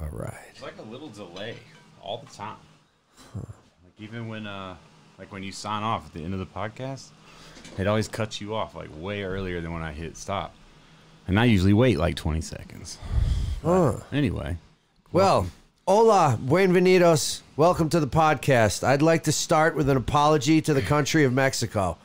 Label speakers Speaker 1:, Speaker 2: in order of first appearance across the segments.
Speaker 1: All right.
Speaker 2: It's like a little delay all the time. Like even when uh like when you sign off at the end of the podcast, it always cuts you off like way earlier than when I hit stop. And I usually wait like 20 seconds.
Speaker 1: Huh.
Speaker 2: Anyway,
Speaker 1: Well, hola, bienvenidos. Welcome to the podcast. I'd like to start with an apology to the country of Mexico.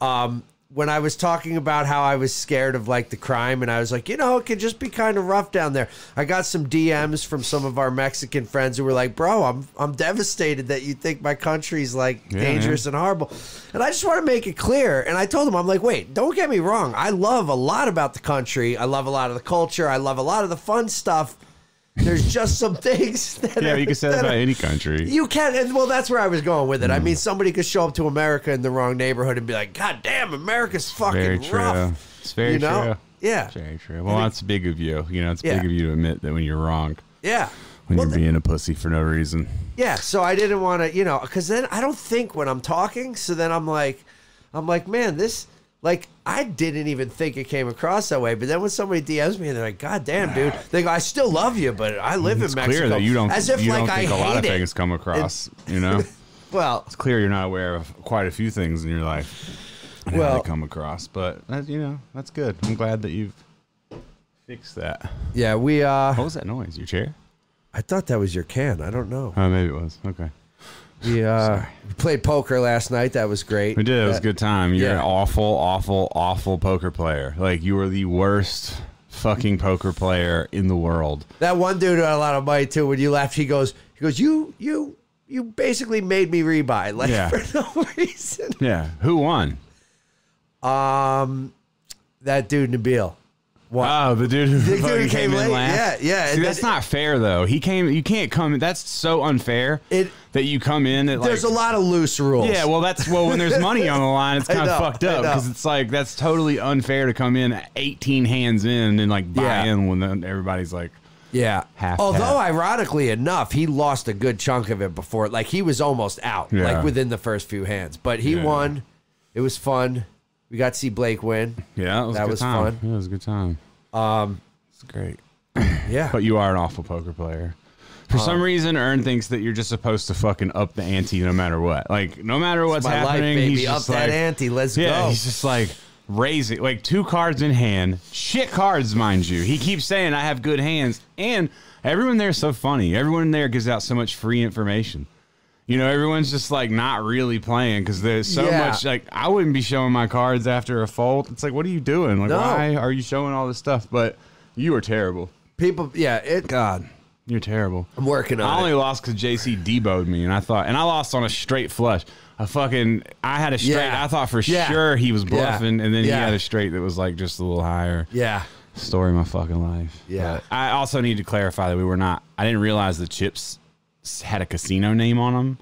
Speaker 1: Um, when I was talking about how I was scared of like the crime, and I was like, you know, it can just be kind of rough down there. I got some DMs from some of our Mexican friends who were like, "Bro, I'm I'm devastated that you think my country's like
Speaker 2: Yeah,
Speaker 1: dangerous and horrible," and I just want to make it clear. And I told them, I'm like, wait, don't get me wrong. I love a lot about the country. I love a lot of the culture. I love a lot of the fun stuff. There's just some things that
Speaker 2: yeah,
Speaker 1: are,
Speaker 2: you can say that Hmm. about any country.
Speaker 1: you can, and well, that's where I was going with it. I mean, somebody could show up to America in the wrong neighborhood and be like, "God damn, America's fucking
Speaker 2: very true.
Speaker 1: rough."
Speaker 2: It's very
Speaker 1: you know?
Speaker 2: true.
Speaker 1: Yeah.
Speaker 2: It's Very true. Well, that's big of you. You know, it's
Speaker 1: Yeah.
Speaker 2: big of you to admit that when you're wrong,
Speaker 1: Yeah.
Speaker 2: when
Speaker 1: Well,
Speaker 2: you're
Speaker 1: th-
Speaker 2: being a pussy for no reason.
Speaker 1: yeah. So I didn't want to, you know, because then I don't think when I'm talking. So then I'm like, I'm like, man, this. Like I didn't even think it came across that way, but then when somebody DMs me and they're like, "God damn, dude," they go, "I still love you, but I live
Speaker 2: It's
Speaker 1: in Mexico."
Speaker 2: clear that you don't.
Speaker 1: as if
Speaker 2: you
Speaker 1: like
Speaker 2: don't think
Speaker 1: I
Speaker 2: a lot
Speaker 1: hate
Speaker 2: of
Speaker 1: it.
Speaker 2: things come across. you know, it's
Speaker 1: Well,
Speaker 2: clear you're not aware of quite a few things in your life. and how
Speaker 1: Well-
Speaker 2: they come across, but that, you know that's good. I'm glad that you've fixed that.
Speaker 1: yeah, we.
Speaker 2: What
Speaker 1: uh
Speaker 2: was that noise? Your chair?
Speaker 1: I thought that was your can. I don't know.
Speaker 2: Oh, maybe it was. Okay,
Speaker 1: We uh, we played poker last night. That was great.
Speaker 2: we did. It was a
Speaker 1: That-
Speaker 2: good time. You're an
Speaker 1: yeah.
Speaker 2: awful, awful, awful poker player. Like you were the worst fucking poker player in the world.
Speaker 1: That one dude who had a lot of money too. When you left, he goes, he goes, you, you, you basically made me rebuy, like
Speaker 2: Yeah.
Speaker 1: for no reason.
Speaker 2: Yeah. Who won?
Speaker 1: Um, that dude Nabil.
Speaker 2: Oh, the dude who
Speaker 1: dude who
Speaker 2: fucking
Speaker 1: came
Speaker 2: came, in
Speaker 1: late.
Speaker 2: last.
Speaker 1: Yeah, yeah,
Speaker 2: See,
Speaker 1: and
Speaker 2: that's
Speaker 1: then-
Speaker 2: not fair though. He came. You can't come. That's so unfair.
Speaker 1: It-
Speaker 2: that you come in. At,
Speaker 1: There's a
Speaker 2: like,
Speaker 1: lot of loose rules.
Speaker 2: Yeah, well, that's well. When there's money on the line, it's
Speaker 1: I
Speaker 2: kind of
Speaker 1: know,
Speaker 2: fucked
Speaker 1: I
Speaker 2: up
Speaker 1: know.
Speaker 2: because it's like that's totally unfair to come in 18 hands in and like buy
Speaker 1: Yeah.
Speaker 2: in when then everybody's like,
Speaker 1: yeah.
Speaker 2: Half,
Speaker 1: Although,
Speaker 2: half.
Speaker 1: ironically enough, he lost a good chunk of it before. Like he was almost out,
Speaker 2: Yeah.
Speaker 1: like within the first few hands. But he
Speaker 2: Yeah.
Speaker 1: won. It was fun. We got to see Blake win.
Speaker 2: yeah, that was, a
Speaker 1: That
Speaker 2: good
Speaker 1: was
Speaker 2: time.
Speaker 1: fun.
Speaker 2: Yeah, it was a good time. Um, it's great.
Speaker 1: Yeah.
Speaker 2: But you are an awful poker player.
Speaker 1: Uh,
Speaker 2: For some reason, Earn thinks that you're just supposed to fucking up the ante no matter what. Like no matter what's
Speaker 1: My life,
Speaker 2: happening,
Speaker 1: baby.
Speaker 2: he's
Speaker 1: Up
Speaker 2: just
Speaker 1: that
Speaker 2: like,
Speaker 1: ante. Let's
Speaker 2: Yeah,
Speaker 1: go.
Speaker 2: he's just like raise it, like two cards in hand, shit cards, mind you. He keeps saying I have good hands, and everyone there's so funny. Everyone there gives out so much free information. You know, everyone's just like not really playing because there's so
Speaker 1: Yeah.
Speaker 2: much. Like, I wouldn't be showing my cards after a fold. It's like, what are you doing? Like,
Speaker 1: No.
Speaker 2: why are you showing all this stuff? But you are terrible.
Speaker 1: People. Yeah. It. God.
Speaker 2: You're terrible.
Speaker 1: I'm working on
Speaker 2: I
Speaker 1: it.
Speaker 2: only lost because JC debowed me, and I thought, and I lost on a straight flush. I fucking, I had a straight.
Speaker 1: Yeah.
Speaker 2: I thought for
Speaker 1: Yeah.
Speaker 2: sure he was
Speaker 1: Yeah.
Speaker 2: bluffing, and then he
Speaker 1: Yeah.
Speaker 2: had a straight that was like just a little higher.
Speaker 1: Yeah.
Speaker 2: Story of my fucking life.
Speaker 1: Yeah.
Speaker 2: But I also need to clarify that we were not. I didn't realize the chips had a casino name on them,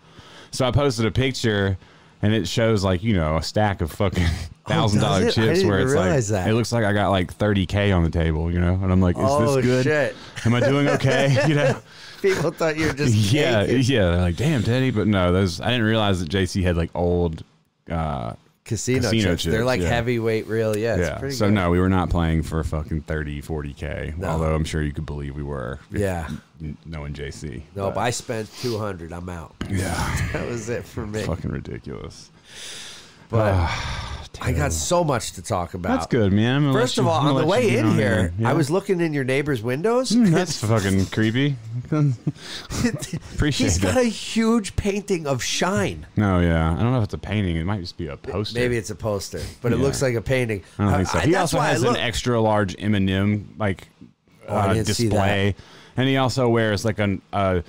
Speaker 2: so I posted a picture, and it shows like you know a stack of fucking thousand dollar
Speaker 1: Oh, does it?
Speaker 2: chips
Speaker 1: I didn't
Speaker 2: where
Speaker 1: even
Speaker 2: it's like
Speaker 1: realize that.
Speaker 2: it looks like I got like thirty k on the table, you know, and I'm like, is
Speaker 1: Oh,
Speaker 2: this good?
Speaker 1: shit.
Speaker 2: Am I doing okay? you know.
Speaker 1: People thought you were just
Speaker 2: yeah,
Speaker 1: taking
Speaker 2: yeah. They're like, damn, Teddy. But no, those I didn't realize that JC had like old. Uh,
Speaker 1: casino,
Speaker 2: Casino
Speaker 1: chips. They're
Speaker 2: chips,
Speaker 1: like
Speaker 2: yeah.
Speaker 1: heavyweight real. Yeah, it's
Speaker 2: yeah.
Speaker 1: pretty
Speaker 2: So
Speaker 1: good.
Speaker 2: no, we were not playing for fucking 30, 40 k.
Speaker 1: No.
Speaker 2: Although I'm sure you could believe we were. if-
Speaker 1: Yeah.
Speaker 2: n- Knowing JC.
Speaker 1: No, but I spent two hundred. I'm out.
Speaker 2: yeah,
Speaker 1: That was it for me.
Speaker 2: fucking ridiculous.
Speaker 1: But I got so much to talk about.
Speaker 2: Ah, That's good, man. I'm gonna
Speaker 1: Uh, First
Speaker 2: let
Speaker 1: of
Speaker 2: you-
Speaker 1: all,
Speaker 2: I'm
Speaker 1: on the
Speaker 2: gonna let you
Speaker 1: way
Speaker 2: get
Speaker 1: in
Speaker 2: on
Speaker 1: here,
Speaker 2: Yeah.
Speaker 1: I was looking in your neighbor's windows.
Speaker 2: Mm, That's fucking creepy. Appreciate
Speaker 1: He's got
Speaker 2: that.
Speaker 1: a huge painting of Shine.
Speaker 2: No, yeah. I don't know if it's a painting. It might just be a poster.
Speaker 1: Maybe it's a poster, but it
Speaker 2: Yeah.
Speaker 1: looks like a painting.
Speaker 2: I don't think so.
Speaker 1: Uh, I-
Speaker 2: He
Speaker 1: that's
Speaker 2: also
Speaker 1: why I
Speaker 2: has an
Speaker 1: looked.
Speaker 2: extra large M&M like
Speaker 1: I
Speaker 2: uh,
Speaker 1: didn't see
Speaker 2: display, and he also wears like an a,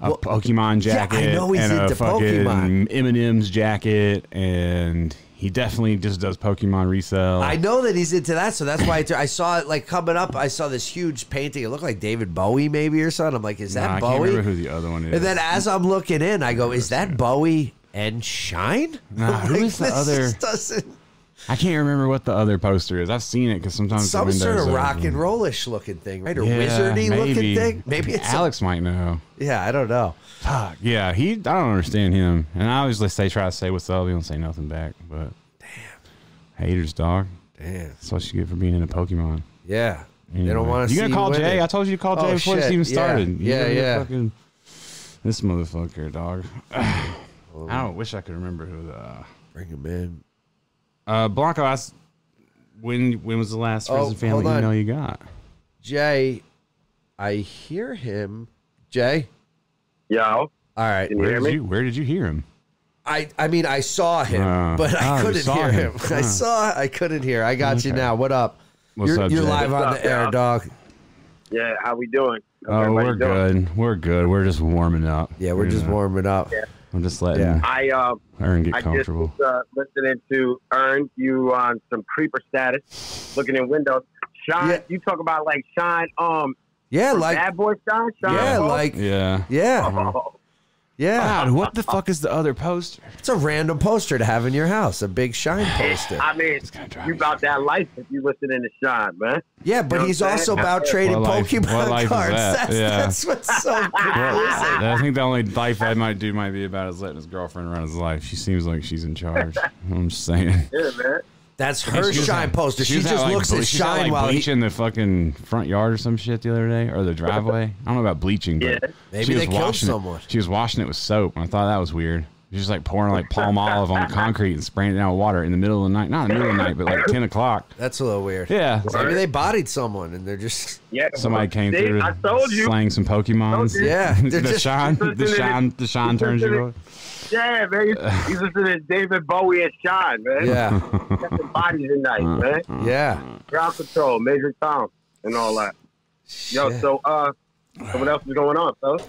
Speaker 2: a Pokemon
Speaker 1: yeah, I
Speaker 2: jacket
Speaker 1: know he's
Speaker 2: and
Speaker 1: into
Speaker 2: a fucking
Speaker 1: Pokemon.
Speaker 2: M&M's jacket, and he definitely just does Pokemon resell.
Speaker 1: I know that he's into that, so that's why I, tur- I saw it like coming up. I saw this huge painting. It looked like David Bowie, maybe or something. I'm like, is
Speaker 2: Nah,
Speaker 1: that
Speaker 2: I
Speaker 1: Bowie?
Speaker 2: can't remember who the other one is.
Speaker 1: And then as I'm looking in, I go, "Is that Bowie and Shine?"
Speaker 2: Nah, who is the
Speaker 1: this
Speaker 2: other-
Speaker 1: just doesn't
Speaker 2: I can't remember what the other poster is. I've seen it because sometimes the
Speaker 1: some sort
Speaker 2: windows
Speaker 1: of
Speaker 2: are-
Speaker 1: rock and rollish looking thing, right? Or
Speaker 2: Yeah,
Speaker 1: wizardy looking
Speaker 2: maybe.
Speaker 1: thing? Maybe it's
Speaker 2: Alex might know.
Speaker 1: yeah, I don't know.
Speaker 2: Fuck yeah, he. I don't understand him, and I always say try to say what's up. He don't say nothing back, but damn, haters dog.
Speaker 1: Damn.
Speaker 2: That's what you get for being in a Pokemon.
Speaker 1: Yeah. They don't want to.
Speaker 2: You
Speaker 1: see
Speaker 2: gonna call
Speaker 1: you
Speaker 2: Jay?
Speaker 1: winning.
Speaker 2: I told you to call
Speaker 1: Oh,
Speaker 2: Jay before this
Speaker 1: shit.
Speaker 2: even
Speaker 1: Yeah.
Speaker 2: started. You
Speaker 1: Yeah,
Speaker 2: gonna
Speaker 1: yeah.
Speaker 2: fucking- this motherfucker, dog. I don't wish I could remember who the
Speaker 1: Bring him in.
Speaker 2: uh, Blanco asked. When when was the last
Speaker 1: Oh,
Speaker 2: friends and family
Speaker 1: hold on.
Speaker 2: email you got?
Speaker 1: Jay, I hear him. Jay.
Speaker 3: Yo,
Speaker 1: All right.
Speaker 3: can you
Speaker 2: Where
Speaker 3: hear
Speaker 2: did
Speaker 3: me?
Speaker 2: you Where did you hear him?
Speaker 1: I I mean I saw him,
Speaker 2: Ah.
Speaker 1: but
Speaker 2: Oh,
Speaker 1: I
Speaker 2: you
Speaker 1: couldn't
Speaker 2: saw
Speaker 1: hear him.
Speaker 2: him.
Speaker 1: I
Speaker 2: Ah.
Speaker 1: saw I couldn't hear. I got you
Speaker 2: Okay.
Speaker 1: now. What up?
Speaker 2: What's
Speaker 1: you're
Speaker 2: up,
Speaker 1: you're
Speaker 2: Jay?
Speaker 1: live
Speaker 3: What's
Speaker 1: on
Speaker 3: up,
Speaker 1: the air,
Speaker 3: y'all?
Speaker 1: dog.
Speaker 3: Yeah, how we doing? How's
Speaker 2: Oh,
Speaker 3: everybody
Speaker 2: we're
Speaker 3: doing?
Speaker 2: good. We're good. We're just warming up.
Speaker 1: Yeah, we're just
Speaker 2: warming.
Speaker 1: warming up.
Speaker 2: I'm just letting
Speaker 1: Yeah.
Speaker 3: I um,
Speaker 2: Aaron get
Speaker 3: I just was
Speaker 2: comfortable.
Speaker 3: uh, listening to Earn you on some creeper status, looking in windows. Sean,
Speaker 1: Yeah.
Speaker 3: you talk about like Sean, um,
Speaker 1: Yeah, like
Speaker 3: bad boy Sean, Sean.
Speaker 1: yeah,
Speaker 3: Paul?
Speaker 1: like
Speaker 2: yeah. uh-huh.
Speaker 1: yeah,
Speaker 3: Oh,
Speaker 1: yeah.
Speaker 2: God, what the fuck is the other poster?
Speaker 1: It's a random poster to have in your house, a big shine poster.
Speaker 3: I mean,
Speaker 2: gonna drive
Speaker 3: you
Speaker 2: me
Speaker 3: about that life if you listening to Sean, man.
Speaker 1: Yeah, but
Speaker 3: know
Speaker 1: he's
Speaker 3: what I'm
Speaker 1: also
Speaker 3: saying?
Speaker 1: about trading
Speaker 2: What life-
Speaker 1: Pokemon
Speaker 2: what life is
Speaker 1: cards.
Speaker 2: that?
Speaker 1: That's,
Speaker 2: Yeah.
Speaker 1: that's what's so confusing.
Speaker 2: I think the only life I might do might be about is letting his girlfriend run his life. She seems like she's in charge. I'm just saying.
Speaker 3: Yeah, man.
Speaker 1: That's
Speaker 2: She
Speaker 1: her
Speaker 2: was
Speaker 1: shine
Speaker 2: out-
Speaker 1: poster. She
Speaker 2: was out,
Speaker 1: just
Speaker 2: like,
Speaker 1: looks
Speaker 2: ble-
Speaker 1: at
Speaker 2: she was out,
Speaker 1: shine
Speaker 2: like,
Speaker 1: while he.
Speaker 2: bleaching the fucking front yard or some shit the other day or the driveway. I don't know about bleaching, but
Speaker 3: Yeah.
Speaker 1: Maybe
Speaker 2: she was
Speaker 1: they killed
Speaker 2: washing it-
Speaker 1: someone.
Speaker 2: She was washing it with soap, and I thought that was weird. She was like pouring like palm olive on the concrete and spraying it down with water in the middle of the night. Not in the middle of the night, but like ten o'clock.
Speaker 1: That's a little weird.
Speaker 2: Yeah.
Speaker 1: Maybe they bodied someone and they're just
Speaker 3: Yeah.
Speaker 2: Somebody came
Speaker 3: See,
Speaker 2: through,
Speaker 3: I told you.
Speaker 2: slang some Pokemons.
Speaker 3: Told you.
Speaker 1: Yeah, they're
Speaker 2: the
Speaker 1: just-
Speaker 2: shine,
Speaker 3: He's
Speaker 2: the
Speaker 3: listening
Speaker 2: shine,
Speaker 3: to-
Speaker 2: the shine
Speaker 3: he's
Speaker 2: turns you.
Speaker 3: listening- Yeah, man. He's listening to David Bowie and Sean, man.
Speaker 1: yeah,
Speaker 3: Catching bodies tonight,
Speaker 2: Uh-huh.
Speaker 3: man.
Speaker 1: yeah.
Speaker 3: Ground control, Major Tom, and all that. Yo,
Speaker 1: Shit.
Speaker 3: so uh, so what else is going on, fellas?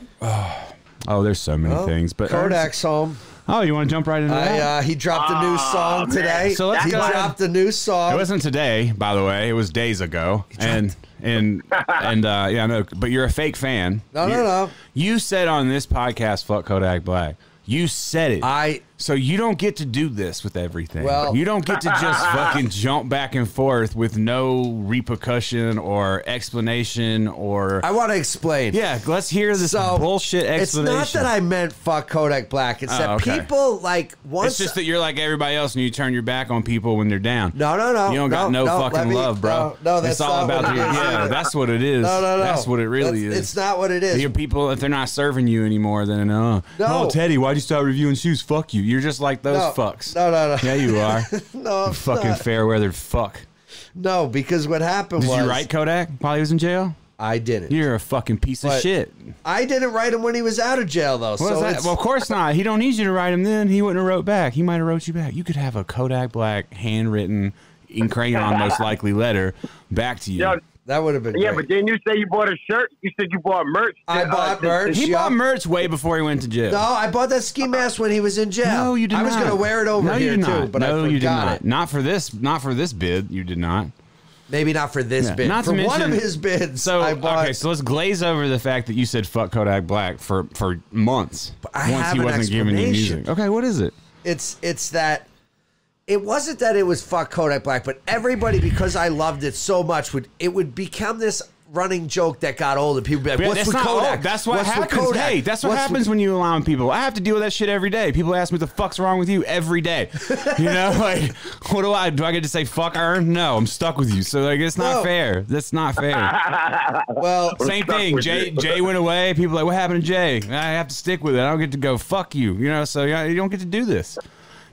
Speaker 2: Oh, there's so many
Speaker 1: Well,
Speaker 2: things. But
Speaker 1: Kodak's home.
Speaker 2: Oh, you want to jump right into
Speaker 1: I,
Speaker 2: that?
Speaker 1: uh, he dropped a new
Speaker 3: Ah,
Speaker 1: song
Speaker 3: man.
Speaker 1: today.
Speaker 2: So let's
Speaker 1: he
Speaker 2: go ahead.
Speaker 1: dropped a new
Speaker 2: it
Speaker 1: song.
Speaker 2: wasn't today, by the way. It was days ago. And and and uh, yeah, I know. But you're a fake fan.
Speaker 1: No, no,
Speaker 2: You-
Speaker 1: no.
Speaker 2: You said on this podcast, "Fuck Kodak Black." You said it.
Speaker 1: I
Speaker 2: So you don't get to do this with everything.
Speaker 1: Well-
Speaker 2: you don't get to just fucking jump back and forth with no repercussion or explanation or
Speaker 1: I want to explain.
Speaker 2: yeah. Let's hear this
Speaker 1: So,
Speaker 2: bullshit
Speaker 1: It's
Speaker 2: explanation.
Speaker 1: not that I meant fuck Kodak Black. It's
Speaker 2: Oh,
Speaker 1: that
Speaker 2: okay.
Speaker 1: people like once.
Speaker 2: It's just that you're like everybody else, and you turn your back on people when they're down.
Speaker 1: no, no, no.
Speaker 2: you don't got no,
Speaker 1: no, let
Speaker 2: fucking
Speaker 1: me-
Speaker 2: love, bro.
Speaker 1: No, no that's
Speaker 2: it's
Speaker 1: not
Speaker 2: all about
Speaker 1: what
Speaker 2: your,
Speaker 1: it is.
Speaker 2: yeah. That's what it is.
Speaker 1: No, no, no.
Speaker 2: That's what it really
Speaker 1: That's-
Speaker 2: is.
Speaker 1: It's not what it is.
Speaker 2: Your people, if they're not serving you anymore, then uh,
Speaker 1: No.
Speaker 2: oh Teddy, why'd you start reviewing shoes? Fuck you. You're just like those
Speaker 1: no,
Speaker 2: fucks.
Speaker 1: No, no, no.
Speaker 2: Yeah, you are.
Speaker 1: No, I'm
Speaker 2: fucking
Speaker 1: not.
Speaker 2: fair weathered fuck.
Speaker 1: no, because what happened
Speaker 2: Did
Speaker 1: was
Speaker 2: you write Kodak while he was in jail?
Speaker 1: I didn't.
Speaker 2: You're a fucking piece of
Speaker 1: But-
Speaker 2: shit.
Speaker 1: I didn't write him when he was out of jail though.
Speaker 2: What
Speaker 1: so
Speaker 2: is that?
Speaker 1: it's-
Speaker 2: Well, of course not. He don't need you to write him then. He wouldn't have wrote back. He might have wrote you back. You could have a Kodak Black handwritten in crayon, most likely letter back to you.
Speaker 3: Yo,
Speaker 1: that would have been
Speaker 3: yeah, but
Speaker 1: great.
Speaker 3: didn't you say you bought a shirt? You said you bought merch.
Speaker 1: I
Speaker 3: Uh,
Speaker 1: bought
Speaker 3: since-
Speaker 1: merch.
Speaker 2: he
Speaker 1: yeah.
Speaker 2: bought merch way before he went to jail.
Speaker 1: No, I bought that ski mask when he was in jail.
Speaker 2: No, you did
Speaker 1: I
Speaker 2: not.
Speaker 1: was gonna wear it over
Speaker 2: no,
Speaker 1: here
Speaker 2: you did
Speaker 1: too,
Speaker 2: not.
Speaker 1: but
Speaker 2: no,
Speaker 1: I forgot
Speaker 2: you did not.
Speaker 1: it.
Speaker 2: Not for this. Not for this bid. You did not.
Speaker 1: Maybe not for this
Speaker 2: Yeah.
Speaker 1: bid.
Speaker 2: Not
Speaker 1: for
Speaker 2: to
Speaker 1: one of
Speaker 2: mention-
Speaker 1: his bids.
Speaker 2: So
Speaker 1: I bought.
Speaker 2: okay, so let's glaze over the fact that you said fuck Kodak Black for for months.
Speaker 1: I
Speaker 2: once
Speaker 1: have
Speaker 2: he
Speaker 1: an
Speaker 2: wasn't giving you
Speaker 1: explanation.
Speaker 2: music. Okay, what is it?
Speaker 1: It's it's that. It wasn't that it was fuck Kodak Black, but everybody because I loved it so much would it would become this running joke that got old and people would be like,
Speaker 2: Yeah,
Speaker 1: "What's
Speaker 2: that's
Speaker 1: with
Speaker 2: not
Speaker 1: Kodak?
Speaker 2: all- That's what
Speaker 1: What's with
Speaker 2: happens.
Speaker 1: Kodak?
Speaker 2: Hey, that's what
Speaker 1: What's
Speaker 2: happens when you allow people. I have to deal with that shit every day. People ask me the fuck's wrong with you every day. You know, like what do I do? I get to say fuck Earn? No, I'm stuck with you. So like it's not
Speaker 1: No.
Speaker 2: fair. That's not fair.
Speaker 1: With, well,
Speaker 2: Same
Speaker 3: stuck
Speaker 2: thing.
Speaker 3: with
Speaker 2: Jay
Speaker 3: you.
Speaker 2: Jay went away. People like what happened to Jay? I have to stick with it. I don't get to go fuck you. You know, so yeah, you don't get to do this.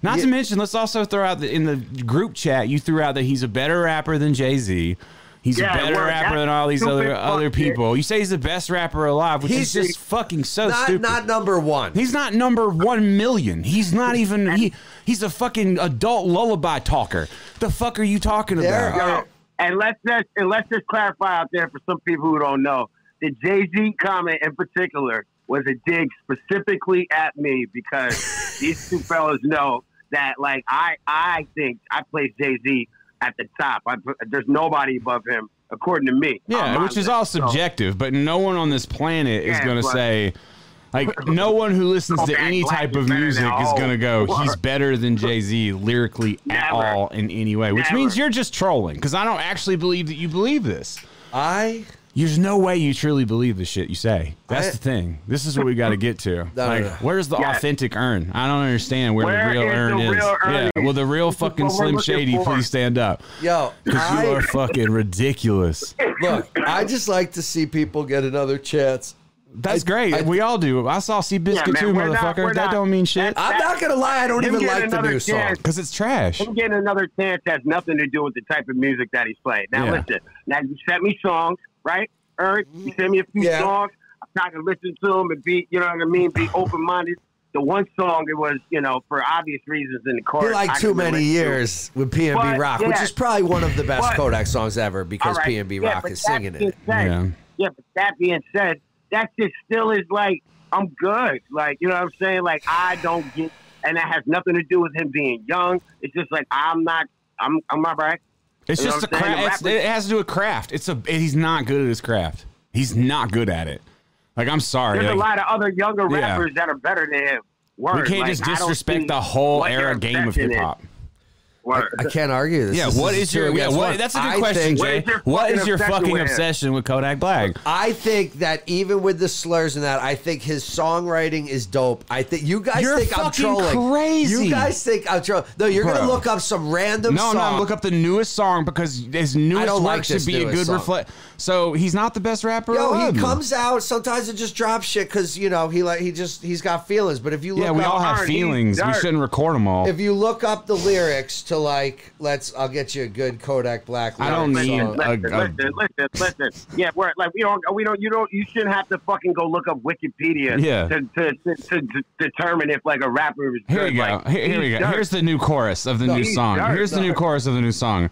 Speaker 2: Not to
Speaker 1: Yeah.
Speaker 2: mention, let's also throw out the, in the group chat. You threw out that he's a better rapper than Jay Z. He's
Speaker 3: Yeah,
Speaker 2: a better
Speaker 3: well,
Speaker 2: rapper
Speaker 3: that's
Speaker 2: than all these
Speaker 3: stupid
Speaker 2: other
Speaker 3: fuck
Speaker 2: other
Speaker 3: shit.
Speaker 2: people. You say he's the best rapper alive, which
Speaker 1: He's
Speaker 2: is just fucking so
Speaker 1: not
Speaker 2: stupid.
Speaker 1: not number one.
Speaker 2: He's not number one million. He's not even he. He's a fucking adult lullaby talker. The fuck are you talking
Speaker 1: There
Speaker 2: about?
Speaker 1: are-
Speaker 3: Yo, and let's just and let's just clarify out there for some people who don't know the Jay Z comment in particular was a dig specifically at me because these two fellas know that like I I think I place Jay Z at the top. I, put- there's nobody above him according to me. on
Speaker 2: yeah,
Speaker 3: my
Speaker 2: which is
Speaker 3: list.
Speaker 2: all
Speaker 3: So,
Speaker 2: subjective. But no one on this planet is
Speaker 3: Yeah,
Speaker 2: going to
Speaker 3: but-
Speaker 2: say. Like no one who listens to
Speaker 3: Kodak
Speaker 2: any
Speaker 3: Black
Speaker 2: type
Speaker 3: is
Speaker 2: of
Speaker 3: better than
Speaker 2: music is
Speaker 3: all.
Speaker 2: going to go. He's better than Jay Z lyrically at
Speaker 3: Never.
Speaker 2: all in any way, which
Speaker 3: Never.
Speaker 2: means you're just trolling because I don't actually believe that you believe this.
Speaker 1: I
Speaker 2: There's no way you truly believe the shit you say. That's
Speaker 1: I-
Speaker 2: the thing. This is what we got to get to.
Speaker 1: no,
Speaker 2: like,
Speaker 1: no.
Speaker 2: where's the
Speaker 3: Yeah.
Speaker 2: authentic urn? I don't understand where,
Speaker 3: Where
Speaker 2: the real
Speaker 3: is
Speaker 2: urn
Speaker 3: the
Speaker 2: is.
Speaker 3: real
Speaker 2: yeah.
Speaker 3: urn?
Speaker 2: Well, the real
Speaker 3: This is
Speaker 2: fucking
Speaker 3: what we're
Speaker 2: Slim
Speaker 3: looking
Speaker 2: Shady,
Speaker 3: for.
Speaker 2: please stand up.
Speaker 1: Yo,
Speaker 2: Because you
Speaker 1: I-
Speaker 2: are fucking ridiculous.
Speaker 1: Look, I just like to see people get another chance.
Speaker 2: That's
Speaker 1: I-
Speaker 2: great.
Speaker 1: I-
Speaker 2: we all do. I saw Seabiscuit
Speaker 3: Yeah, man,
Speaker 2: too,
Speaker 3: we're not-
Speaker 2: motherfucker.
Speaker 3: we're
Speaker 2: that
Speaker 3: not-
Speaker 2: don't mean shit.
Speaker 3: that-
Speaker 1: I'm not gonna lie, I don't
Speaker 3: Him
Speaker 1: even
Speaker 3: getting
Speaker 1: like the
Speaker 3: another
Speaker 1: new song.
Speaker 3: chance.
Speaker 2: Because it's trash.
Speaker 3: him getting another chance has nothing to do with the type of music that he's playing. Now
Speaker 2: Yeah.
Speaker 3: listen, now you sent me songs, right? Eric, you sent me a few
Speaker 1: Yeah.
Speaker 3: songs. I tried to listen to them and be, you know what I mean, be open minded. The one song it was, you know, for obvious reasons in the
Speaker 1: He
Speaker 3: car. I
Speaker 1: liked too
Speaker 3: couldn't
Speaker 1: many
Speaker 3: listen to.
Speaker 1: years with PNB
Speaker 3: But,
Speaker 1: Rock, which
Speaker 3: yeah.
Speaker 1: is probably one of the best
Speaker 3: But-
Speaker 1: Kodak songs ever because
Speaker 3: All right.
Speaker 1: PNB
Speaker 3: Yeah,
Speaker 1: Rock
Speaker 3: but
Speaker 1: is
Speaker 3: that
Speaker 1: singing
Speaker 3: being
Speaker 1: it.
Speaker 3: said-
Speaker 2: Yeah.
Speaker 3: Yeah, but that being said, that just still is like I'm good. Like you know what I'm saying? Like I don't get, and that has nothing to do with him being young. It's just like I'm not. I'm I'm all right.
Speaker 2: It's
Speaker 3: You know
Speaker 2: just a
Speaker 3: what I'm saying?
Speaker 2: craft.
Speaker 3: Rappers-
Speaker 2: It has to do with craft. It's a. He's not good at his craft. He's not good at it. Like I'm sorry.
Speaker 3: There's a
Speaker 2: like,
Speaker 3: lot of other younger
Speaker 2: Yeah.
Speaker 3: rappers that are better than him. Word.
Speaker 2: we can't
Speaker 3: Like,
Speaker 2: just
Speaker 3: I don't see
Speaker 2: disrespect the whole
Speaker 3: what
Speaker 2: era
Speaker 3: they're
Speaker 2: game of
Speaker 3: affecting
Speaker 2: hip
Speaker 3: it.
Speaker 2: hop.
Speaker 3: Word.
Speaker 1: I can't argue this.
Speaker 2: Yeah,
Speaker 1: This
Speaker 2: what
Speaker 1: a
Speaker 2: is
Speaker 1: two
Speaker 2: your yeah,
Speaker 1: against
Speaker 2: what,
Speaker 1: one.
Speaker 2: that's a
Speaker 1: I
Speaker 2: good question,
Speaker 1: think-
Speaker 3: What
Speaker 2: Jay. What is
Speaker 3: is your fucking
Speaker 2: your
Speaker 3: obsession
Speaker 2: fucking
Speaker 3: with him?
Speaker 2: obsession with Kodak Black?
Speaker 1: I think that even with the slurs and that, I think his songwriting is dope. I think you guys
Speaker 2: You're
Speaker 1: think I'm
Speaker 2: fucking
Speaker 1: trolling.
Speaker 2: crazy.
Speaker 1: You guys think I'm trolling. No, you're gonna
Speaker 2: Bro.
Speaker 1: look up some random
Speaker 2: No,
Speaker 1: song.
Speaker 2: no, look up the newest song because his newest
Speaker 1: don't
Speaker 2: work
Speaker 1: like this
Speaker 2: should be a
Speaker 1: newest
Speaker 2: good
Speaker 1: song.
Speaker 2: reflect. So he's not the best rapper.
Speaker 1: Yo,
Speaker 2: alive.
Speaker 1: he comes out sometimes and just drops shit because you know he like he just he's got feelings. But if you look
Speaker 2: Yeah, we
Speaker 1: up,
Speaker 2: all have
Speaker 3: R&B
Speaker 2: feelings. We
Speaker 3: dirt.
Speaker 2: shouldn't record them all.
Speaker 1: if you look up the lyrics to like let's I'll get you a good Kodak Black.
Speaker 2: I
Speaker 1: Lyric
Speaker 2: don't
Speaker 1: song.
Speaker 2: need
Speaker 3: Listen,
Speaker 2: a-
Speaker 3: listen,
Speaker 2: a-
Speaker 3: listen, listen, listen. Yeah, we're like we don't, we don't, you don't, you shouldn't have to fucking go look up Wikipedia
Speaker 2: Yeah.
Speaker 3: to, to, to, to, to determine if like a rapper is
Speaker 2: Here
Speaker 3: good.
Speaker 2: we go.
Speaker 3: Like,
Speaker 2: here here we
Speaker 3: he's
Speaker 2: go.
Speaker 3: dirt.
Speaker 2: Here's the new chorus of the new
Speaker 3: he's
Speaker 2: song.
Speaker 3: dirt.
Speaker 2: Here's the new chorus of the new song.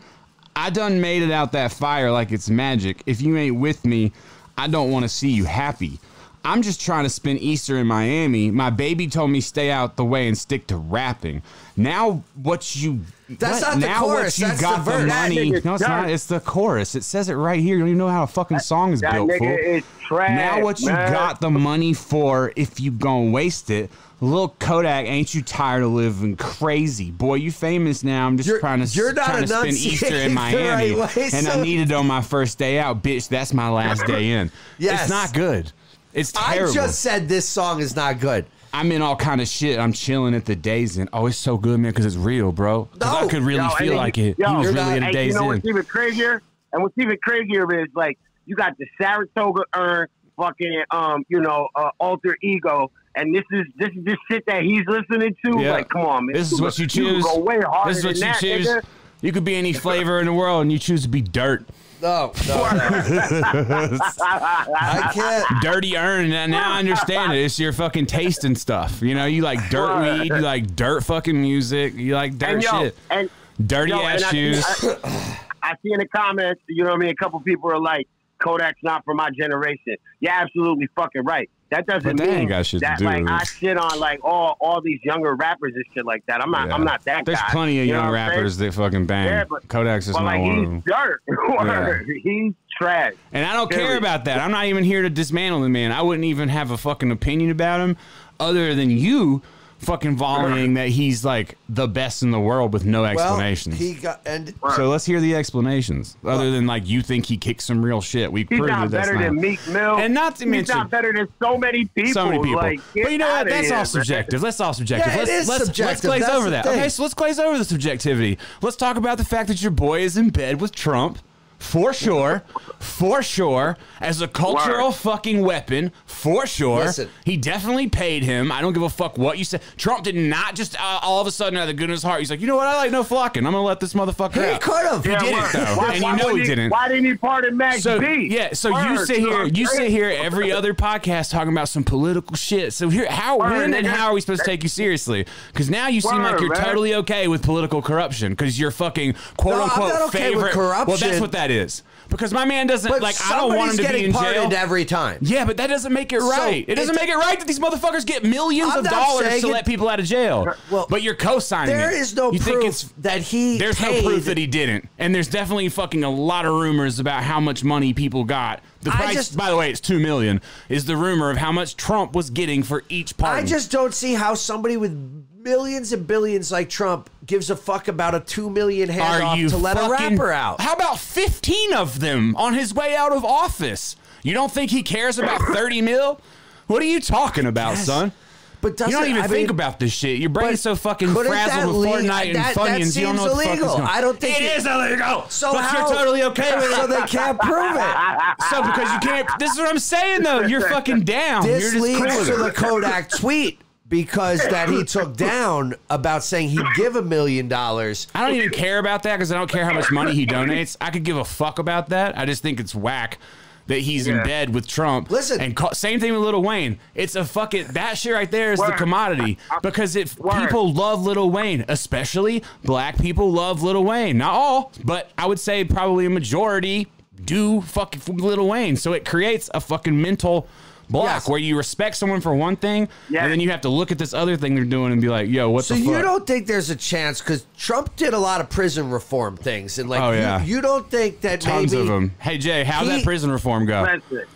Speaker 2: I done made it out that fire like it's magic. If you ain't with me, I don't want to see you happy. I'm just trying to spend Easter in Miami. My baby told me stay out the way and stick to rapping. Now what you
Speaker 1: That's
Speaker 2: what-
Speaker 1: not the
Speaker 2: now what
Speaker 1: chorus,
Speaker 2: you
Speaker 1: that's
Speaker 2: got
Speaker 1: the verse.
Speaker 3: That
Speaker 2: money.
Speaker 3: nigga's
Speaker 2: No, it's not.
Speaker 3: dirt.
Speaker 2: It's the chorus. It says it right here. You don't even know how a fucking song is
Speaker 3: that
Speaker 2: built.
Speaker 3: nigga
Speaker 2: fool.
Speaker 3: is trash.
Speaker 2: Now what you
Speaker 3: man.
Speaker 2: got the money for if you gon' waste it? Lil Kodak, ain't you tired of living crazy? Boy, you famous now. I'm just
Speaker 1: You're-
Speaker 2: trying to,
Speaker 1: you're not
Speaker 2: trying to spend
Speaker 1: enunciating
Speaker 2: Easter in
Speaker 1: the
Speaker 2: Miami.
Speaker 1: right way,
Speaker 2: and
Speaker 1: so-
Speaker 2: I need it on my first day out. Bitch, that's my last day in.
Speaker 1: Yes.
Speaker 2: It's not good. It's
Speaker 1: I
Speaker 2: terrible.
Speaker 1: just said this song is not good.
Speaker 2: I'm in all kind of shit. I'm chilling at the days in. Oh, it's so good, man, because it's real, bro. 'Cause
Speaker 1: No.
Speaker 2: I could really
Speaker 3: Yo, and
Speaker 2: feel
Speaker 3: then
Speaker 2: like
Speaker 3: you-
Speaker 2: it.
Speaker 3: yo,
Speaker 2: he was
Speaker 3: you're
Speaker 2: really
Speaker 1: not-
Speaker 2: in
Speaker 3: Hey,
Speaker 2: the days
Speaker 3: you know
Speaker 2: in.
Speaker 3: what's even crazier? And what's even crazier is like you got the Saratoga urn, fucking um, you know, uh, alter ego, and this is this is just shit that he's listening to.
Speaker 2: Yeah.
Speaker 3: Like, come on, man.
Speaker 2: This is what you
Speaker 3: could- could
Speaker 2: choose.
Speaker 3: Go way harder
Speaker 2: This is what you
Speaker 3: than that,
Speaker 2: choose.
Speaker 3: nigga.
Speaker 2: You could be any flavor in the world, and you choose to be dirt.
Speaker 1: No, no, no. I can't.
Speaker 2: dirty urn. And now I understand it. It's your fucking taste and stuff. You know, you like dirt weed, you like dirt fucking music, you like dirt
Speaker 3: And yo,
Speaker 2: shit,
Speaker 3: and
Speaker 2: dirty
Speaker 3: yo, and
Speaker 2: ass
Speaker 3: I,
Speaker 2: shoes.
Speaker 3: See, I, I see in the comments, you know what I mean. A couple people are like, "Kodak's not for my generation." You're absolutely fucking right. That
Speaker 2: But
Speaker 3: doesn't
Speaker 2: that
Speaker 3: mean
Speaker 2: ain't got shit to
Speaker 3: that
Speaker 2: do
Speaker 3: like
Speaker 2: with
Speaker 3: I
Speaker 2: it.
Speaker 3: shit on like all all these younger rappers and shit like that. I'm not.
Speaker 2: Yeah.
Speaker 3: I'm not that
Speaker 2: There's
Speaker 3: guy.
Speaker 2: plenty of
Speaker 3: You know
Speaker 2: young
Speaker 3: what I'm saying?
Speaker 2: rappers that fucking bang.
Speaker 3: Yeah, but-
Speaker 2: Kodak's is
Speaker 3: But
Speaker 2: not
Speaker 3: like
Speaker 2: one of
Speaker 3: he's
Speaker 2: them.
Speaker 3: dirt. Word. He's trash.
Speaker 2: And I don't care
Speaker 3: Period.
Speaker 2: about that. I'm not even here to dismantle the man. I wouldn't even have a fucking opinion about him other than you fucking volleying that he's like the best in the world with no
Speaker 1: Well,
Speaker 2: explanations.
Speaker 1: he got and
Speaker 2: so let's hear the explanations. Other than like you think he kicked some real shit. We
Speaker 3: He's
Speaker 2: proved that
Speaker 3: not
Speaker 2: that's
Speaker 3: better
Speaker 2: not.
Speaker 3: than Meek Mill.
Speaker 2: And not to
Speaker 3: he's
Speaker 2: mention-
Speaker 3: not better than so many people.
Speaker 2: so many people.
Speaker 3: Like, get
Speaker 2: but you know what?
Speaker 3: outta
Speaker 2: That's
Speaker 3: here,
Speaker 2: all
Speaker 3: man.
Speaker 2: subjective. Let's all subjective.
Speaker 1: Yeah, it
Speaker 2: let's,
Speaker 1: is
Speaker 2: let's,
Speaker 1: subjective.
Speaker 2: Let's glaze
Speaker 1: That's
Speaker 2: over
Speaker 1: the
Speaker 2: that.
Speaker 1: thing.
Speaker 2: Okay, so let's glaze over the subjectivity. Let's talk about the fact that your boy is in bed with Trump. For sure, for sure, as a cultural
Speaker 3: Word.
Speaker 2: fucking weapon, for sure.
Speaker 1: Listen.
Speaker 2: He definitely paid him. I don't give a fuck what you said. Trump did not just uh, all of a sudden out of the goodness of his heart. He's like, you know what? I like no flocking. I'm gonna let this motherfucker
Speaker 1: He
Speaker 2: out.
Speaker 1: could have.
Speaker 2: He
Speaker 1: Yeah,
Speaker 2: didn't
Speaker 3: word.
Speaker 2: though,
Speaker 3: Why-
Speaker 2: and
Speaker 3: why
Speaker 2: you know
Speaker 3: wouldn't
Speaker 2: he didn't.
Speaker 3: Why didn't he pardon Max
Speaker 2: So
Speaker 3: B?
Speaker 2: yeah, so you
Speaker 3: Word.
Speaker 2: sit here, you
Speaker 3: Word.
Speaker 2: sit here every other podcast talking about some political shit. So here, how,
Speaker 3: Word,
Speaker 2: when, and
Speaker 3: nigga.
Speaker 2: how are we supposed to take you seriously? Because now you seem
Speaker 3: Word,
Speaker 2: like you're
Speaker 3: man.
Speaker 2: totally okay with political corruption because you're fucking quote
Speaker 1: No, I'm
Speaker 2: unquote
Speaker 1: not okay with
Speaker 2: favorite. Well, that's
Speaker 1: corruption.
Speaker 2: what that is. Because my man doesn't
Speaker 1: But
Speaker 2: like. I don't want
Speaker 1: somebody's
Speaker 2: him to
Speaker 1: getting
Speaker 2: be in jail.
Speaker 1: pardoned every time.
Speaker 2: yeah, but that doesn't make it right. It doesn't
Speaker 1: it-
Speaker 2: make it right that these motherfuckers get 1000000s
Speaker 1: I'm
Speaker 2: of
Speaker 1: not
Speaker 2: dollars
Speaker 1: saying
Speaker 2: to
Speaker 1: it-
Speaker 2: let people out of jail.
Speaker 1: Well,
Speaker 2: but you're co-signing.
Speaker 1: There
Speaker 2: it.
Speaker 1: is no
Speaker 2: you Think
Speaker 1: proof
Speaker 2: it's
Speaker 1: that he.
Speaker 2: there's
Speaker 1: paid.
Speaker 2: no proof that he didn't, and there's definitely fucking a lot of rumors about how much money people got. The
Speaker 1: I
Speaker 2: price,
Speaker 1: just-
Speaker 2: by the way, it's two million. Is the rumor of how much Trump was getting for each party?
Speaker 1: I just don't see how somebody with millions and billions like Trump gives a fuck about a two million
Speaker 2: Are
Speaker 1: handoff
Speaker 2: you
Speaker 1: to let a
Speaker 2: fucking-
Speaker 1: rapper out.
Speaker 2: How about 15 of them on his way out of office? You don't think he cares about 30 mil? What are you talking about, son?
Speaker 1: But doesn't,
Speaker 2: You don't even
Speaker 1: I
Speaker 2: think
Speaker 1: mean,
Speaker 2: about this shit. Your
Speaker 1: but
Speaker 2: brain's so fucking
Speaker 1: couldn't
Speaker 2: frazzled
Speaker 1: that
Speaker 2: with
Speaker 1: lead-
Speaker 2: Fortnite
Speaker 1: that-
Speaker 2: and
Speaker 1: that
Speaker 2: Funyuns. You don't know
Speaker 1: seems
Speaker 2: what the fuck is
Speaker 1: illegal.
Speaker 2: going.
Speaker 1: I don't think
Speaker 2: it
Speaker 1: it-
Speaker 2: is illegal.
Speaker 1: So
Speaker 2: but
Speaker 1: how-
Speaker 2: you're totally okay with it.
Speaker 1: so they can't prove it.
Speaker 3: Ah,
Speaker 2: So because you can't. This is what I'm saying though. You're fucking down.
Speaker 1: This
Speaker 2: you're just cool
Speaker 1: leads
Speaker 2: with
Speaker 1: to
Speaker 2: it.
Speaker 1: the Kodak tweet because that he took down about saying he'd give a million dollars.
Speaker 2: I don't even care about that because I don't care how much money he donates. I could give a fuck about that. I just think it's whack that he's in
Speaker 3: Yeah.
Speaker 2: bed with Trump.
Speaker 1: Listen.
Speaker 2: and ca- same thing with Lil Wayne. It's a fucking that shit right there is the
Speaker 3: Word.
Speaker 2: commodity because if
Speaker 3: Word.
Speaker 2: people love Lil Wayne, especially black people love Lil Wayne. Not all, but I would say probably a majority do fucking f- Lil Wayne. So it creates a fucking mental. Block
Speaker 1: Yes.
Speaker 2: where you respect someone for one thing,
Speaker 3: Yeah.
Speaker 2: and then you have to look at this other thing they're doing and be like, "Yo, what
Speaker 1: So
Speaker 2: the fuck?"
Speaker 1: you don't think there's a chance because Trump did a lot of prison reform things, and like
Speaker 2: Oh,
Speaker 1: you-
Speaker 2: yeah.
Speaker 1: you, don't think that
Speaker 2: Tons
Speaker 1: maybe
Speaker 2: of them. Hey Jay, how would
Speaker 1: He-
Speaker 2: that prison reform go?
Speaker 3: ah. Listen,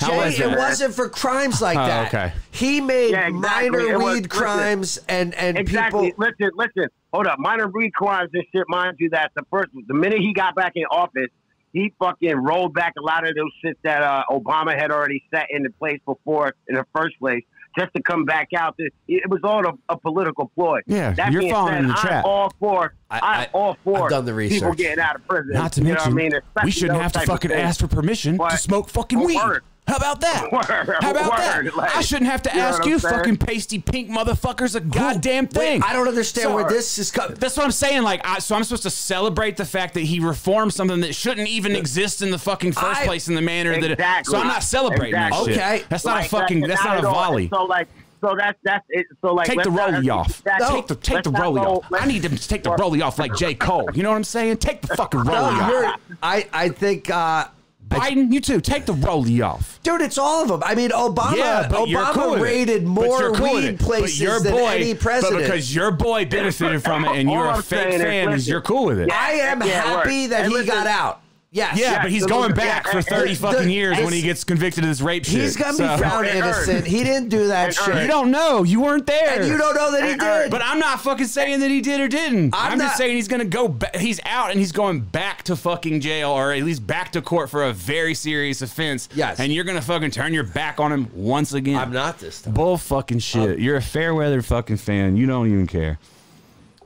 Speaker 2: How
Speaker 1: Jay,
Speaker 2: was
Speaker 1: it
Speaker 2: that?
Speaker 1: wasn't for crimes like
Speaker 2: Oh,
Speaker 1: that.
Speaker 2: okay.
Speaker 1: He made
Speaker 3: Yeah, exactly.
Speaker 1: minor
Speaker 3: It was-
Speaker 1: weed
Speaker 3: listen.
Speaker 1: crimes and and
Speaker 3: exactly.
Speaker 1: people.
Speaker 3: Listen, listen. Hold up. Minor requires this shit. Mind you, that the first, the minute he got back in office, he fucking rolled back a lot of those shit that uh, Obama had already set into place before in the first place, just to come back out. It, it was all a, a political ploy.
Speaker 2: Yeah,
Speaker 3: that
Speaker 2: you're
Speaker 3: being
Speaker 2: falling
Speaker 3: said,
Speaker 2: in the
Speaker 3: I'm
Speaker 2: trap.
Speaker 3: All for.
Speaker 1: I-
Speaker 3: I,
Speaker 1: I-
Speaker 3: am all for
Speaker 1: I've done the
Speaker 3: People
Speaker 1: research.
Speaker 3: getting out of prison.
Speaker 2: Not to
Speaker 3: you know
Speaker 2: mention,
Speaker 3: what I mean?
Speaker 2: we
Speaker 3: Especially
Speaker 2: shouldn't
Speaker 3: those
Speaker 2: have to
Speaker 3: type of
Speaker 2: fucking
Speaker 3: things.
Speaker 2: ask for permission to
Speaker 3: But-
Speaker 2: smoke fucking weed.
Speaker 3: Word.
Speaker 2: How about that?
Speaker 3: Word.
Speaker 2: How about
Speaker 3: Word.
Speaker 2: that?
Speaker 3: Like,
Speaker 2: I shouldn't have to
Speaker 3: you know
Speaker 2: ask
Speaker 3: what I'm
Speaker 2: you
Speaker 3: saying?
Speaker 2: fucking pasty pink motherfuckers a goddamn
Speaker 1: Wait,
Speaker 2: thing.
Speaker 1: I don't understand
Speaker 2: So-
Speaker 1: where this is coming.
Speaker 2: That's what I'm saying. Like, I, so I'm supposed to celebrate the fact that he reformed something that shouldn't even exist in the fucking first
Speaker 1: I-
Speaker 2: place in the manner that. It,
Speaker 3: Exactly.
Speaker 2: so I'm not celebrating that
Speaker 3: Exactly.
Speaker 2: shit.
Speaker 1: Okay.
Speaker 2: That's not
Speaker 3: Like,
Speaker 2: a fucking. That's not a
Speaker 3: at all.
Speaker 2: volley.
Speaker 3: So like, so that's that's it. So like,
Speaker 2: Take the
Speaker 3: let's not-
Speaker 2: rollie off.
Speaker 3: Exactly.
Speaker 2: Take the take
Speaker 3: Let's
Speaker 2: the
Speaker 3: not
Speaker 2: rollie
Speaker 3: go-
Speaker 2: off. I
Speaker 3: let's-
Speaker 2: need to take the rollie off like J Cole. You know what I'm saying? Take the fucking rollie
Speaker 1: No, Oh,
Speaker 2: off.
Speaker 1: you're- I I think. Uh,
Speaker 2: Biden, you too. Take the rollie off.
Speaker 1: Dude, it's all of them. I mean, Obama.
Speaker 2: Yeah, but you're
Speaker 1: Obama
Speaker 2: cool with it.
Speaker 1: raided
Speaker 2: But
Speaker 1: more
Speaker 2: you're cool with
Speaker 1: weed
Speaker 2: it. But
Speaker 1: places
Speaker 2: your
Speaker 1: than
Speaker 2: boy-
Speaker 1: any president.
Speaker 2: But because your boy benefited from it, and
Speaker 3: All
Speaker 2: you're a
Speaker 3: I'm
Speaker 2: fake
Speaker 3: saying is,
Speaker 2: fan, is
Speaker 3: listen,
Speaker 2: you're cool with it.
Speaker 3: yeah,
Speaker 1: I am
Speaker 3: Yeah,
Speaker 1: happy
Speaker 3: word.
Speaker 1: that
Speaker 3: And
Speaker 1: he
Speaker 3: listen-
Speaker 1: got out. Yes.
Speaker 2: Yeah, but he's
Speaker 3: so
Speaker 2: going
Speaker 3: listen,
Speaker 2: back
Speaker 3: yeah,
Speaker 2: for
Speaker 3: and-
Speaker 2: thirty
Speaker 1: and-
Speaker 2: fucking
Speaker 1: the-
Speaker 2: years when
Speaker 1: it's-
Speaker 2: he gets convicted of this rape shit.
Speaker 1: He's gonna
Speaker 2: So-
Speaker 1: be found
Speaker 3: And earned.
Speaker 1: innocent. He didn't do that
Speaker 3: And
Speaker 1: shit.
Speaker 3: earned.
Speaker 2: You don't know. You weren't there.
Speaker 1: and you don't know that he
Speaker 3: And
Speaker 1: did.
Speaker 3: earned.
Speaker 2: But I'm not fucking saying that he did or didn't.
Speaker 1: I'm
Speaker 2: I'm,
Speaker 1: not-
Speaker 2: just saying he's gonna go. Ba- he's out and he's going back to fucking jail or at least back to court for a very serious offense.
Speaker 1: Yes.
Speaker 2: And you're gonna fucking turn your back on him once again.
Speaker 1: I'm not this time.
Speaker 2: Bull fucking shit. You're a fair weather fucking fan. You don't even care.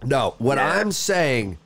Speaker 1: No, what
Speaker 3: Yeah.
Speaker 1: I'm saying,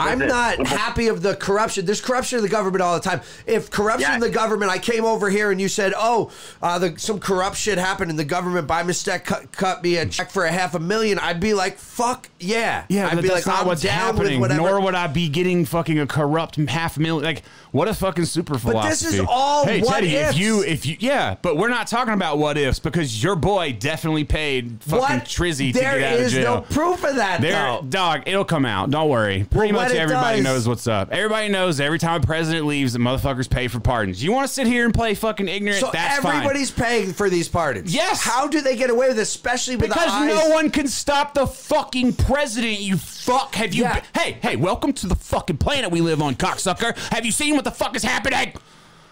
Speaker 1: I'm
Speaker 3: it.
Speaker 1: not happy of the corruption. There's corruption in the government all the time. If corruption in
Speaker 3: Yeah.
Speaker 1: the government, I came over here and you said, "Oh, uh, the, some corrupt shit happened in the government by mistake, cut, cut me a check for a half a million, I'd be like, "Fuck yeah!"
Speaker 2: Yeah,
Speaker 1: I'd
Speaker 2: but
Speaker 1: be
Speaker 2: that's
Speaker 1: like,
Speaker 2: not
Speaker 1: "I'm
Speaker 2: what's
Speaker 1: down with
Speaker 2: happening.
Speaker 1: whatever."
Speaker 2: Nor would I be getting fucking a corrupt half million. Like, what a fucking super
Speaker 1: But
Speaker 2: philosophy.
Speaker 1: this is all
Speaker 2: Hey,
Speaker 1: what
Speaker 2: Teddy,
Speaker 1: ifs.
Speaker 2: if you, if you, yeah, but we're not talking about what ifs because your boy definitely paid fucking
Speaker 1: what
Speaker 2: Trizzy to
Speaker 1: There
Speaker 2: get out of
Speaker 1: is
Speaker 2: jail.
Speaker 1: no proof of that.
Speaker 2: There,
Speaker 1: though.
Speaker 2: dog, it'll come out. Don't worry. Pretty
Speaker 1: Well,
Speaker 2: much
Speaker 1: when it
Speaker 2: everybody
Speaker 1: does-
Speaker 2: knows what's up. Everybody knows every time a president leaves, the motherfuckers pay for pardons. You want to sit here and play fucking ignorant?
Speaker 1: So
Speaker 2: That's fine.
Speaker 1: everybody's paying for these pardons.
Speaker 2: Yes.
Speaker 1: How do they get away with this, especially with
Speaker 2: Because
Speaker 1: the eyes?
Speaker 2: no one can stop the fucking president, you fuck. Have you.
Speaker 1: Yeah.
Speaker 2: Hey, hey, welcome to the fucking planet we live on, cocksucker. Have you seen what the fuck is happening?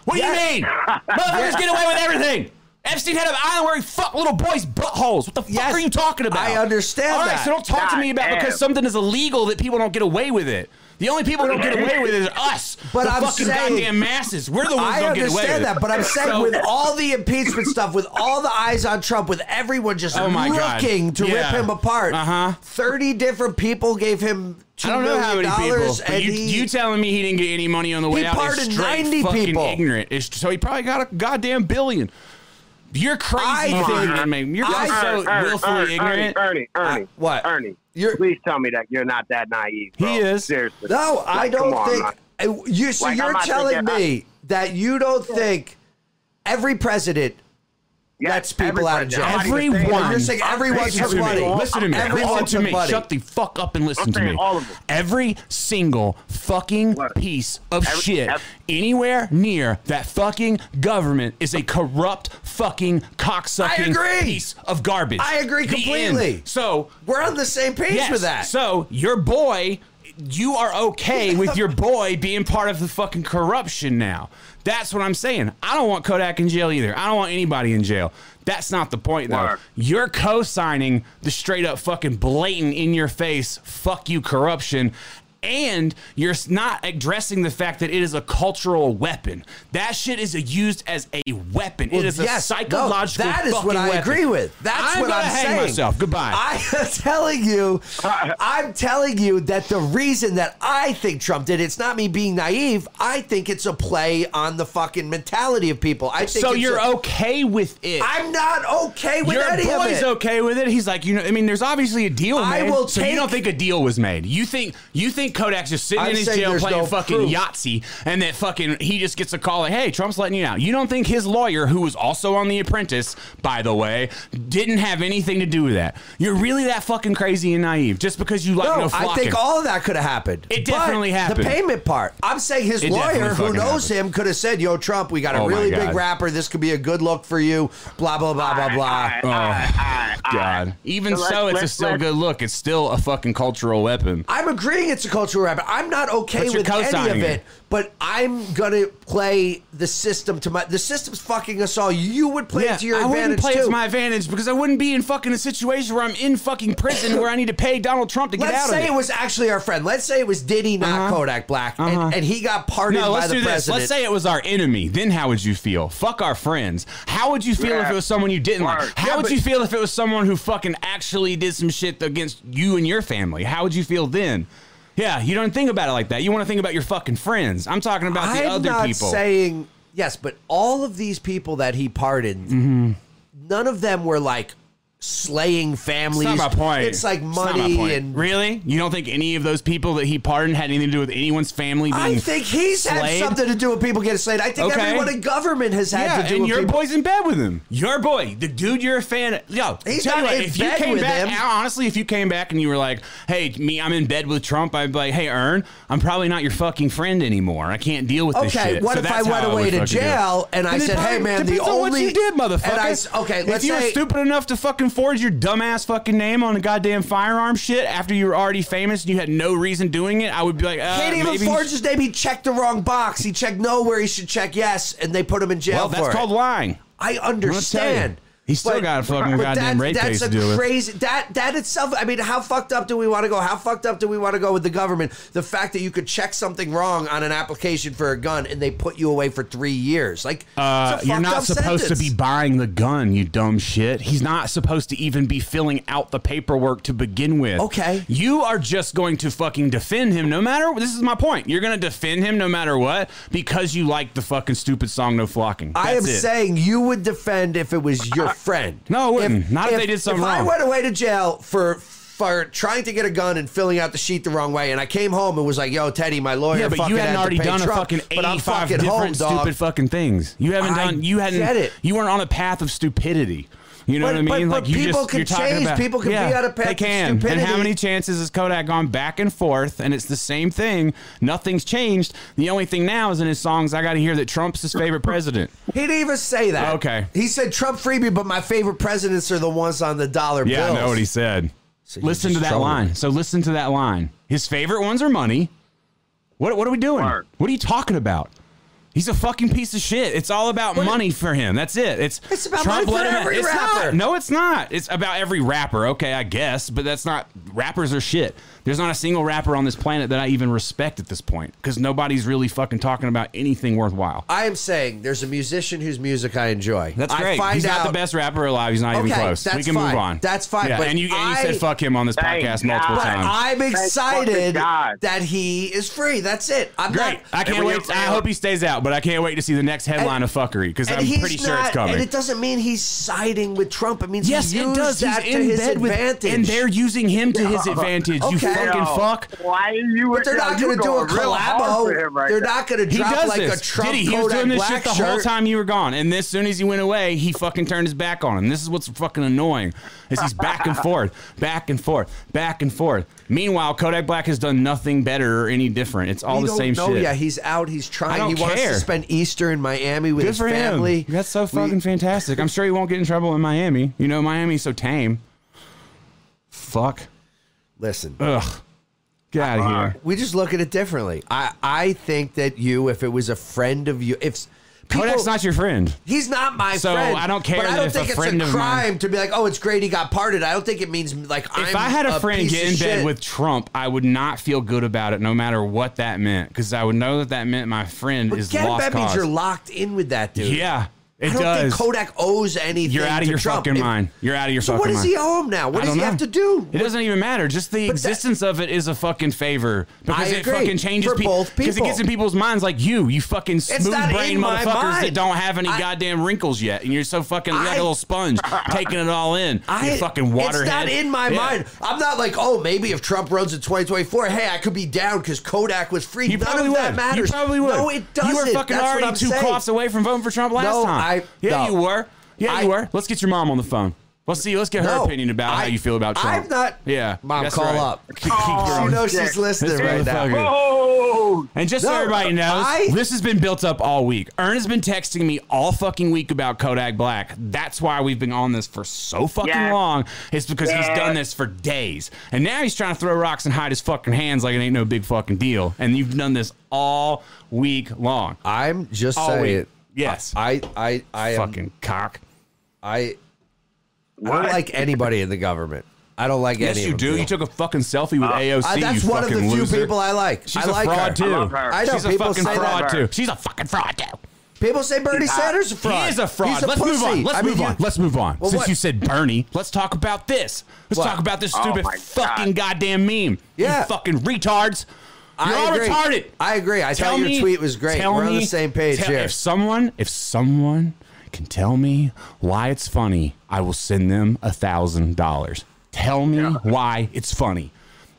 Speaker 2: What do
Speaker 1: Yeah.
Speaker 2: you mean? Motherfuckers get away with everything. Epstein had an island where he fucked little boys' buttholes. What the fuck
Speaker 1: Yes.
Speaker 2: are you talking about?
Speaker 1: I understand
Speaker 2: All right,
Speaker 1: that.
Speaker 2: so don't talk to me about
Speaker 3: Goddamn.
Speaker 2: because something is illegal that people don't get away with it. The only people who don't get away with it is us,
Speaker 1: But
Speaker 2: the
Speaker 1: I'm
Speaker 2: fucking
Speaker 1: saying-
Speaker 2: goddamn masses. We're the ones
Speaker 1: I
Speaker 2: who don't get away with
Speaker 1: understand
Speaker 2: it.
Speaker 1: that, but I'm saying
Speaker 2: So-
Speaker 1: with all the impeachment stuff, with all the eyes on Trump, with everyone just
Speaker 2: Oh my God.
Speaker 1: looking to
Speaker 2: Yeah.
Speaker 1: rip him apart,
Speaker 2: Uh-huh.
Speaker 1: thirty different people gave him two
Speaker 2: I don't know
Speaker 1: million
Speaker 2: how many people.
Speaker 1: dollars,
Speaker 2: But
Speaker 1: and
Speaker 2: you,
Speaker 1: he,
Speaker 2: you telling me he didn't get any money on the way out is
Speaker 1: pardoned
Speaker 2: straight
Speaker 1: 90
Speaker 2: fucking
Speaker 1: people.
Speaker 2: ignorant. It's- so he probably got a goddamn billion. You're crazy.
Speaker 1: I
Speaker 2: you
Speaker 1: think-
Speaker 2: think, man. You're
Speaker 1: I-
Speaker 2: so
Speaker 3: Ernie, Ernie,
Speaker 2: willfully
Speaker 3: Ernie,
Speaker 2: ignorant.
Speaker 3: Ernie, Ernie,
Speaker 1: Uh, what?
Speaker 3: Ernie,
Speaker 1: You're-
Speaker 3: please tell me that you're not that naive. Bro.
Speaker 2: He is.
Speaker 3: Seriously.
Speaker 1: no,
Speaker 3: Like,
Speaker 1: I don't
Speaker 3: come on,
Speaker 1: think
Speaker 3: man.
Speaker 1: uh, you. So
Speaker 3: Like, I'm
Speaker 1: you're
Speaker 3: not
Speaker 1: telling
Speaker 3: thinking- I-
Speaker 1: me that you don't think every president.
Speaker 3: Yes,
Speaker 1: lets people out of jail.
Speaker 3: everybody- I'm not even saying
Speaker 2: Everyone.
Speaker 3: that.
Speaker 1: You're saying everyone
Speaker 2: listen
Speaker 1: took
Speaker 2: to
Speaker 1: money.
Speaker 2: me. Listen to me.
Speaker 1: Everyone
Speaker 2: listen to
Speaker 1: took
Speaker 2: me.
Speaker 1: money.
Speaker 2: Shut the fuck up and listen
Speaker 3: I'm
Speaker 2: to
Speaker 3: saying
Speaker 2: me.
Speaker 3: all of them.
Speaker 2: Every single fucking
Speaker 3: What?
Speaker 2: piece of
Speaker 3: Every-
Speaker 2: shit
Speaker 3: ev-
Speaker 2: anywhere near that fucking government is a corrupt fucking cocksucking
Speaker 1: I agree.
Speaker 2: piece of garbage.
Speaker 1: I agree
Speaker 2: The end.
Speaker 1: completely.
Speaker 2: So
Speaker 1: We're on the same page
Speaker 2: Yes.
Speaker 1: with that.
Speaker 2: So your boy you are okay with your boy being part of the fucking corruption now. That's what I'm saying. I don't want Kodak in jail either. I don't want anybody in jail. That's not the point though.
Speaker 3: Word.
Speaker 2: You're co-signing the straight up fucking blatant in your face fuck you corruption. And you're s- not addressing the fact that it is a cultural weapon. That shit is used as a weapon. it is a
Speaker 1: yes, no,
Speaker 2: psychological.
Speaker 1: that is what
Speaker 2: fucking
Speaker 1: I
Speaker 2: weapon.
Speaker 1: agree with. That's
Speaker 2: I'm
Speaker 1: what
Speaker 2: gonna
Speaker 1: I'm
Speaker 2: hang
Speaker 1: saying.
Speaker 2: myself. Goodbye.
Speaker 1: I am telling you, I'm telling you that the reason that I think Trump did it's not me being naive. I think it's a play on the fucking mentality of people. I think
Speaker 2: so
Speaker 1: it's
Speaker 2: you're
Speaker 1: a,
Speaker 2: okay with it.
Speaker 1: I'm not okay with
Speaker 2: Your
Speaker 1: any of
Speaker 2: boy's
Speaker 1: it.
Speaker 2: okay with it. He's like, you know, I mean, there's obviously a deal
Speaker 1: I
Speaker 2: made.
Speaker 1: will
Speaker 2: so you don't
Speaker 1: take-
Speaker 2: think a deal was made. You think you think Kodak's just sitting
Speaker 1: I'm
Speaker 2: in his
Speaker 1: saying
Speaker 2: jail
Speaker 1: there's
Speaker 2: playing
Speaker 1: no
Speaker 2: fucking
Speaker 1: proof.
Speaker 2: Yahtzee, and that fucking he just gets a call like, hey, Trump's letting you out. You don't think his lawyer, who was also on The Apprentice, by the way, didn't have anything to do with that? You're really that fucking crazy and naive just because you like no,
Speaker 1: No, I
Speaker 2: flocking.
Speaker 1: think all of that could have happened. But
Speaker 2: It definitely happened.
Speaker 1: The payment part. I'm saying his
Speaker 2: It definitely
Speaker 1: lawyer, who
Speaker 2: fucking
Speaker 1: knows him, could have said, "Yo, Trump, we got a
Speaker 2: Oh my
Speaker 1: really big
Speaker 2: God.
Speaker 1: rapper. This could be a good look for you." Blah blah blah blah blah.
Speaker 3: All right, all right, all right, all right.
Speaker 2: Oh, God. Even
Speaker 3: So
Speaker 2: so, it's a
Speaker 3: let's- let's-
Speaker 2: still
Speaker 3: let's-
Speaker 2: good look. It's still a fucking cultural weapon.
Speaker 1: I'm agreeing it's a cultural rabbit. I'm not okay
Speaker 2: But you're
Speaker 1: with any of
Speaker 2: co-signing
Speaker 1: it,
Speaker 2: it.
Speaker 1: but I'm gonna play the system to my. The system's fucking us all. You would play it to your
Speaker 2: I wouldn't
Speaker 1: advantage
Speaker 2: play
Speaker 1: too.
Speaker 2: it to my advantage because I wouldn't be in fucking a situation where I'm in fucking prison where I need to pay Donald Trump to get
Speaker 1: Let's
Speaker 2: out
Speaker 1: say
Speaker 2: of
Speaker 1: it.
Speaker 2: it.
Speaker 1: was actually our friend. Let's say it was Diddy, not
Speaker 2: Uh-huh.
Speaker 1: Kodak Black, and-
Speaker 2: Uh-huh.
Speaker 1: and, he got pardoned
Speaker 2: no,
Speaker 1: by
Speaker 2: let's
Speaker 1: the
Speaker 2: do this.
Speaker 1: president.
Speaker 2: Let's say it was our enemy. Then how would you feel? Fuck our friends. How would you feel
Speaker 3: Yeah.
Speaker 2: if it was someone you didn't like?
Speaker 3: Word.
Speaker 2: How
Speaker 1: Yeah,
Speaker 2: would
Speaker 1: but-
Speaker 2: you feel if it was someone who fucking actually did some shit against you and your family? How would you feel then? Yeah, you don't think about it like that. You want to think about your fucking friends. I'm talking about the
Speaker 1: I'm
Speaker 2: other
Speaker 1: not
Speaker 2: people.
Speaker 1: saying yes, but all of these people that he pardoned,
Speaker 2: Mm-hmm.
Speaker 1: none of them were like slaying
Speaker 2: It's
Speaker 1: families.
Speaker 2: not my point.
Speaker 1: It's like
Speaker 2: not my
Speaker 1: money
Speaker 2: point.
Speaker 1: and
Speaker 2: really. You don't think any of those people that he pardoned had anything to do with anyone's family? Being
Speaker 1: I think he's had
Speaker 2: slayed?
Speaker 1: something to do with people getting slayed. I think
Speaker 2: Okay.
Speaker 1: everyone in government has had
Speaker 2: Yeah,
Speaker 1: to do
Speaker 2: and
Speaker 1: with
Speaker 2: your
Speaker 1: people.
Speaker 2: boy's in bed with him. Your boy, the dude you're a fan of. Yo,
Speaker 1: He's
Speaker 2: tell you
Speaker 1: not
Speaker 2: what,
Speaker 1: in
Speaker 2: if
Speaker 1: bed
Speaker 2: you came
Speaker 1: with
Speaker 2: back,
Speaker 1: him.
Speaker 2: honestly, if you came back and you were like, hey, me, I'm in bed with Trump, I'd be like, hey, Earn, I'm probably not your fucking friend anymore. I can't deal with this
Speaker 1: Okay,
Speaker 2: shit.
Speaker 1: what
Speaker 2: So
Speaker 1: if
Speaker 2: that's
Speaker 1: I went
Speaker 2: how would
Speaker 1: away to
Speaker 2: fucking do it.
Speaker 1: jail and I
Speaker 2: Then it
Speaker 1: said,
Speaker 2: probably
Speaker 1: "Hey, man, the
Speaker 2: depends on what
Speaker 1: only-
Speaker 2: you did, motherfucker.
Speaker 1: And I s- okay,
Speaker 2: if
Speaker 1: let's
Speaker 2: you were
Speaker 1: say-
Speaker 2: stupid enough to fucking forge your dumbass fucking name on a goddamn firearm shit after you were already famous and you had no reason doing it, I would be like, uh,
Speaker 1: Can't even
Speaker 2: maybe-
Speaker 1: forge his name. He checked the wrong box. He checked no where he should check yes, and they put him in jail
Speaker 2: Well, that's
Speaker 1: for
Speaker 2: called
Speaker 1: it.
Speaker 2: lying.
Speaker 1: I
Speaker 2: gonna tell you,
Speaker 1: understand.
Speaker 2: he still got a fucking
Speaker 1: but
Speaker 2: goddamn
Speaker 1: that-
Speaker 2: rape
Speaker 1: that's
Speaker 2: case
Speaker 1: a
Speaker 2: to deal with.
Speaker 1: crazy that that itself. I mean, how fucked up do we want to go? How fucked up do we want to go with the government? The fact that you could check something wrong on an application for a gun and they put you away for three years. Like
Speaker 2: Uh,
Speaker 1: it's a
Speaker 2: you're
Speaker 1: fucked
Speaker 2: not
Speaker 1: up
Speaker 2: supposed
Speaker 1: sentence.
Speaker 2: to be buying the gun, you dumb shit. He's not supposed to even be filling out the paperwork to begin with.
Speaker 1: Okay.
Speaker 2: You are just going to fucking defend him no matter This is my point. You're going to defend him no matter what because you like the fucking stupid song No Flocking.
Speaker 1: I am
Speaker 2: That's it.
Speaker 1: saying you would defend if it was your friend.
Speaker 2: No, I wouldn't. Not if they did something
Speaker 1: if
Speaker 2: wrong.
Speaker 1: I went away to jail for for trying to get a gun and filling out the sheet the wrong way, and I came home and was like, "Yo, Teddy, my lawyer."
Speaker 2: Yeah, but
Speaker 1: fucking
Speaker 2: you hadn't
Speaker 1: had to
Speaker 2: already
Speaker 1: pay
Speaker 2: done
Speaker 1: Trump,
Speaker 2: a fucking
Speaker 1: but I'm
Speaker 2: eighty-five
Speaker 1: fucking
Speaker 2: different
Speaker 1: home, dog.
Speaker 2: stupid fucking things. You haven't
Speaker 1: I
Speaker 2: done. You hadn't.
Speaker 1: get it.
Speaker 2: You weren't on a path of stupidity. You know
Speaker 1: But-
Speaker 2: what I
Speaker 1: but-
Speaker 2: mean?
Speaker 1: but
Speaker 2: you
Speaker 1: people can
Speaker 2: you're talking
Speaker 1: change.
Speaker 2: about-
Speaker 1: People can be on a path
Speaker 2: they
Speaker 1: of
Speaker 2: can. And how
Speaker 1: stupidity.
Speaker 2: many chances has Kodak gone back and forth? And it's the same thing. Nothing's changed. The only thing now is in his songs. I got to hear that Trump's his favorite president.
Speaker 1: He didn't even say that.
Speaker 2: Okay.
Speaker 1: He said Trump freed me, but my favorite presidents are the ones on the dollar
Speaker 2: Yeah,
Speaker 1: bills.
Speaker 2: I know what he said.
Speaker 1: So you're
Speaker 2: listen
Speaker 1: just
Speaker 2: to that
Speaker 1: trolling.
Speaker 2: line. So listen to that line. His favorite ones are money. What what are we doing?
Speaker 3: Word.
Speaker 2: What are you talking about? He's a fucking piece of shit. It's all about money for him. That's it. It's
Speaker 1: It's about money
Speaker 2: let
Speaker 1: for
Speaker 2: him have-
Speaker 1: every
Speaker 2: it's not.
Speaker 1: rapper.
Speaker 2: No, it's not. It's about every rapper. Okay, I guess, but that's not rappers are shit. There's not a single rapper on this planet that I even respect at this point because nobody's really fucking talking about anything worthwhile.
Speaker 1: I am saying there's a musician whose music I enjoy.
Speaker 2: That's
Speaker 1: I
Speaker 2: great.
Speaker 1: find
Speaker 2: He's
Speaker 1: out
Speaker 2: not the best rapper alive. He's not even
Speaker 1: Okay,
Speaker 2: close. we
Speaker 1: that's
Speaker 2: can move
Speaker 1: fine.
Speaker 2: on.
Speaker 1: That's fine,
Speaker 2: Yeah,
Speaker 1: but
Speaker 2: and you, and you
Speaker 1: I-
Speaker 2: said fuck him on this
Speaker 3: Thank
Speaker 2: podcast multiple
Speaker 3: God.
Speaker 1: But
Speaker 2: times.
Speaker 1: I'm excited
Speaker 3: God.
Speaker 1: that he is free. That's it. I'm
Speaker 2: Great.
Speaker 1: not.
Speaker 2: I
Speaker 3: And
Speaker 2: can't
Speaker 3: we-
Speaker 2: wait. I hope he stays out, but I can't wait to see the next
Speaker 1: And-
Speaker 2: headline of fuckery because I'm
Speaker 1: he's
Speaker 2: pretty sure it's
Speaker 1: not- And
Speaker 2: coming.
Speaker 1: it doesn't mean he's siding with Trump. It means
Speaker 2: Yes,
Speaker 1: he
Speaker 2: it
Speaker 1: used
Speaker 2: does. He's
Speaker 1: that to
Speaker 2: in
Speaker 1: his
Speaker 2: bed with,
Speaker 1: advantage.
Speaker 2: and they're using him to his advantage. You
Speaker 1: Okay.
Speaker 2: fucking
Speaker 3: Yo,
Speaker 2: fuck.
Speaker 3: Why are you?
Speaker 1: but they're
Speaker 3: yo,
Speaker 1: not
Speaker 3: you
Speaker 1: going to do a
Speaker 3: going real hard for
Speaker 1: collabo.
Speaker 3: him right
Speaker 1: they're
Speaker 3: now.
Speaker 1: not going to
Speaker 2: He
Speaker 1: drop
Speaker 2: does
Speaker 1: like
Speaker 2: this.
Speaker 1: a Trump
Speaker 2: Diddy, he was
Speaker 1: Kodak
Speaker 2: doing this
Speaker 1: black
Speaker 2: shit the
Speaker 1: shirt.
Speaker 2: whole time you were gone, and then as soon as you went away, he fucking turned his back on him. This is what's fucking annoying, is he's back and forth, back and forth, back and forth. Meanwhile, Kodak Black has done nothing better or any different. It's all
Speaker 1: We
Speaker 2: the
Speaker 1: don't
Speaker 2: same
Speaker 1: know
Speaker 2: shit.
Speaker 1: yet. he's out. He's trying.
Speaker 2: I don't
Speaker 1: he wants to
Speaker 2: care.
Speaker 1: spend Easter in Miami with
Speaker 2: Good
Speaker 1: his
Speaker 2: for
Speaker 1: family.
Speaker 2: him. That's so
Speaker 1: We-
Speaker 2: fucking fantastic. I'm sure he won't get in trouble in Miami. You know, Miami's so tame. Fuck.
Speaker 1: listen,
Speaker 2: Ugh. Get out of here.
Speaker 1: We just look at it differently. I, I think that you, if it was a friend of you, if people,
Speaker 2: Kodak's not your friend.
Speaker 1: he's not my
Speaker 2: So,
Speaker 1: friend.
Speaker 2: I don't care
Speaker 1: But I
Speaker 2: that
Speaker 1: don't
Speaker 2: if a
Speaker 1: think
Speaker 2: friend
Speaker 1: it's a
Speaker 2: of mine-
Speaker 1: crime to be like, oh, it's great he got pardoned. I don't think it means like I'm
Speaker 2: If i had a, friend
Speaker 1: piece
Speaker 2: get
Speaker 1: of
Speaker 2: in bed
Speaker 1: shit.
Speaker 2: with Trump, I would not feel good about it, no matter what that meant, because I would know that that meant my friend
Speaker 1: But
Speaker 2: is
Speaker 1: get in
Speaker 2: lost
Speaker 1: bed means
Speaker 2: cause.
Speaker 1: you're locked in with that dude.
Speaker 2: yeah, it
Speaker 1: I don't
Speaker 2: does.
Speaker 1: think Kodak owes anything.
Speaker 2: you're out of
Speaker 1: to
Speaker 2: your
Speaker 1: Trump.
Speaker 2: fucking
Speaker 1: If-
Speaker 2: mind. You're out of your
Speaker 1: So
Speaker 2: fucking
Speaker 1: what does
Speaker 2: mind.
Speaker 1: he owe him now? What
Speaker 2: I
Speaker 1: does
Speaker 2: don't
Speaker 1: he have
Speaker 2: know.
Speaker 1: to do?
Speaker 2: It doesn't even matter. Just the
Speaker 1: that-
Speaker 2: existence of it is a fucking favor because
Speaker 1: I
Speaker 2: it
Speaker 1: agree.
Speaker 2: fucking changes
Speaker 1: For both
Speaker 2: Because it
Speaker 1: people.
Speaker 2: gets in people's minds like you, you fucking smooth
Speaker 1: not
Speaker 2: brain
Speaker 1: in my
Speaker 2: motherfuckers that
Speaker 1: mind.
Speaker 2: don't have any
Speaker 1: I-
Speaker 2: goddamn wrinkles yet, and you're so fucking you're like
Speaker 1: I-
Speaker 2: a little sponge taking it all in. you fucking waterhead.
Speaker 1: It's not in my
Speaker 2: Yeah.
Speaker 1: mind. I'm not like, oh, maybe if Trump runs in 2024, hey, I could be down because Kodak was free.
Speaker 2: You
Speaker 1: None
Speaker 2: probably
Speaker 1: of
Speaker 2: would.
Speaker 1: that matters.
Speaker 2: You probably would.
Speaker 1: No, it doesn't.
Speaker 2: You were fucking
Speaker 1: That's what I'm
Speaker 2: already two
Speaker 1: saying.
Speaker 2: coughs away from voting for Trump last
Speaker 1: No,
Speaker 2: time.
Speaker 1: I-
Speaker 2: yeah,
Speaker 1: no.
Speaker 2: you were. Yeah,
Speaker 1: I-
Speaker 2: you were. Let's get your mom on the phone. Let's see. Let's get her
Speaker 1: No,
Speaker 2: opinion about how
Speaker 1: I-
Speaker 2: you feel about Trump.
Speaker 1: I'm not-
Speaker 2: Yeah,
Speaker 1: Mom,
Speaker 2: that's
Speaker 1: call
Speaker 2: right.
Speaker 1: up.
Speaker 2: Keep- keep
Speaker 3: Oh,
Speaker 1: You
Speaker 2: going.
Speaker 1: know
Speaker 3: shit.
Speaker 1: she's listening
Speaker 2: This
Speaker 1: right
Speaker 2: motherfucker.
Speaker 1: now.
Speaker 3: Oh,
Speaker 2: And just so
Speaker 1: No,
Speaker 2: everybody knows,
Speaker 1: I-
Speaker 2: this has been built up all week. Ern has been texting me all fucking week about Kodak Black. That's why we've been on this for so fucking
Speaker 3: Yeah.
Speaker 2: long. It's because
Speaker 3: Yeah.
Speaker 2: he's done this for days. And now he's trying to throw rocks and hide his fucking hands like it ain't no big fucking deal. And you've done this all week long.
Speaker 1: I'm just
Speaker 2: All
Speaker 1: saying.
Speaker 2: week. Yes.
Speaker 1: I, I, I, am,
Speaker 2: fucking cock.
Speaker 1: I, I
Speaker 3: What?
Speaker 1: don't like anybody in the government. I don't like
Speaker 2: Yes,
Speaker 1: any
Speaker 2: you
Speaker 1: of
Speaker 2: do.
Speaker 1: them.
Speaker 2: You took a fucking selfie with AOC.
Speaker 1: I- Uh, that's
Speaker 2: you
Speaker 1: one of the
Speaker 2: fucking
Speaker 1: few
Speaker 2: loser.
Speaker 1: people I like.
Speaker 2: She's
Speaker 1: I
Speaker 2: a
Speaker 1: like
Speaker 2: fraud
Speaker 1: her.
Speaker 2: too.
Speaker 3: I love her.
Speaker 1: I know
Speaker 2: She's a
Speaker 1: people
Speaker 2: fucking
Speaker 1: say that.
Speaker 2: fraud too. She's a fucking fraud too.
Speaker 1: People say Bernie
Speaker 3: He's not.
Speaker 1: Sanders is a fraud.
Speaker 2: He is a fraud.
Speaker 1: He's a
Speaker 2: let's move
Speaker 1: pussy.
Speaker 2: on. Let's
Speaker 1: I mean,
Speaker 2: move on.
Speaker 1: you-
Speaker 2: Let's move on.
Speaker 1: Well,
Speaker 2: Since
Speaker 1: what-
Speaker 2: you said Bernie, let's talk about this. Let's
Speaker 1: What?
Speaker 2: talk about this
Speaker 3: Oh
Speaker 2: stupid
Speaker 3: my God.
Speaker 2: fucking goddamn meme.
Speaker 1: Yeah.
Speaker 2: You fucking retards. You're
Speaker 1: I
Speaker 2: all
Speaker 1: agree.
Speaker 2: retarded.
Speaker 1: I agree. I thought your tweet was great.
Speaker 2: tell
Speaker 1: We're on the
Speaker 2: me-
Speaker 1: same page
Speaker 2: tell-
Speaker 1: here.
Speaker 2: If someone, if someone can tell me why it's funny, I will send them a thousand dollars. Tell me why it's funny.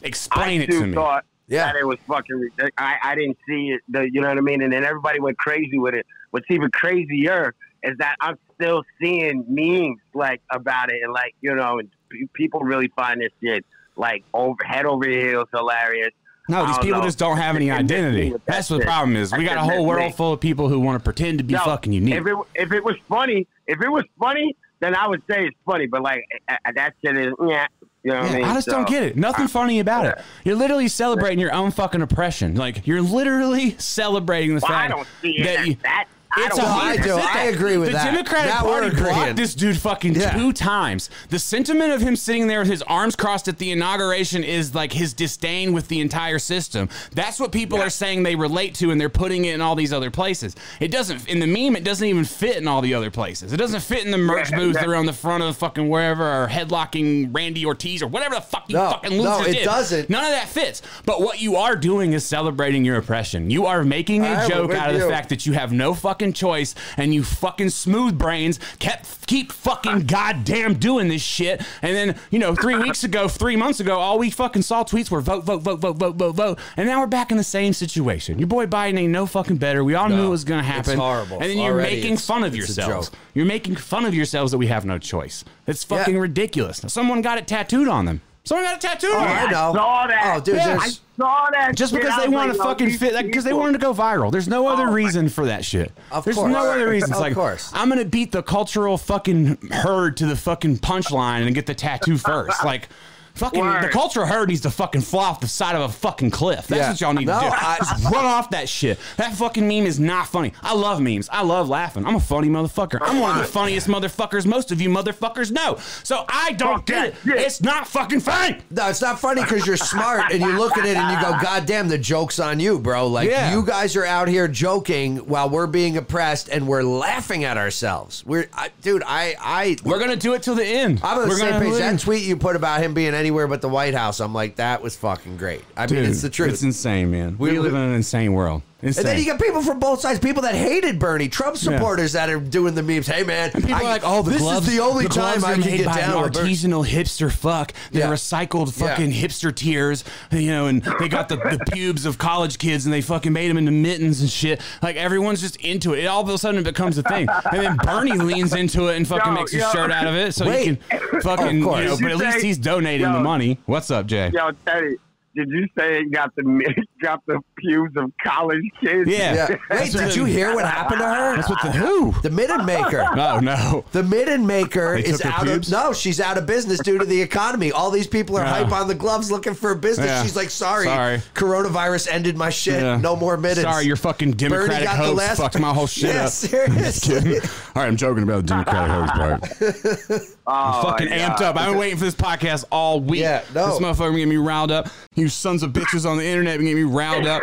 Speaker 2: Explain
Speaker 3: I
Speaker 2: it to
Speaker 3: too
Speaker 2: me.
Speaker 3: thought
Speaker 1: Yeah.
Speaker 3: that it was fucking. ridic- I I didn't see it. The, you know what I mean? And then everybody went crazy with it. What's even crazier is that I'm still seeing memes like about it, and like you know, and pe- people really find this shit like over head over heels hilarious.
Speaker 2: No,
Speaker 3: I
Speaker 2: these
Speaker 3: don't
Speaker 2: people
Speaker 3: know.
Speaker 2: just don't have any
Speaker 3: It's just
Speaker 2: identity.
Speaker 3: me with that
Speaker 2: That's what the
Speaker 3: shit.
Speaker 2: problem is. We
Speaker 3: That's
Speaker 2: got a
Speaker 3: just
Speaker 2: whole
Speaker 3: me.
Speaker 2: world full of people who want to pretend to be
Speaker 3: No,
Speaker 2: fucking unique.
Speaker 3: If it if it was funny, if it was funny, then I would say it's funny. But like a- a- that shit is yeah. You know what
Speaker 2: Yeah,
Speaker 3: I mean?
Speaker 2: I just don't
Speaker 3: So,
Speaker 2: get it. Nothing funny about it. You're literally celebrating your own fucking oppression. Like you're literally celebrating the
Speaker 3: Well, I
Speaker 2: fact
Speaker 3: don't see it.
Speaker 2: that
Speaker 3: as
Speaker 2: you.
Speaker 3: that I
Speaker 2: It's
Speaker 3: don't
Speaker 2: a
Speaker 3: see
Speaker 1: I
Speaker 3: it as
Speaker 2: hundred
Speaker 1: do.
Speaker 2: percent
Speaker 1: I agree with
Speaker 2: the
Speaker 1: that.
Speaker 2: Democratic
Speaker 1: That we're
Speaker 2: Party blocked
Speaker 1: agreeing.
Speaker 2: this dude fucking
Speaker 1: Yeah.
Speaker 2: two times. The sentiment of him sitting there with his arms crossed at the inauguration is like his disdain with the entire system. That's what people are saying they relate to, and they're putting it in all these other places. It doesn't in the meme. It doesn't even fit in all the other places. It doesn't fit in the merch
Speaker 3: Yeah,
Speaker 2: booth
Speaker 3: that-
Speaker 2: or on the front of fucking wherever or headlocking Randy Ortiz or whatever the fuck you
Speaker 1: No,
Speaker 2: fucking
Speaker 1: no,
Speaker 2: loser
Speaker 1: it
Speaker 2: did.
Speaker 1: doesn't.
Speaker 2: None of that fits. But what you are doing is celebrating your oppression. You are making a
Speaker 1: I am
Speaker 2: joke
Speaker 1: with
Speaker 2: out of the
Speaker 1: you.
Speaker 2: fact that you have no fucking choice and you fucking smooth brains kept keep fucking goddamn doing this shit. And then, you know, three weeks ago, three months ago, all we fucking saw tweets were vote, vote, vote, vote, vote, vote, vote. And now we're back in the same situation. Your boy Biden ain't no fucking better. We all knew it was gonna happen.
Speaker 1: horrible.
Speaker 2: And then you're
Speaker 1: Already
Speaker 2: making
Speaker 1: it's-
Speaker 2: fun of
Speaker 1: it's a
Speaker 2: yourselves.
Speaker 1: joke.
Speaker 2: You're making fun of yourselves that we have no choice. It's fucking
Speaker 1: Yeah.
Speaker 2: ridiculous. Someone got it tattooed on them. Someone got it tattooed
Speaker 1: Oh,
Speaker 2: on
Speaker 1: I
Speaker 2: them.
Speaker 3: I
Speaker 1: know.
Speaker 3: saw that.
Speaker 1: Oh, dude,
Speaker 3: Yeah, I
Speaker 1: there's-
Speaker 3: saw that.
Speaker 2: Just
Speaker 3: shit.
Speaker 2: because
Speaker 3: I
Speaker 2: they
Speaker 3: was
Speaker 2: want
Speaker 3: like,
Speaker 2: to
Speaker 3: yo,
Speaker 2: fucking
Speaker 3: these
Speaker 2: fit, like, because they
Speaker 3: people-
Speaker 2: wanted to go viral. There's no other
Speaker 3: my-
Speaker 2: reason for that shit.
Speaker 1: Oh Of
Speaker 2: There's
Speaker 1: course.
Speaker 2: no other reason. It's
Speaker 1: Of
Speaker 2: like,
Speaker 1: course.
Speaker 2: I'm gonna beat the cultural fucking herd to the fucking punchline and get the tattoo first. Like, fucking the
Speaker 3: Word.
Speaker 2: cultural herd needs to fucking fly off the side of a fucking cliff. That's
Speaker 1: Yeah.
Speaker 2: what y'all need
Speaker 1: No,
Speaker 2: to do.
Speaker 1: I-
Speaker 2: Just run off that shit. That fucking meme is not funny. I love memes. I love laughing. I'm a funny motherfucker. I'm one of the funniest motherfuckers. Most of you motherfuckers know. So I don't
Speaker 3: Fuck
Speaker 2: get
Speaker 3: that
Speaker 2: it.
Speaker 3: shit.
Speaker 2: It's not fucking funny.
Speaker 1: No, it's not funny because you're smart and you look at it and you go, God damn, the joke's on you, bro. Like,
Speaker 2: Yeah.
Speaker 1: you guys are out here joking while we're being oppressed and we're laughing at ourselves. We're, I, dude, I, I,
Speaker 2: We're gonna do it till the end.
Speaker 1: I'm on the
Speaker 2: We're
Speaker 1: same
Speaker 2: gonna
Speaker 1: page.
Speaker 2: live.
Speaker 1: That tweet you put about him being anywhere but the White House, I'm like, that was fucking great. I mean, it's the truth.
Speaker 2: It's insane, man. We,
Speaker 1: We
Speaker 2: live
Speaker 1: li-
Speaker 2: in an insane world. Insane.
Speaker 1: and then you get people from both sides, people that hated Bernie, Trump
Speaker 2: Yeah.
Speaker 1: supporters that are doing the memes. Hey, man,
Speaker 2: people
Speaker 1: I-
Speaker 2: are like, "Oh, the
Speaker 1: this
Speaker 2: gloves,
Speaker 1: is the only
Speaker 2: gloves
Speaker 1: time I
Speaker 2: are
Speaker 1: can
Speaker 2: made
Speaker 1: get
Speaker 2: by
Speaker 1: down
Speaker 2: an
Speaker 1: with Bernie."
Speaker 2: artisanal hipster fuck. They're
Speaker 1: Yeah.
Speaker 2: recycled
Speaker 1: Yeah.
Speaker 2: fucking hipster tears, you know, and they got the, the pubes of college kids and they fucking made them into mittens and shit. Like everyone's just into it. It all of a sudden becomes a thing, and then Bernie leans into it and fucking
Speaker 3: Yo,
Speaker 2: makes his
Speaker 3: yo.
Speaker 2: shirt out of it, so
Speaker 1: Wait.
Speaker 2: he can fucking,
Speaker 1: Of
Speaker 2: you
Speaker 1: course.
Speaker 2: know.
Speaker 1: Did
Speaker 2: But
Speaker 3: you
Speaker 2: at least
Speaker 3: say-
Speaker 2: he's donating
Speaker 3: Yo.
Speaker 2: the money. What's up, Jay?
Speaker 3: Yo, Teddy, Did you say it got the got the pews of college kids?
Speaker 2: Yeah.
Speaker 1: Yeah. Wait,
Speaker 2: That's what
Speaker 1: did
Speaker 2: the-
Speaker 1: you hear what happened to her?
Speaker 2: That's what the who?
Speaker 1: The Minute Maker.
Speaker 2: Oh no.
Speaker 1: The Midden Maker
Speaker 2: They
Speaker 1: is
Speaker 2: took her
Speaker 1: out of
Speaker 2: pubes?
Speaker 1: no, she's out of business due to the economy. All these people are hype on the gloves looking for a business.
Speaker 2: Yeah.
Speaker 1: She's like, sorry,
Speaker 2: Sorry.
Speaker 1: coronavirus ended my shit.
Speaker 2: Yeah.
Speaker 1: No more middens.
Speaker 2: Sorry, your fucking
Speaker 1: Bernie
Speaker 2: Democratic
Speaker 1: got the
Speaker 2: host
Speaker 1: last
Speaker 2: fucked my whole shit
Speaker 1: yeah,
Speaker 2: up.
Speaker 1: seriously.
Speaker 2: All right, I'm joking about the Democratic host part.
Speaker 3: Oh,
Speaker 2: fucking
Speaker 3: yeah.
Speaker 2: amped up. I've been waiting for this podcast all week.
Speaker 1: Yeah, no.
Speaker 2: This motherfucker been getting me riled up. You sons of bitches on the internet been getting me riled up.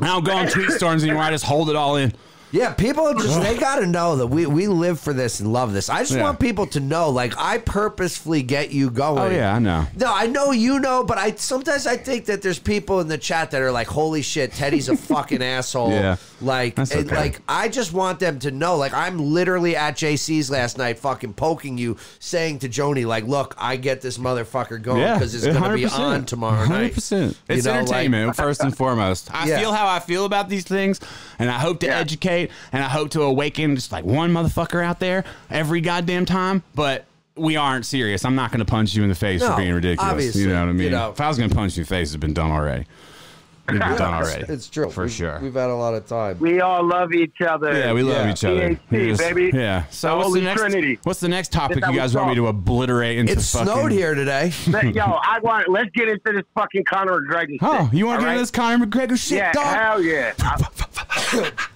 Speaker 2: I don't go on tweet storms anymore. I just hold it all in.
Speaker 1: Yeah, people just they gotta know that we, we live for this and love this. I just
Speaker 2: Yeah.
Speaker 1: want people to know, like I purposefully get you going.
Speaker 2: Oh yeah, I know.
Speaker 1: No, I know you know, but I sometimes I think that there's people in the chat that are like, "Holy shit, Teddy's a fucking asshole."
Speaker 2: Yeah.
Speaker 1: like,
Speaker 2: That's
Speaker 1: and,
Speaker 2: okay.
Speaker 1: like I just want them to know. Like, I'm literally at JC's last night, fucking poking you, saying to Joni, "Like, look, I get this motherfucker going
Speaker 2: Yeah,
Speaker 1: because it's gonna be
Speaker 2: 100%.
Speaker 1: on tomorrow night."
Speaker 2: 100%.
Speaker 1: You
Speaker 2: It's
Speaker 1: know, like-
Speaker 2: entertainment first and foremost. I
Speaker 1: Yeah.
Speaker 2: feel how I feel about these things, and I hope to
Speaker 3: Yeah.
Speaker 2: educate, and I hope to awaken just like one motherfucker out there every goddamn time. But we aren't serious. I'm not going to punch you in the face
Speaker 1: No,
Speaker 2: for being ridiculous.
Speaker 1: obviously,
Speaker 2: you know what I
Speaker 1: you
Speaker 2: mean?
Speaker 1: know.
Speaker 2: If I was going to punch you in the face, it's been done already. It's been done already.
Speaker 1: It's true
Speaker 2: for
Speaker 1: We've-
Speaker 2: sure.
Speaker 1: We've had a lot of time.
Speaker 3: We all love each other.
Speaker 2: yeah, we love
Speaker 1: Yeah.
Speaker 2: each other.
Speaker 3: THC,
Speaker 2: We just-
Speaker 3: baby.
Speaker 2: Yeah. So what's
Speaker 3: Holy
Speaker 2: the next?
Speaker 3: Trinity.
Speaker 2: What's the next topic
Speaker 3: That's how
Speaker 2: you
Speaker 3: we
Speaker 2: guys want me
Speaker 3: talk.
Speaker 2: to obliterate into
Speaker 1: It
Speaker 2: fucking?
Speaker 1: snowed here today.
Speaker 3: Let- Yo, I want. Let's get into this fucking Conor McGregor.
Speaker 2: Oh,
Speaker 3: shit,
Speaker 2: you want to
Speaker 3: all
Speaker 2: get
Speaker 3: right?
Speaker 2: into this Conor McGregor shit,
Speaker 3: Yeah,
Speaker 2: dog?
Speaker 3: hell yeah. I-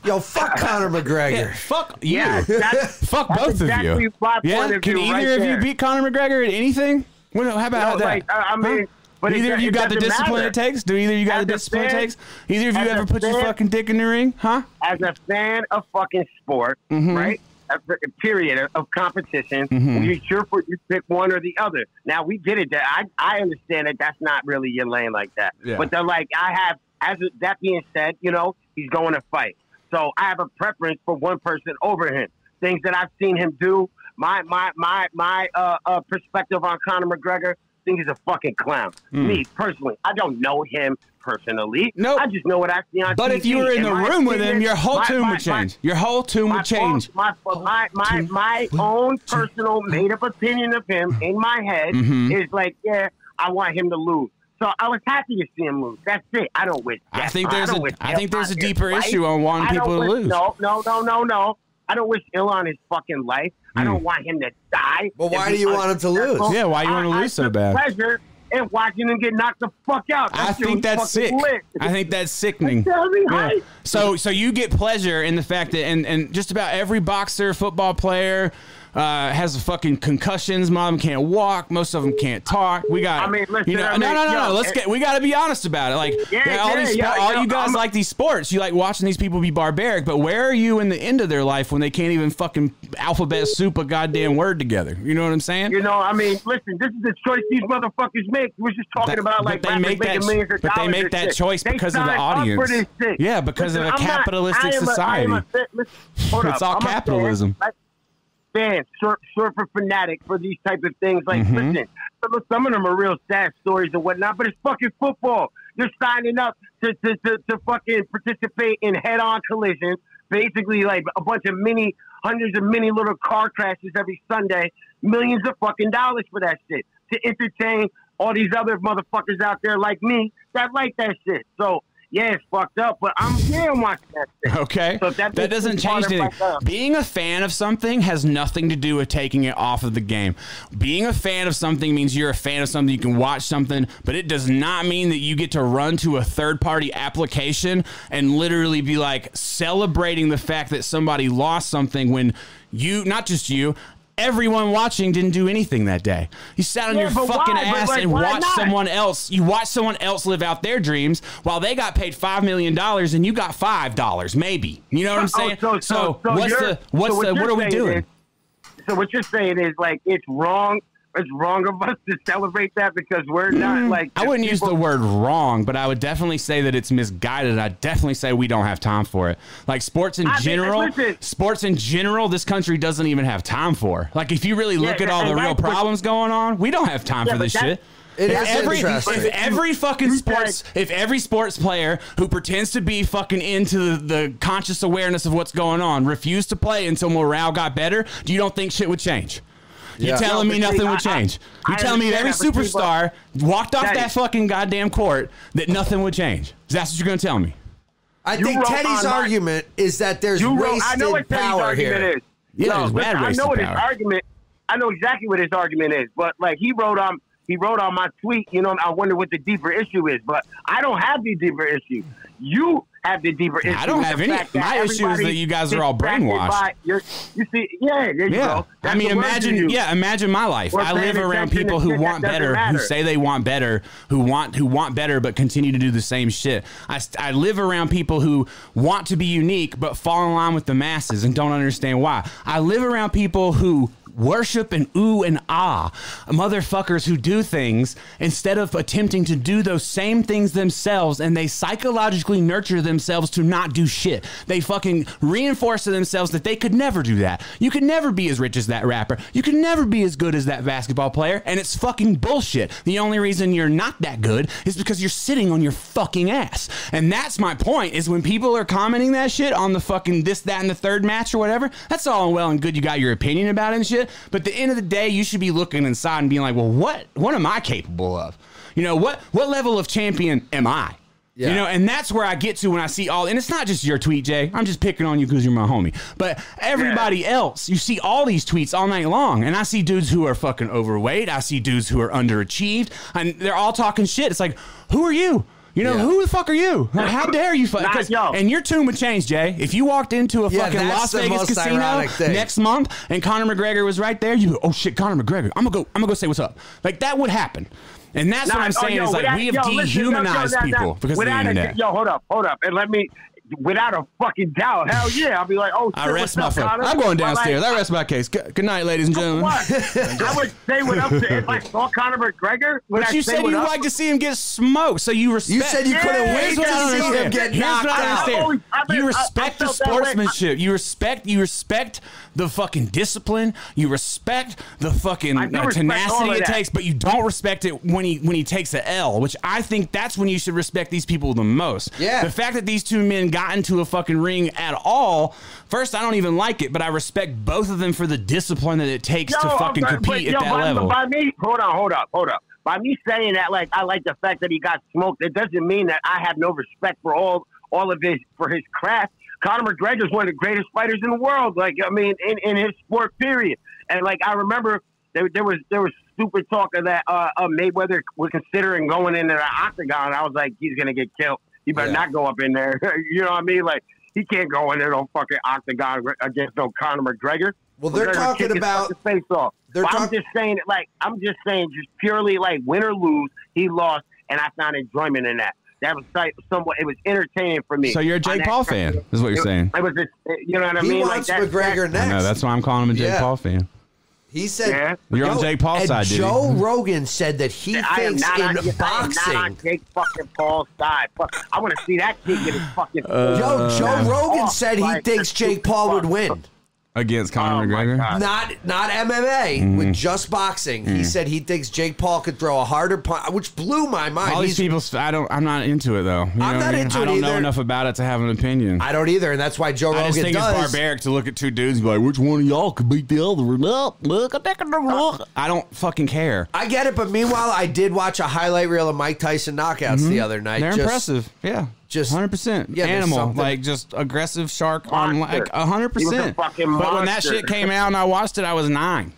Speaker 1: Yo, fuck Conor
Speaker 2: Yeah,
Speaker 1: McGregor.
Speaker 2: fuck you.
Speaker 3: yeah, that's,
Speaker 2: Fuck
Speaker 3: That's
Speaker 2: both of
Speaker 3: exactly
Speaker 2: you.
Speaker 3: my point
Speaker 2: yeah,
Speaker 3: of
Speaker 2: can
Speaker 3: view
Speaker 2: either
Speaker 3: right
Speaker 2: of
Speaker 3: there.
Speaker 2: you beat Conor McGregor at anything? Well, no, how about
Speaker 3: No,
Speaker 2: that?
Speaker 3: like, I- I mean, but it
Speaker 2: either
Speaker 3: do-
Speaker 2: of you
Speaker 3: it
Speaker 2: got the
Speaker 3: doesn't
Speaker 2: discipline
Speaker 3: matter.
Speaker 2: it takes? Do either of you got
Speaker 3: As
Speaker 2: the
Speaker 3: a
Speaker 2: discipline it
Speaker 3: fan-
Speaker 2: takes? Either of you
Speaker 3: as
Speaker 2: ever
Speaker 3: a
Speaker 2: put your
Speaker 3: fan-
Speaker 2: fucking dick in the ring? Huh?
Speaker 3: as a fan of fucking sport,
Speaker 2: Mm-hmm.
Speaker 3: right? A p- period of- of competition. You sure for you pick one or the other. Now we get it. That I I understand that that's not really your lane like that.
Speaker 2: Yeah.
Speaker 3: But they're like, I have. As a, that being said, you know he's going to fight, so I have a preference for one person over him. Things that I've seen him do. My my my my uh, uh, perspective on Conor McGregor. I think he's a fucking clown. Me personally, I don't know him personally.
Speaker 2: Mm. Nope.
Speaker 3: I just know what I see on
Speaker 2: But if you were in the room with him, your whole tune would change. Your whole tune
Speaker 3: My,
Speaker 2: would change.
Speaker 3: my, my, my, my own personal made up opinion of him in my head
Speaker 2: Mm-hmm.
Speaker 3: is like, yeah, I want him to lose. So I was happy to see him lose. That's it. I don't wish.
Speaker 2: I
Speaker 3: death.
Speaker 2: think there's
Speaker 3: don't
Speaker 2: a-
Speaker 3: wish
Speaker 2: I
Speaker 3: death
Speaker 2: think there's
Speaker 3: on
Speaker 2: a
Speaker 3: his
Speaker 2: deeper
Speaker 3: life.
Speaker 2: issue on wanting
Speaker 3: I don't
Speaker 2: people to
Speaker 3: wish-
Speaker 2: lose.
Speaker 3: No, no, no, no, no. I don't wish ill on his fucking life. I don't want him to die.
Speaker 1: But why
Speaker 3: If
Speaker 1: do
Speaker 3: he's
Speaker 1: you want him to lose?
Speaker 3: unsuccessful.
Speaker 2: Mm. Yeah, why you
Speaker 3: I-
Speaker 2: wanna
Speaker 3: I
Speaker 2: lose so
Speaker 3: took
Speaker 2: bad?
Speaker 3: Pleasure in watching him get knocked the fuck out. That
Speaker 2: I
Speaker 3: shit was
Speaker 2: think that's
Speaker 3: fucking
Speaker 2: sick.
Speaker 3: lit.
Speaker 2: I think that's sickening.
Speaker 3: Tell me
Speaker 2: Yeah.
Speaker 3: how he-
Speaker 2: So so you get pleasure in the fact that and, and just about every boxer, football player uh, has fucking concussions. Most of them can't walk. Most of them can't talk. We got.
Speaker 3: I mean, listen,
Speaker 2: you know,
Speaker 3: I
Speaker 2: no,
Speaker 3: mean,
Speaker 2: no, no, no.
Speaker 3: yo,
Speaker 2: Let's
Speaker 3: it-
Speaker 2: get. We got to be honest about it. Like
Speaker 3: Yeah,
Speaker 2: yeah, all
Speaker 3: yeah,
Speaker 2: these,
Speaker 3: yeah,
Speaker 2: spo- all
Speaker 3: yo,
Speaker 2: you guys
Speaker 3: I'm-
Speaker 2: like these sports. You like watching these people be barbaric. But where are you in the end of their life when they can't even fucking alphabet soup a goddamn word together? You know what I'm saying?
Speaker 3: You know, I mean, listen, this is the choice these motherfuckers make. We're just talking
Speaker 2: That-
Speaker 3: about
Speaker 2: but
Speaker 3: like
Speaker 2: they
Speaker 3: rappers
Speaker 2: make that
Speaker 3: making
Speaker 2: ch-
Speaker 3: millions of
Speaker 2: but they
Speaker 3: dollars
Speaker 2: make
Speaker 3: and
Speaker 2: that
Speaker 3: shit.
Speaker 2: signed because of the
Speaker 3: up for
Speaker 2: audience.
Speaker 3: this shit.
Speaker 2: Yeah, because of a
Speaker 3: I'm not-
Speaker 2: capitalistic
Speaker 3: I am a-
Speaker 2: society.
Speaker 3: I am a- listen, hold
Speaker 2: It's
Speaker 3: up.
Speaker 2: all
Speaker 3: I'm a fan,
Speaker 2: capitalism.
Speaker 3: like, Fan, sur- surfer fanatic for these type of things. Like, listen, some of- some of them are real sad stories and whatnot, but it's fucking football. You're signing up to to, to, to fucking participate in head-on collisions, basically like a bunch of mini, hundreds of mini little car crashes every Sunday. Millions of fucking dollars for that shit to entertain all these other motherfuckers out there like me that like that shit. So yeah, it's fucked up, but I'm here watching that shit.
Speaker 2: Okay.
Speaker 3: So if that
Speaker 2: that,
Speaker 3: makes
Speaker 2: doesn't
Speaker 3: you
Speaker 2: change
Speaker 3: part of
Speaker 2: anything.
Speaker 3: my club.
Speaker 2: Being a fan of something has nothing to do with taking it off of the game. Being a fan of something means you're a fan of something, you can watch something, but it does not mean that you get to run to a third party application and literally be like celebrating the fact that somebody lost something when you, not just you, Everyone watching didn't do anything that day. You sat on
Speaker 3: Yeah,
Speaker 2: your
Speaker 3: but
Speaker 2: fucking
Speaker 3: why? But,
Speaker 2: ass
Speaker 3: like,
Speaker 2: and
Speaker 3: why
Speaker 2: watched
Speaker 3: not?
Speaker 2: someone someone else you watch someone else live out their dreams while they got paid five million dollars and you got five dollars maybe you know what i'm
Speaker 3: Oh,
Speaker 2: saying
Speaker 3: so- so- so
Speaker 2: what's
Speaker 3: you're-
Speaker 2: the what's
Speaker 3: so what
Speaker 2: the what
Speaker 3: you're
Speaker 2: are we
Speaker 3: saying
Speaker 2: doing
Speaker 3: is- so what you're saying is like it's wrong. It's wrong of us to celebrate that because we're not like.
Speaker 2: Mm-hmm. I wouldn't use the
Speaker 3: people-
Speaker 2: word wrong, but I would definitely say that it's misguided. I definitely say we don't have time for it. Like sports in
Speaker 3: I mean,
Speaker 2: general,
Speaker 3: listen.
Speaker 2: sports in general, this country doesn't even have time for. Like if you really look
Speaker 3: Yeah,
Speaker 2: at all
Speaker 3: and
Speaker 2: the real
Speaker 3: that's what-
Speaker 2: problems going on, we don't have time
Speaker 3: Yeah,
Speaker 2: for
Speaker 3: but
Speaker 2: this
Speaker 3: that's-
Speaker 1: It
Speaker 2: shit. if
Speaker 1: is
Speaker 2: every,
Speaker 1: interesting.
Speaker 2: if every fucking
Speaker 3: You
Speaker 2: sports, if every sports player who pretends to be fucking into the, the conscious awareness of what's going on refused to play until morale got better, do you don't think shit would change? You're
Speaker 1: Yeah.
Speaker 2: telling
Speaker 3: No,
Speaker 2: me
Speaker 3: but see,
Speaker 2: nothing would
Speaker 3: I- I-
Speaker 2: change. You're
Speaker 3: I
Speaker 2: telling me that every
Speaker 3: understand that, but see,
Speaker 2: superstar walked off
Speaker 3: Teddy-
Speaker 2: that fucking goddamn court that nothing would change. That's what you're gonna tell me.
Speaker 1: I
Speaker 3: You
Speaker 1: think
Speaker 3: wrote
Speaker 1: Teddy's
Speaker 3: online-
Speaker 1: argument is that there's
Speaker 3: You wrote,
Speaker 1: wasted
Speaker 3: I know what Teddy's
Speaker 1: power
Speaker 3: argument
Speaker 1: here.
Speaker 3: is.
Speaker 2: Yeah,
Speaker 3: no,
Speaker 2: there's
Speaker 3: listen,
Speaker 2: bad
Speaker 3: I know
Speaker 2: wasted
Speaker 3: what his
Speaker 2: power.
Speaker 3: argument. I know exactly what his argument is, but like he wrote on he wrote on my tweet. You know, I wonder what the deeper issue is, but I don't have the deeper issue. You have the deeper issue.
Speaker 2: don't
Speaker 3: with
Speaker 2: have
Speaker 3: the
Speaker 2: any-
Speaker 3: fact that
Speaker 2: my issue is that
Speaker 3: everybody's
Speaker 2: you guys are all
Speaker 3: distracted
Speaker 2: brainwashed.
Speaker 3: by your- you see, yeah, there you
Speaker 2: Yeah,
Speaker 3: go.
Speaker 2: I
Speaker 3: That's
Speaker 2: mean,
Speaker 3: the word you
Speaker 2: imagine.
Speaker 3: use.
Speaker 2: Yeah, imagine my life.
Speaker 3: We're
Speaker 2: I live
Speaker 3: paying
Speaker 2: around
Speaker 3: attention
Speaker 2: people
Speaker 3: to
Speaker 2: who
Speaker 3: shit that
Speaker 2: want
Speaker 3: doesn't
Speaker 2: better, who
Speaker 3: matter.
Speaker 2: say they want better, who want who want better, but continue to do the same shit. I, st- I live around people who want to be unique, but fall in line with the masses and don't understand why. I live around people who worship and ooh and ah motherfuckers who do things instead of attempting to do those same things themselves and they psychologically nurture themselves to not do shit they fucking reinforce to themselves that they could never do that you could never be as rich as that rapper you could never be as good as that basketball player and it's fucking bullshit the only reason you're not that good is because you're sitting on your fucking ass and that's my point is when people are commenting that shit on the fucking this that and the third match or whatever that's all well and good you got your opinion about it and shit but at the end of the day you should be looking inside and being like well what what am i capable of you know what what level of champion am i
Speaker 1: Yeah.
Speaker 2: you know and that's where i get to when i see all and it's not just your tweet jay i'm just picking on you because you're my homie but everybody else you see all these tweets all night long and i see dudes who are fucking overweight i see dudes who are underachieved and they're all talking shit it's like who are you you know
Speaker 1: Yeah.
Speaker 2: who the fuck are you? Like, how dare you? fu-
Speaker 3: Not
Speaker 2: 'cause-
Speaker 3: yo.
Speaker 2: and your tune would change, Jay. If you walked into a
Speaker 1: Yeah,
Speaker 2: fucking
Speaker 1: that's
Speaker 2: Las
Speaker 1: the
Speaker 2: Vegas
Speaker 1: most
Speaker 2: casino
Speaker 1: ironic thing.
Speaker 2: next month and Conor McGregor was right there, you go, oh shit, Conor McGregor. I'm gonna go. I'm gonna go say what's up. Like that would happen. And that's
Speaker 3: Nah,
Speaker 2: what I'm
Speaker 3: oh,
Speaker 2: saying
Speaker 3: yo,
Speaker 2: is like
Speaker 3: without-
Speaker 2: we have
Speaker 3: yo, listen, yo, yo,
Speaker 2: dehumanized
Speaker 3: nah, nah,
Speaker 2: people because of the
Speaker 3: without a-
Speaker 2: internet.
Speaker 3: yo, hold up, hold up, and let me. Without a fucking doubt, hell yeah, I'll be like, oh, shit,
Speaker 2: I rest my
Speaker 3: what's up,
Speaker 2: fuck.
Speaker 3: Connor?
Speaker 2: I'm going
Speaker 3: But, like,
Speaker 2: downstairs. I rest my case. G- Good night, ladies and gentlemen.
Speaker 3: What? I would say what up to if I saw Conor McGregor. Would
Speaker 2: But
Speaker 3: I
Speaker 2: you
Speaker 3: say
Speaker 2: said
Speaker 3: what
Speaker 2: you'd
Speaker 3: up?
Speaker 2: like to see him get smoked, so you respect.
Speaker 1: You said you couldn't
Speaker 3: Yeah,
Speaker 1: wait
Speaker 2: Here's
Speaker 1: to
Speaker 2: what I don't
Speaker 1: see him
Speaker 2: understand.
Speaker 1: get
Speaker 2: Here's
Speaker 1: knocked
Speaker 2: what I don't
Speaker 1: out.
Speaker 2: understand.
Speaker 3: always- I've been-
Speaker 2: you
Speaker 3: I-
Speaker 2: respect
Speaker 3: I
Speaker 2: the
Speaker 3: felt that way.
Speaker 2: sportsmanship. You respect. You respect the fucking discipline. You respect the fucking
Speaker 3: I do
Speaker 2: uh,
Speaker 3: respect all
Speaker 2: tenacity
Speaker 3: of
Speaker 2: it
Speaker 3: that.
Speaker 2: takes, but you don't respect it when he when he takes a L, which I think that's when you should respect these people the most.
Speaker 1: Yeah.
Speaker 2: The fact that these two men got into a fucking ring at all, first I don't even like it, but I respect both of them for the discipline that it takes
Speaker 3: Yo,
Speaker 2: to
Speaker 3: I'm
Speaker 2: fucking
Speaker 3: sorry,
Speaker 2: compete
Speaker 3: but, yo,
Speaker 2: at that
Speaker 3: by,
Speaker 2: level.
Speaker 3: By me, hold on, hold up, hold up. By me saying that, like, I like the fact that he got smoked. It doesn't mean that I have no respect for all all of his for his craft. Conor McGregor's one of the greatest fighters in the world. Like, I mean, in, in his sport, period. And like, I remember there, there was there was stupid talk of that uh, uh, Mayweather was considering going into the octagon. I was like, he's gonna get killed. He better
Speaker 1: Yeah.
Speaker 3: not go up in there. you know what I mean? Like, he can't go in there no fucking octagon against no Conor McGregor.
Speaker 1: Well, they're
Speaker 3: We're gonna
Speaker 1: talking
Speaker 3: kick his
Speaker 1: about-
Speaker 3: fucking face off.
Speaker 1: they're
Speaker 3: But
Speaker 1: talk-
Speaker 3: I'm just saying it like I'm just saying just purely like win or lose, he lost, and I found enjoyment in that. That was like somewhat it was entertaining for me.
Speaker 2: So you're a
Speaker 3: On
Speaker 2: Jake
Speaker 3: that
Speaker 2: Paul
Speaker 3: front.
Speaker 2: fan, is what you're
Speaker 3: It-
Speaker 2: saying.
Speaker 3: It was just, you know what I
Speaker 1: He
Speaker 3: mean?
Speaker 1: wants
Speaker 3: like that,
Speaker 1: McGregor
Speaker 2: I
Speaker 1: next.
Speaker 2: know, that's why I'm calling him a Jake
Speaker 1: Yeah.
Speaker 2: Paul fan.
Speaker 1: He said
Speaker 3: Yeah.
Speaker 2: You're on
Speaker 1: Yo,
Speaker 2: Jake Paul's
Speaker 1: and
Speaker 2: side, dude.
Speaker 1: Joe Rogan said that he
Speaker 3: that- I am
Speaker 1: thinks
Speaker 3: not on,
Speaker 1: in
Speaker 3: I am
Speaker 1: boxing.
Speaker 3: not on Jake fucking Paul's side. Fuck, I want to see that kid get his fucking.
Speaker 1: Yo, Uh, Joe
Speaker 3: That's
Speaker 1: Rogan
Speaker 3: off,
Speaker 1: said he
Speaker 3: like,
Speaker 1: thinks
Speaker 3: that's
Speaker 1: Jake
Speaker 3: stupid
Speaker 1: Paul would
Speaker 3: fuck.
Speaker 1: win.
Speaker 2: against Conor
Speaker 3: Oh, my
Speaker 2: McGregor.
Speaker 3: God.
Speaker 1: Not not MMA
Speaker 2: Mm-hmm.
Speaker 1: with just boxing. He said he thinks Jake Paul could throw a harder punch, which blew my mind.
Speaker 2: All these
Speaker 1: He's-
Speaker 2: people, I don't. I'm not into it though. You know
Speaker 1: not
Speaker 2: what I mean?
Speaker 1: into
Speaker 2: I
Speaker 1: it
Speaker 2: don't know
Speaker 1: either.
Speaker 2: enough about it to have an opinion. I,
Speaker 1: I don't either, and that's why Joe Rogan
Speaker 2: just think
Speaker 1: does.
Speaker 2: it's barbaric to look at two dudes and be like, "Which one of y'all could beat the other one up?" Look, I think I know, look. I don't fucking care.
Speaker 1: I get it, but meanwhile, I did watch a highlight reel of Mike Tyson knockouts the other night.
Speaker 2: Mm-hmm. They're
Speaker 1: Just-
Speaker 2: impressive. Yeah,
Speaker 1: just-
Speaker 2: just 100. percent
Speaker 1: yeah, there's
Speaker 2: Animal,
Speaker 1: something-
Speaker 2: like just aggressive shark on
Speaker 3: Monster.
Speaker 2: like 100.
Speaker 3: He was a
Speaker 2: percent But
Speaker 3: fucking
Speaker 2: when that
Speaker 3: monster.
Speaker 2: shit came out and I watched it, I was nine.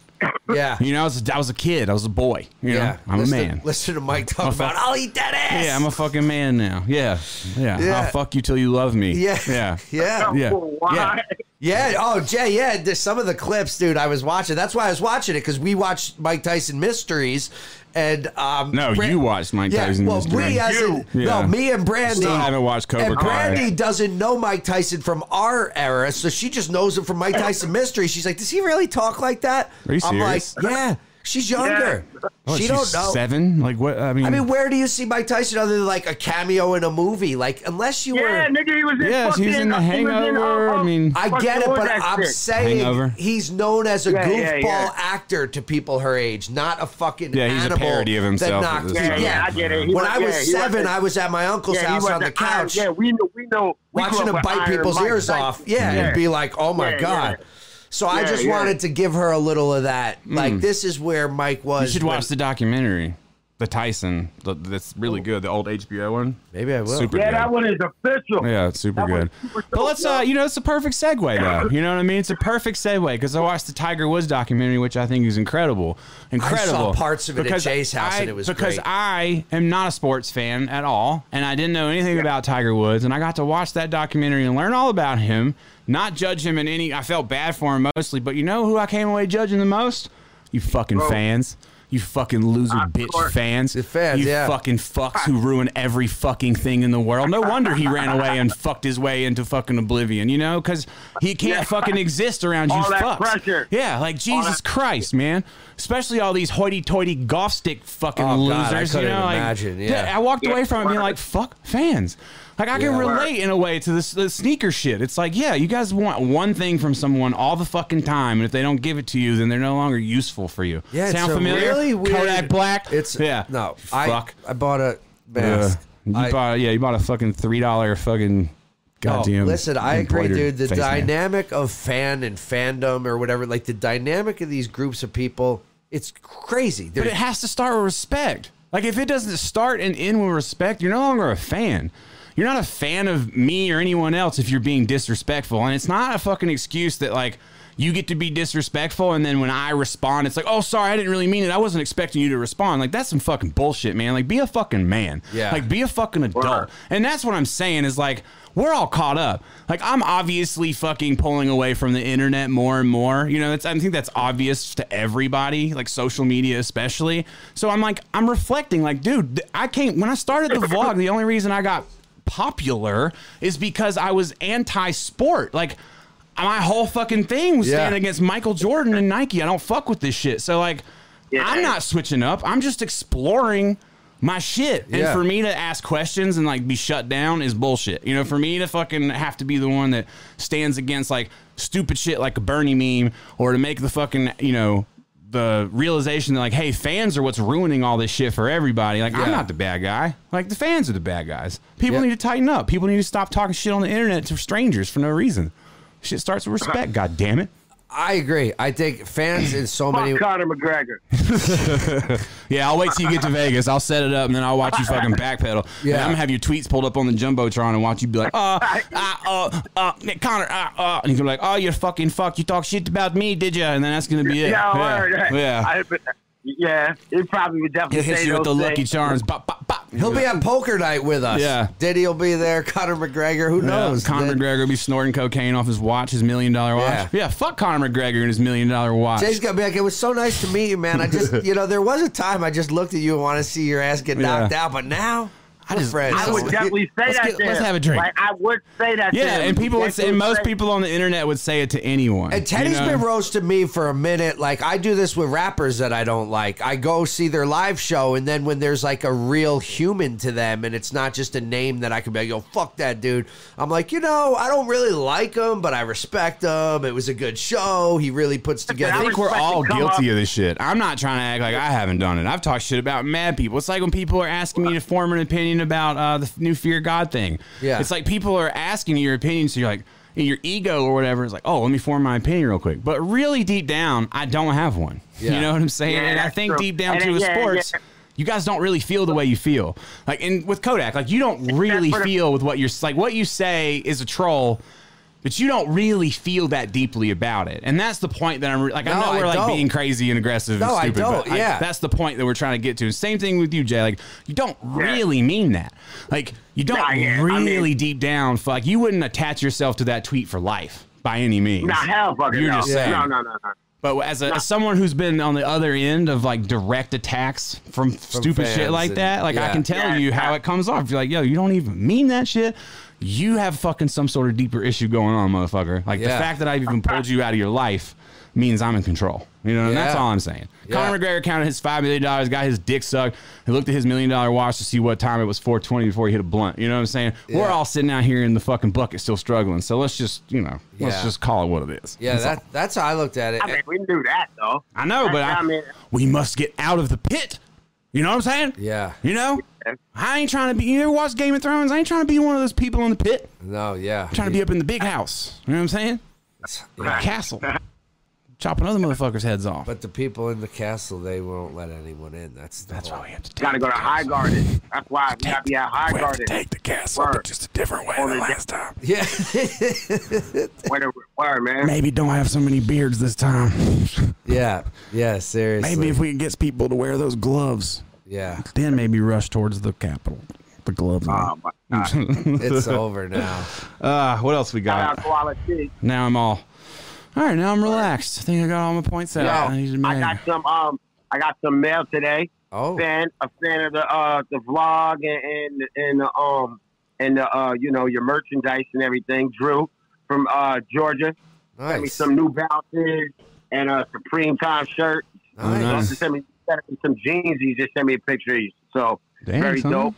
Speaker 1: Yeah.
Speaker 2: You know, I was I was a kid. I was a boy. You know,
Speaker 1: yeah.
Speaker 2: I'm
Speaker 1: listen,
Speaker 2: a man.
Speaker 1: Listen to Mike talk
Speaker 2: I'm a
Speaker 1: about,
Speaker 2: fuck-
Speaker 1: I'll eat that ass.
Speaker 2: Yeah, I'm a fucking man now. Yeah, yeah.
Speaker 1: Yeah.
Speaker 2: I'll fuck you till you love me.
Speaker 1: Yeah.
Speaker 2: yeah.
Speaker 1: Yeah.
Speaker 2: Yeah.
Speaker 3: Why?
Speaker 2: Yeah.
Speaker 1: Yeah. Oh, Jay. Yeah. There's some of the clips, dude. I was watching. That's why I was watching it because we watched Mike Tyson Mysteries, and um.
Speaker 2: No,
Speaker 1: Bra-
Speaker 2: you watched Mike
Speaker 1: Yeah.
Speaker 2: Tyson.
Speaker 1: well,
Speaker 2: Mystery.
Speaker 1: we as in,
Speaker 3: You.
Speaker 1: no,
Speaker 2: Yeah.
Speaker 1: me and Brandy.
Speaker 2: Still haven't watched Cobra
Speaker 1: and
Speaker 2: Kai.
Speaker 1: Brandy doesn't know Mike Tyson from our era, so she just knows him from Mike Tyson Mysteries. She's like, "Does he really talk like that?"
Speaker 2: Are you
Speaker 1: I'm like,
Speaker 2: serious? Oh,
Speaker 1: "Yeah." She's younger.
Speaker 2: What,
Speaker 1: she
Speaker 2: she's
Speaker 1: don't know.
Speaker 2: seven. Like what? I mean,
Speaker 1: I mean, where do you see Mike Tyson other than like a cameo in a movie? Like, unless you
Speaker 3: Yeah,
Speaker 1: were.
Speaker 3: nigga, he was in.
Speaker 2: Yeah, she
Speaker 3: fucking,
Speaker 2: was in The
Speaker 3: he was in, uh,
Speaker 2: Hangover, I
Speaker 3: uh,
Speaker 2: mean-
Speaker 1: I
Speaker 3: fucking
Speaker 1: get it,
Speaker 3: what
Speaker 1: but
Speaker 3: that
Speaker 1: I'm
Speaker 3: shit?
Speaker 1: saying
Speaker 2: Hangover.
Speaker 1: he's known as a
Speaker 3: Yeah, yeah,
Speaker 1: goofball
Speaker 3: yeah.
Speaker 1: actor to people her age, not a fucking
Speaker 2: Yeah, he's a
Speaker 1: animal
Speaker 2: parody of himself
Speaker 1: That
Speaker 2: at
Speaker 1: knocked
Speaker 2: this
Speaker 1: people-
Speaker 3: Yeah,
Speaker 2: point.
Speaker 3: yeah, I get it. He
Speaker 1: When I was
Speaker 3: yeah, he
Speaker 1: seven,
Speaker 3: wasn't-
Speaker 1: I was at my uncle's
Speaker 3: yeah, he
Speaker 1: house on the
Speaker 3: wasn't iron-
Speaker 1: couch,
Speaker 3: yeah, we know, we know. we grew
Speaker 1: watching
Speaker 3: up
Speaker 1: him
Speaker 3: with
Speaker 1: bite
Speaker 3: Iron
Speaker 1: people's
Speaker 3: Mike
Speaker 1: ears
Speaker 3: Tyson.
Speaker 1: off. Yeah, and be like, "Oh my
Speaker 3: Yeah,
Speaker 1: god."
Speaker 3: yeah.
Speaker 1: So I
Speaker 3: Yeah,
Speaker 1: just
Speaker 3: yeah.
Speaker 1: wanted to give her a little of that. Like this is where Mike was.
Speaker 2: Hmm. You should
Speaker 1: when-
Speaker 2: watch the documentary, the Tyson. the- That's really good. The old HBO one.
Speaker 1: Maybe I will.
Speaker 2: Super
Speaker 3: Oh. Yeah,
Speaker 2: good.
Speaker 3: that one is official.
Speaker 2: Yeah, it's super
Speaker 3: That was
Speaker 2: good.
Speaker 3: super
Speaker 2: but let's,
Speaker 3: dope,
Speaker 2: uh,
Speaker 3: though.
Speaker 2: you know, it's a perfect segue, though. You know what I mean? It's a perfect segue because I watched the Tiger Woods documentary, which I think is incredible. Incredible.
Speaker 1: parts of it at
Speaker 2: Because
Speaker 1: Jay's house,
Speaker 2: I-
Speaker 1: and it was
Speaker 2: Because
Speaker 1: great.
Speaker 2: I am not a sports fan at all, and I didn't know anything about Tiger Woods, and I got to watch that documentary and learn all about him, not judge him in any. I felt bad for him mostly, but you know who I came away judging the most? You fucking fans. You fucking loser bitch
Speaker 3: course.
Speaker 2: fans.
Speaker 1: The fans,
Speaker 2: you
Speaker 1: yeah.
Speaker 2: fucking fucking fucks who ruin every fucking thing in the world. No wonder he ran away and fucked his way into fucking oblivion, you know? Because he can't fucking exist around you
Speaker 3: All that
Speaker 2: fucks.
Speaker 3: pressure.
Speaker 2: Yeah, like Jesus
Speaker 3: that-
Speaker 2: Christ, man. Especially all these hoity-toity golf stick fucking
Speaker 1: Oh, God, I
Speaker 2: losers.
Speaker 1: couldn't
Speaker 2: you know, like-
Speaker 1: imagine, yeah.
Speaker 2: I walked
Speaker 3: Yeah,
Speaker 2: away from it being like, fuck fans. Like I can
Speaker 1: Yeah.
Speaker 2: relate in a way to this, this sneaker shit. It's like, yeah, you guys want one thing from someone all the fucking time, and if they don't give it to you, then they're no longer useful for you.
Speaker 1: Yeah,
Speaker 2: sound
Speaker 1: it's a
Speaker 2: familiar?
Speaker 1: really weird.
Speaker 2: Kodak Black.
Speaker 1: It's
Speaker 2: yeah.
Speaker 1: No,
Speaker 2: fuck.
Speaker 1: I I bought a
Speaker 2: Yeah.
Speaker 1: mask.
Speaker 2: You
Speaker 1: I-
Speaker 2: bought yeah, you bought a fucking three dollar fucking
Speaker 1: No,
Speaker 2: goddamn.
Speaker 1: Oh, listen, I agree, dude.
Speaker 2: embroidered
Speaker 1: The
Speaker 2: face mask.
Speaker 1: dynamic of fan and fandom or whatever, like the dynamic of these groups of people, it's crazy.
Speaker 2: But
Speaker 1: There's
Speaker 2: it has to start with respect. Like if it doesn't start and end with respect, you're no longer a fan. You're not a fan of me or anyone else if you're being disrespectful. And it's not a fucking excuse that like you get to be disrespectful and then when I respond, it's like, oh sorry, I didn't really mean it. I wasn't expecting you to respond. Like that's some fucking bullshit, man. Like be a fucking man.
Speaker 1: Yeah.
Speaker 2: Like be a fucking adult. And that's what I'm saying is like we're all caught up. Like I'm obviously fucking pulling away from the internet more and more. You know, that's I think that's obvious to everybody, like social media especially. So I'm like I'm reflecting like dude, th- I can't when I started the vlog, the only reason I got popular is because I was anti-sport. Like my whole fucking thing was
Speaker 1: Yeah.
Speaker 2: standing against Michael Jordan and Nike. I don't fuck with this shit. So like
Speaker 3: Yeah.
Speaker 2: I'm not switching up. I'm just exploring my shit. And
Speaker 1: Yeah.
Speaker 2: for me to ask questions and like be shut down is bullshit. You know, for me to fucking have to be the one that stands against like stupid shit like a Bernie meme or to make the fucking, you know, the realization that like, hey, fans are what's ruining all this shit for everybody. Like, I'm
Speaker 1: Yeah.
Speaker 2: not the bad guy. Like, the fans are the bad guys. People
Speaker 1: Yeah.
Speaker 2: need to tighten up. People need to stop talking shit on the internet to strangers for no reason. Shit starts with respect. God damn it.
Speaker 1: I agree. I think fans in so many.
Speaker 3: Fuck Conor McGregor.
Speaker 2: Yeah, I'll wait till you get to Vegas. I'll set it up and then I'll watch you fucking backpedal. Yeah,
Speaker 1: Yeah.
Speaker 2: I'm gonna have your tweets pulled up on the jumbotron and watch you be like, uh, uh, uh, uh, Nick Connor, uh, uh, and you're gonna be like, oh, you're fucking fuck. You talk shit about me, did you? And then that's gonna be it.
Speaker 3: Yeah,
Speaker 2: yeah,
Speaker 3: word.
Speaker 2: yeah.
Speaker 3: I, but, yeah, it probably would
Speaker 2: He'll
Speaker 3: definitely
Speaker 2: hit
Speaker 3: say
Speaker 2: you with the
Speaker 3: those
Speaker 2: lucky
Speaker 3: things.
Speaker 2: charms. Bop, bop, bop.
Speaker 1: He'll be on poker night with us.
Speaker 2: Yeah.
Speaker 1: Diddy'll be there. Conor McGregor. Who
Speaker 2: Yeah,
Speaker 1: knows?
Speaker 2: Conor
Speaker 1: Then
Speaker 2: McGregor will be snorting cocaine off his watch, his million dollar watch.
Speaker 1: Yeah.
Speaker 2: Yeah, fuck Conor McGregor and his million dollar watch.
Speaker 1: Jay's gonna be like, "It was so nice to meet you, man. I just, you know, there was a time I just looked at you and want to see your ass get knocked
Speaker 2: Yeah.
Speaker 1: out, but now
Speaker 2: I
Speaker 1: we're
Speaker 2: just-
Speaker 1: friends."
Speaker 3: I would
Speaker 1: So-
Speaker 3: definitely say
Speaker 2: Let's
Speaker 3: that.
Speaker 2: get-
Speaker 3: to
Speaker 2: let's
Speaker 3: him.
Speaker 2: have a drink.
Speaker 3: Like, I would say that. to
Speaker 2: yeah,
Speaker 3: him.
Speaker 2: and people would say, and most
Speaker 3: Definitely
Speaker 2: people on the internet would say it to anyone.
Speaker 1: And Teddy's
Speaker 2: Teddy's
Speaker 1: been roast to me for a minute. Like I do this with rappers that I don't like. I go see their live show, and then when there's like a real human to them, and it's not just a name that I can be like, "Yo, fuck that dude." I'm like, you know, I don't really like him, but I respect him. It was a good show. He really puts
Speaker 2: I
Speaker 1: together.
Speaker 2: think we're
Speaker 3: Fucking
Speaker 2: all
Speaker 3: come
Speaker 2: guilty
Speaker 3: up.
Speaker 2: of this shit. I'm not trying to act like I haven't done it. I've talked shit about mad people. It's like when people are asking me to form an opinion about uh, the new Fear God thing.
Speaker 1: Yeah.
Speaker 2: It's like people are asking you your opinion, so you're like, in your ego or whatever is like, oh, let me form my opinion real quick. But really deep down, I don't have one.
Speaker 1: Yeah.
Speaker 2: You know what I'm saying?
Speaker 3: Yeah,
Speaker 2: and I
Speaker 3: that's
Speaker 2: think
Speaker 3: true.
Speaker 2: deep down
Speaker 3: And
Speaker 2: to
Speaker 3: it-
Speaker 2: with
Speaker 3: yeah,
Speaker 2: sports,
Speaker 3: yeah.
Speaker 2: you guys don't really feel the way you feel. Like, and with Kodak, like you don't really
Speaker 3: for the-
Speaker 2: feel with what you're like. What you say is a troll, but you don't really feel that deeply about it. And that's the point that I'm re- like. I
Speaker 1: No,
Speaker 2: know
Speaker 1: I
Speaker 2: we're like
Speaker 1: don't.
Speaker 2: being crazy and aggressive
Speaker 1: No,
Speaker 2: and
Speaker 1: I
Speaker 2: stupid. but
Speaker 1: don't, yeah.
Speaker 2: that's the point that we're trying to get to. And same thing with you, Jay. Like you don't really mean that. Like you don't
Speaker 3: Nah, yeah, I
Speaker 2: really
Speaker 3: mean-
Speaker 2: deep down. Like you wouldn't attach yourself to that tweet for life by any means.
Speaker 3: Nah, hell fucking
Speaker 2: You're
Speaker 3: no.
Speaker 2: just saying.
Speaker 3: No, no, no, no.
Speaker 2: But as, a, as someone who's been on the other end of like direct attacks from, stupid shit
Speaker 1: fans
Speaker 2: like
Speaker 1: and-
Speaker 2: that, like I
Speaker 1: yeah.
Speaker 2: can tell
Speaker 3: Yeah,
Speaker 2: you
Speaker 3: yeah.
Speaker 2: how it comes off. You're like, yo, you don't even mean that shit. You have fucking some sort of deeper issue going on, motherfucker. Like
Speaker 1: Yeah.
Speaker 2: the fact that I've even pulled you out of your life means I'm in control. You know, and that's
Speaker 1: Yeah.
Speaker 2: all I'm saying. Conor
Speaker 1: Yeah.
Speaker 2: McGregor counted his five million dollars, got his dick sucked, and looked at his million dollar watch to see what time it was 420 before he hit a blunt. You know what I'm saying? We're
Speaker 1: Yeah.
Speaker 2: all sitting out here in the fucking bucket still struggling. So let's just, you know, let's
Speaker 1: Yeah.
Speaker 2: just call it what it is.
Speaker 1: yeah,
Speaker 2: That's all.
Speaker 1: that, that's how I looked at it.
Speaker 3: I mean, we knew that though.
Speaker 2: I know, but
Speaker 3: That's-
Speaker 2: I,
Speaker 3: I mean-
Speaker 2: we must get out of the pit. You know what I'm saying?
Speaker 1: Yeah.
Speaker 2: You know, I ain't trying to be. You ever watch Game of Thrones? I ain't trying to be one of those people in the pit.
Speaker 1: no, yeah,
Speaker 2: I'm trying to be up in the big house. You know what I'm saying? The castle.
Speaker 4: chopping other motherfuckers' heads off.
Speaker 1: But the people in the castle, they won't let anyone in. That's the
Speaker 2: That's
Speaker 1: whole-
Speaker 2: why we have to take
Speaker 3: Gotta go to
Speaker 2: the
Speaker 3: High
Speaker 2: castle.
Speaker 3: Garden. That's why we gotta be at High
Speaker 4: We have to
Speaker 3: Garden.
Speaker 4: take the castle,
Speaker 3: Word.
Speaker 4: but just a different way
Speaker 3: On
Speaker 4: than
Speaker 3: the-
Speaker 4: last time.
Speaker 1: Yeah.
Speaker 3: Where, the- where, man?
Speaker 4: Maybe don't have so many beards this time.
Speaker 1: yeah. Yeah. Seriously.
Speaker 4: Maybe if we can get people to wear those gloves,
Speaker 1: Yeah.
Speaker 4: then maybe rush towards the capital. The glove. man.
Speaker 3: Oh my God. Shout
Speaker 1: It's over now.
Speaker 2: Uh, what else we got?
Speaker 3: out Koala T.
Speaker 4: Now I'm all. All right, now I'm relaxed. I think I got all my points out.
Speaker 3: Yo,
Speaker 4: I need to
Speaker 3: I
Speaker 4: make-
Speaker 3: got some um I got some mail today.
Speaker 1: Oh.
Speaker 3: Fan a fan of the uh the vlog and and, and the um and the uh you know your merchandise and everything. Drew from uh Georgia sent me
Speaker 1: Nice.
Speaker 3: some new bounces and a Supreme Time shirt.
Speaker 1: Nice.
Speaker 3: Also sent me sent me some jeans. He just sent me a picture. of you. So
Speaker 2: Damn,
Speaker 3: very
Speaker 2: son.
Speaker 3: dope.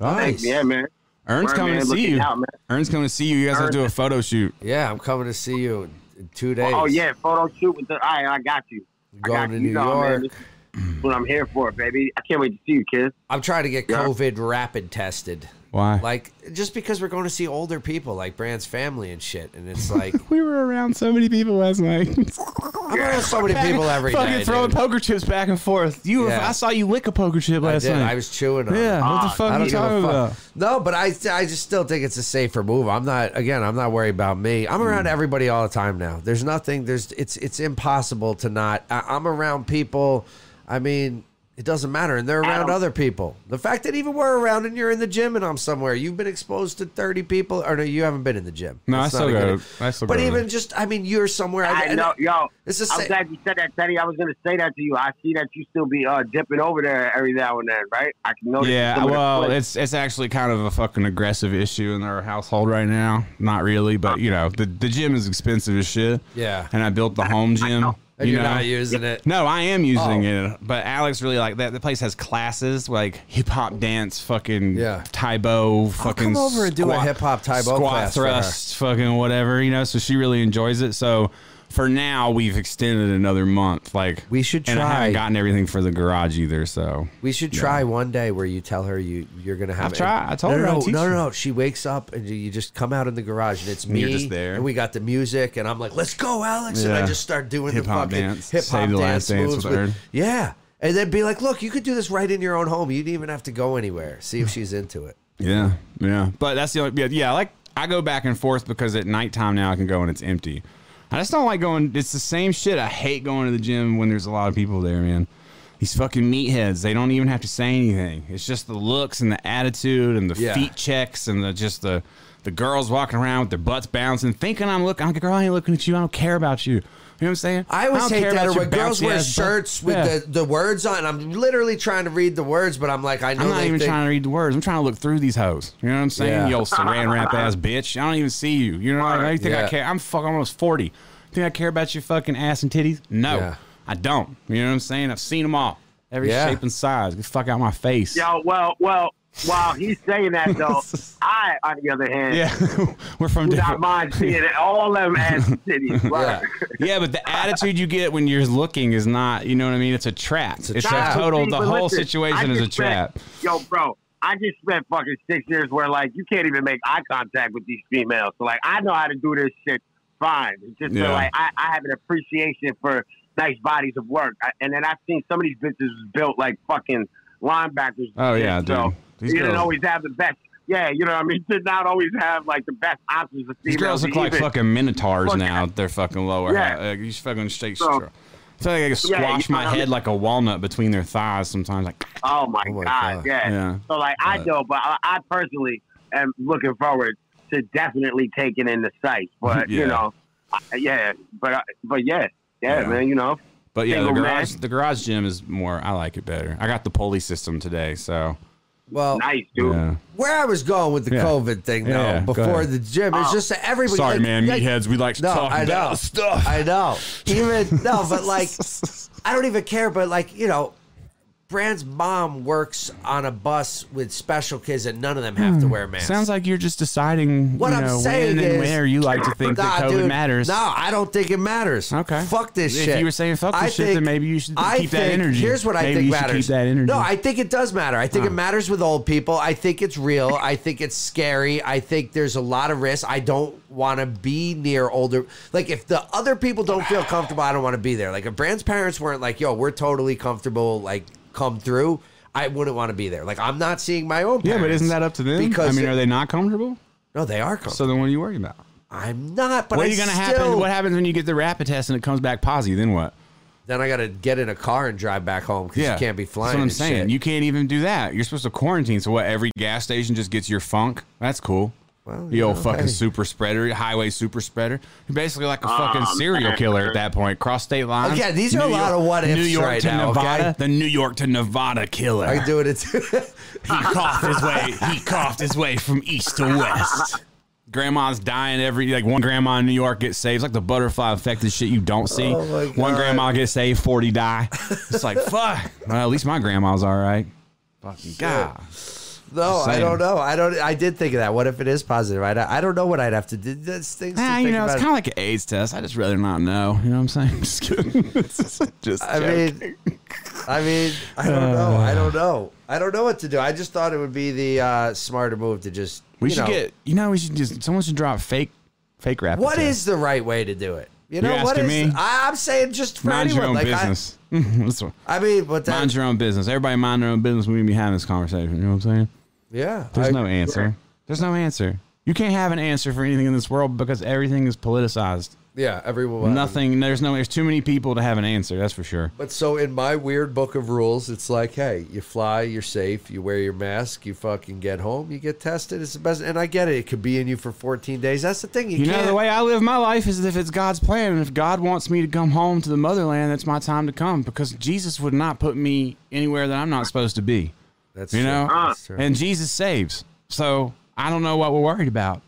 Speaker 1: Nice.
Speaker 3: Thanks, yeah, man.
Speaker 2: Ern's
Speaker 3: Word,
Speaker 2: coming
Speaker 3: man.
Speaker 2: to see
Speaker 3: Looking
Speaker 2: you.
Speaker 3: out, man.
Speaker 2: Ern's coming to see you. You guys have to do a photo shoot.
Speaker 1: Yeah, I'm coming to see you in, in two days.
Speaker 3: Oh yeah, photo shoot with the. All right, I got you. I
Speaker 1: Going
Speaker 3: got
Speaker 1: to
Speaker 3: you.
Speaker 1: New
Speaker 3: You know, man,
Speaker 1: York.
Speaker 3: this is what I'm here for, baby. I can't wait to see you, kids.
Speaker 1: I'm trying to get
Speaker 3: Yeah.
Speaker 1: COVID rapid tested.
Speaker 2: Why?
Speaker 1: Like, just because we're going to see older people, like Brand's family and shit. And it's like,
Speaker 2: we were around so many people last night.
Speaker 1: I'm around so many people every
Speaker 2: Fucking
Speaker 1: day.
Speaker 2: throwing
Speaker 1: dude.
Speaker 2: poker chips back and forth. You,
Speaker 1: Yeah.
Speaker 2: I saw you lick a poker chip
Speaker 1: I
Speaker 2: last
Speaker 1: did.
Speaker 2: night.
Speaker 1: I was chewing on
Speaker 2: yeah,
Speaker 1: it.
Speaker 2: what the
Speaker 3: Ah,
Speaker 2: fuck
Speaker 1: I
Speaker 2: are
Speaker 1: don't
Speaker 2: you
Speaker 1: give
Speaker 2: talking
Speaker 1: a
Speaker 2: about?
Speaker 1: fuck. No, but I, I just still think it's a safer move. I'm not again. I'm not worried about me. I'm
Speaker 2: Mm.
Speaker 1: around everybody all the time now. There's nothing. There's it's it's impossible to not. I, I'm around people. I mean, it doesn't matter, and they're around
Speaker 3: don't-
Speaker 1: other people. The fact that even we're around and you're in the gym and I'm somewhere, you've been exposed to 30 people, or no, you haven't been in the gym.
Speaker 2: No, I
Speaker 1: That's
Speaker 2: still
Speaker 1: not a
Speaker 2: go-
Speaker 1: good-
Speaker 2: I still
Speaker 1: But
Speaker 2: go to
Speaker 1: even
Speaker 2: the-
Speaker 1: just, I mean, you're somewhere.
Speaker 3: I know, yo.
Speaker 1: It's the
Speaker 3: I'm
Speaker 1: same.
Speaker 3: glad you said that, Teddy. I was gonna say that to you. I see that you still be uh, dipping over there every now and then, right? I can notice.
Speaker 2: Yeah,
Speaker 3: some of the
Speaker 2: well,
Speaker 3: clips.
Speaker 2: it's it's actually kind of a fucking aggressive issue in our household right now. Not really, but you know, the, the gym is expensive as shit.
Speaker 1: Yeah.
Speaker 2: and I built the home gym.
Speaker 1: and
Speaker 2: you
Speaker 1: you're
Speaker 2: know?
Speaker 1: not using it.
Speaker 2: No, I am using
Speaker 1: Oh.
Speaker 2: it, but Alex really like that. The place has classes like hip hop dance, fucking
Speaker 1: Yeah.
Speaker 2: Taibo, fucking
Speaker 1: come over and do a
Speaker 2: squat-
Speaker 1: hip-hop Tai Bo
Speaker 2: squat
Speaker 1: class for her.
Speaker 2: thrust, fucking whatever. You know, so she really enjoys it. So for now, we've extended another month. Like
Speaker 1: We should
Speaker 2: And I haven't
Speaker 1: try.
Speaker 2: gotten everything for the garage either. So
Speaker 1: We should try one day where you tell her you you're gonna have.
Speaker 2: I've tried. I told
Speaker 1: no,
Speaker 2: her
Speaker 1: No,
Speaker 2: I'd
Speaker 1: no,
Speaker 2: teach
Speaker 1: no,
Speaker 2: her.
Speaker 1: no. She wakes up and you- you just come out in the garage and it's me.
Speaker 2: you're just there.
Speaker 1: and we got the music and I'm like, "Let's go, Alex!" And I
Speaker 2: Yeah.
Speaker 1: just start doing
Speaker 2: Hip-hop
Speaker 1: the fucking
Speaker 2: dance.
Speaker 1: hip hop
Speaker 2: Save the
Speaker 1: dance
Speaker 2: last dance
Speaker 1: moves.
Speaker 2: with
Speaker 1: with-
Speaker 2: Ern.
Speaker 1: yeah, and then be like, "Look, you could do this right in your own home. You didn't even have to go anywhere." See if she's into it.
Speaker 2: Yeah, yeah. But that's the only yeah, yeah. Like I go back and forth because at nighttime now I can go and it's empty. I just don't like going. It's the same shit. I hate going to the gym when there's a lot of people there, man. These fucking meatheads. They don't even have to say anything. It's just the looks and the attitude and the
Speaker 1: Yeah.
Speaker 2: feet checks and the just the the girls walking around with their butts bouncing, thinking I'm looking. I'm like, girl, I ain't looking at you. I don't care about you. You know what I'm saying?
Speaker 1: I always
Speaker 2: don't
Speaker 1: hate
Speaker 2: care
Speaker 1: that.
Speaker 2: about
Speaker 1: Or when
Speaker 2: your
Speaker 1: girls
Speaker 2: bouncy
Speaker 1: wear
Speaker 2: ass butt.
Speaker 1: shirts with
Speaker 2: Yeah.
Speaker 1: the, the words on, I'm literally trying to read the words, but I'm like, I know
Speaker 2: I'm not
Speaker 1: they
Speaker 2: even
Speaker 1: think-
Speaker 2: trying to read the words. I'm trying to look through these hoes. You know what I'm saying?
Speaker 1: Yeah.
Speaker 2: You old saran wrap ass bitch. I don't even see you. You know what I mean? You think
Speaker 1: Yeah.
Speaker 2: I care? I'm fucking almost 40. Think I care about your fucking ass and titties? No,
Speaker 1: Yeah.
Speaker 2: I don't. You know what I'm saying? I've seen them all. Every
Speaker 1: Yeah.
Speaker 2: shape and size. Get the fuck out my face.
Speaker 3: yo, well, well. While he's saying that, though, I, on the other hand,
Speaker 2: Yeah. We're from
Speaker 3: do not
Speaker 2: different.
Speaker 3: mind seeing it. all them ass cities.
Speaker 1: Yeah.
Speaker 3: Right?
Speaker 2: Yeah, but the attitude you get when you're looking is not, you know what I mean? It's a trap. It's
Speaker 1: a
Speaker 2: a,
Speaker 1: trap.
Speaker 2: total,
Speaker 3: See,
Speaker 2: the
Speaker 3: but
Speaker 2: whole
Speaker 3: listen,
Speaker 2: situation
Speaker 3: I
Speaker 2: is a
Speaker 3: just spent-
Speaker 2: trap.
Speaker 3: Yo, bro, I just spent fucking six years where like you can't even make eye contact with these females. So like I know how to do this shit fine. It's just that,
Speaker 2: Yeah.
Speaker 3: like I, I have an appreciation for nice bodies of work. I, and then I've seen some of these bitches built like fucking linebackers. and
Speaker 2: Oh,
Speaker 3: shit.
Speaker 2: yeah, dude.
Speaker 3: So
Speaker 2: These
Speaker 3: you didn't
Speaker 2: girls-
Speaker 3: always have the best. Yeah, you know what I mean. Did not always have like the best options of
Speaker 2: These
Speaker 3: females.
Speaker 2: girls look like
Speaker 3: even-
Speaker 2: fucking minotaurs
Speaker 3: Look
Speaker 2: now. They're fucking lower.
Speaker 3: Yeah.
Speaker 2: Yeah. you just fucking straight.
Speaker 3: So-
Speaker 2: straw. I feel like I could
Speaker 3: Yeah,
Speaker 2: squash
Speaker 3: you know
Speaker 2: my
Speaker 3: what I
Speaker 2: head
Speaker 3: mean?
Speaker 2: like a walnut between their thighs sometimes. Like,
Speaker 3: Oh my,
Speaker 1: Oh my
Speaker 3: god,
Speaker 1: God.
Speaker 3: Yeah.
Speaker 2: Yeah.
Speaker 3: So like I know, but I, I personally am looking forward to definitely taking in the sites. But you
Speaker 2: Yeah.
Speaker 3: know, I, yeah, but I- but yeah, yeah,
Speaker 2: Yeah.
Speaker 3: man, you know,
Speaker 2: but yeah, the
Speaker 3: Single
Speaker 2: garage,
Speaker 3: man.
Speaker 2: the garage gym is more. I like it better. I got the pulley system today, so
Speaker 1: Well,
Speaker 3: nice dude.
Speaker 2: yeah.
Speaker 1: where I was going with the
Speaker 2: Yeah.
Speaker 1: COVID thing, though,
Speaker 2: Yeah, go
Speaker 1: before
Speaker 2: ahead.
Speaker 1: the gym, it's
Speaker 3: Oh.
Speaker 1: just that everybody.
Speaker 2: Sorry,
Speaker 1: like-
Speaker 2: man,
Speaker 1: like-
Speaker 2: meatheads. We like to
Speaker 1: No,
Speaker 2: talk
Speaker 1: I
Speaker 2: about
Speaker 1: know.
Speaker 2: stuff.
Speaker 1: I know. Even no, but like, I don't even care. But like, you know, Brand's mom works on a bus with special kids, and none of them have to wear masks.
Speaker 2: Hmm. Sounds like you're just deciding
Speaker 1: What
Speaker 2: you
Speaker 1: I'm
Speaker 2: know,
Speaker 1: saying
Speaker 2: when and
Speaker 1: is-
Speaker 2: where you like to think that
Speaker 1: Nah,
Speaker 2: COVID
Speaker 1: dude.
Speaker 2: matters.
Speaker 1: No, I don't think it matters.
Speaker 2: Okay.
Speaker 1: Fuck this
Speaker 2: If
Speaker 1: shit.
Speaker 2: you were saying fuck this
Speaker 1: I
Speaker 2: shit, then maybe you should
Speaker 1: I
Speaker 2: keep that
Speaker 1: think-
Speaker 2: energy.
Speaker 1: Here's what I
Speaker 2: Maybe
Speaker 1: think
Speaker 2: you should
Speaker 1: matters.
Speaker 2: keep that energy. Oh.
Speaker 1: No, I think it does matter. I think it matters with old people. I think it's real. I think it's scary. I think there's a lot of risk. I don't want to be near older. Like if the other people don't feel comfortable, I don't want to be there. Like if Brand's parents weren't like, "Yo, we're totally comfortable," like come through. I wouldn't want to be there. Like I'm not seeing my own.
Speaker 2: yeah, but
Speaker 1: parents.
Speaker 2: isn't that up to them?
Speaker 1: Because
Speaker 2: I mean,
Speaker 1: it-
Speaker 2: are they not comfortable?
Speaker 1: no, they are comfortable.
Speaker 2: So then what are you worried about?
Speaker 1: I'm not. But
Speaker 2: what
Speaker 1: I
Speaker 2: are you going to
Speaker 1: still-
Speaker 2: happen? What happens when you get the rapid test and it comes back positive? Then what?
Speaker 1: Then I got to get in a car and drive back home because you can't be flying.
Speaker 2: That's what I'm
Speaker 1: and
Speaker 2: saying.
Speaker 1: shit.
Speaker 2: You can't even do that. You're supposed to quarantine. So what? Every gas station just gets your funk. That's cool.
Speaker 1: Well,
Speaker 2: you
Speaker 1: you
Speaker 2: old
Speaker 1: know, hey.
Speaker 2: fucking super spreader, highway super spreader. You're basically like a fucking
Speaker 3: man.
Speaker 2: serial killer at that point. Cross state lines.
Speaker 1: Again, Oh, these are a lot of what ifs
Speaker 2: New York
Speaker 1: right
Speaker 2: to
Speaker 1: now,
Speaker 2: Nevada.
Speaker 1: okay?
Speaker 2: The New York to Nevada killer.
Speaker 1: I do it. It's
Speaker 2: he coughed his way. He coughed his way from east to west. Grandma's dying every like one grandma in New York gets saved. It's like the butterfly effect and shit you don't see.
Speaker 1: Oh, my
Speaker 2: One
Speaker 1: God.
Speaker 2: grandma gets saved, forty die. It's like fuck. Well, at least my grandma's all right. Fucking god.
Speaker 1: no, I
Speaker 2: saying.
Speaker 1: don't know. I don't. I did think of that. What if it is positive? I, don't- I don't know what I'd have to do. That's things. to
Speaker 2: Nah, you
Speaker 1: think
Speaker 2: know, it's
Speaker 1: about.
Speaker 2: kind of like an AIDS test. I just rather not know. You know what I'm saying? Just kidding. It's just
Speaker 1: I mean, I mean, I don't know. I
Speaker 2: Uh.
Speaker 1: don't know. I don't know what to do. I just thought it would be the uh, smarter move to just.
Speaker 2: we
Speaker 1: you
Speaker 2: should
Speaker 1: know,
Speaker 2: get. You know, we should just. Someone should drop fake, fake rap.
Speaker 1: What is the right way to do it? You know
Speaker 2: You're
Speaker 1: what is?
Speaker 2: asking me?
Speaker 1: I, I'm saying just for
Speaker 2: mind
Speaker 1: anyone.
Speaker 2: your own
Speaker 1: like
Speaker 2: business? That's what-
Speaker 1: I, I mean, but then,
Speaker 2: Mind your own business. Everybody mind their own business. We be having this conversation. You know what I'm saying?
Speaker 1: yeah,
Speaker 2: There's
Speaker 1: I-
Speaker 2: no answer. There's no answer. You can't have an answer for anything in this world because everything is politicized.
Speaker 1: yeah, everyone.
Speaker 2: Nothing. There's no. There's too many people to have an answer. That's for sure.
Speaker 1: But so in my weird book of rules, it's like, hey, you fly, you're safe, you wear your mask, you fucking get home, you get tested. It's the best, and I get it. It could be in you for 14 days. That's the thing. You,
Speaker 2: You
Speaker 1: can't.
Speaker 2: know the way I live my life is if it's God's plan, and if God wants me to come home to the motherland, that's my time to come because Jesus would not put me anywhere that I'm not supposed to be.
Speaker 1: That's
Speaker 2: You
Speaker 1: true.
Speaker 2: know,
Speaker 1: That's true.
Speaker 2: and Jesus saves. So I don't know what we're worried about.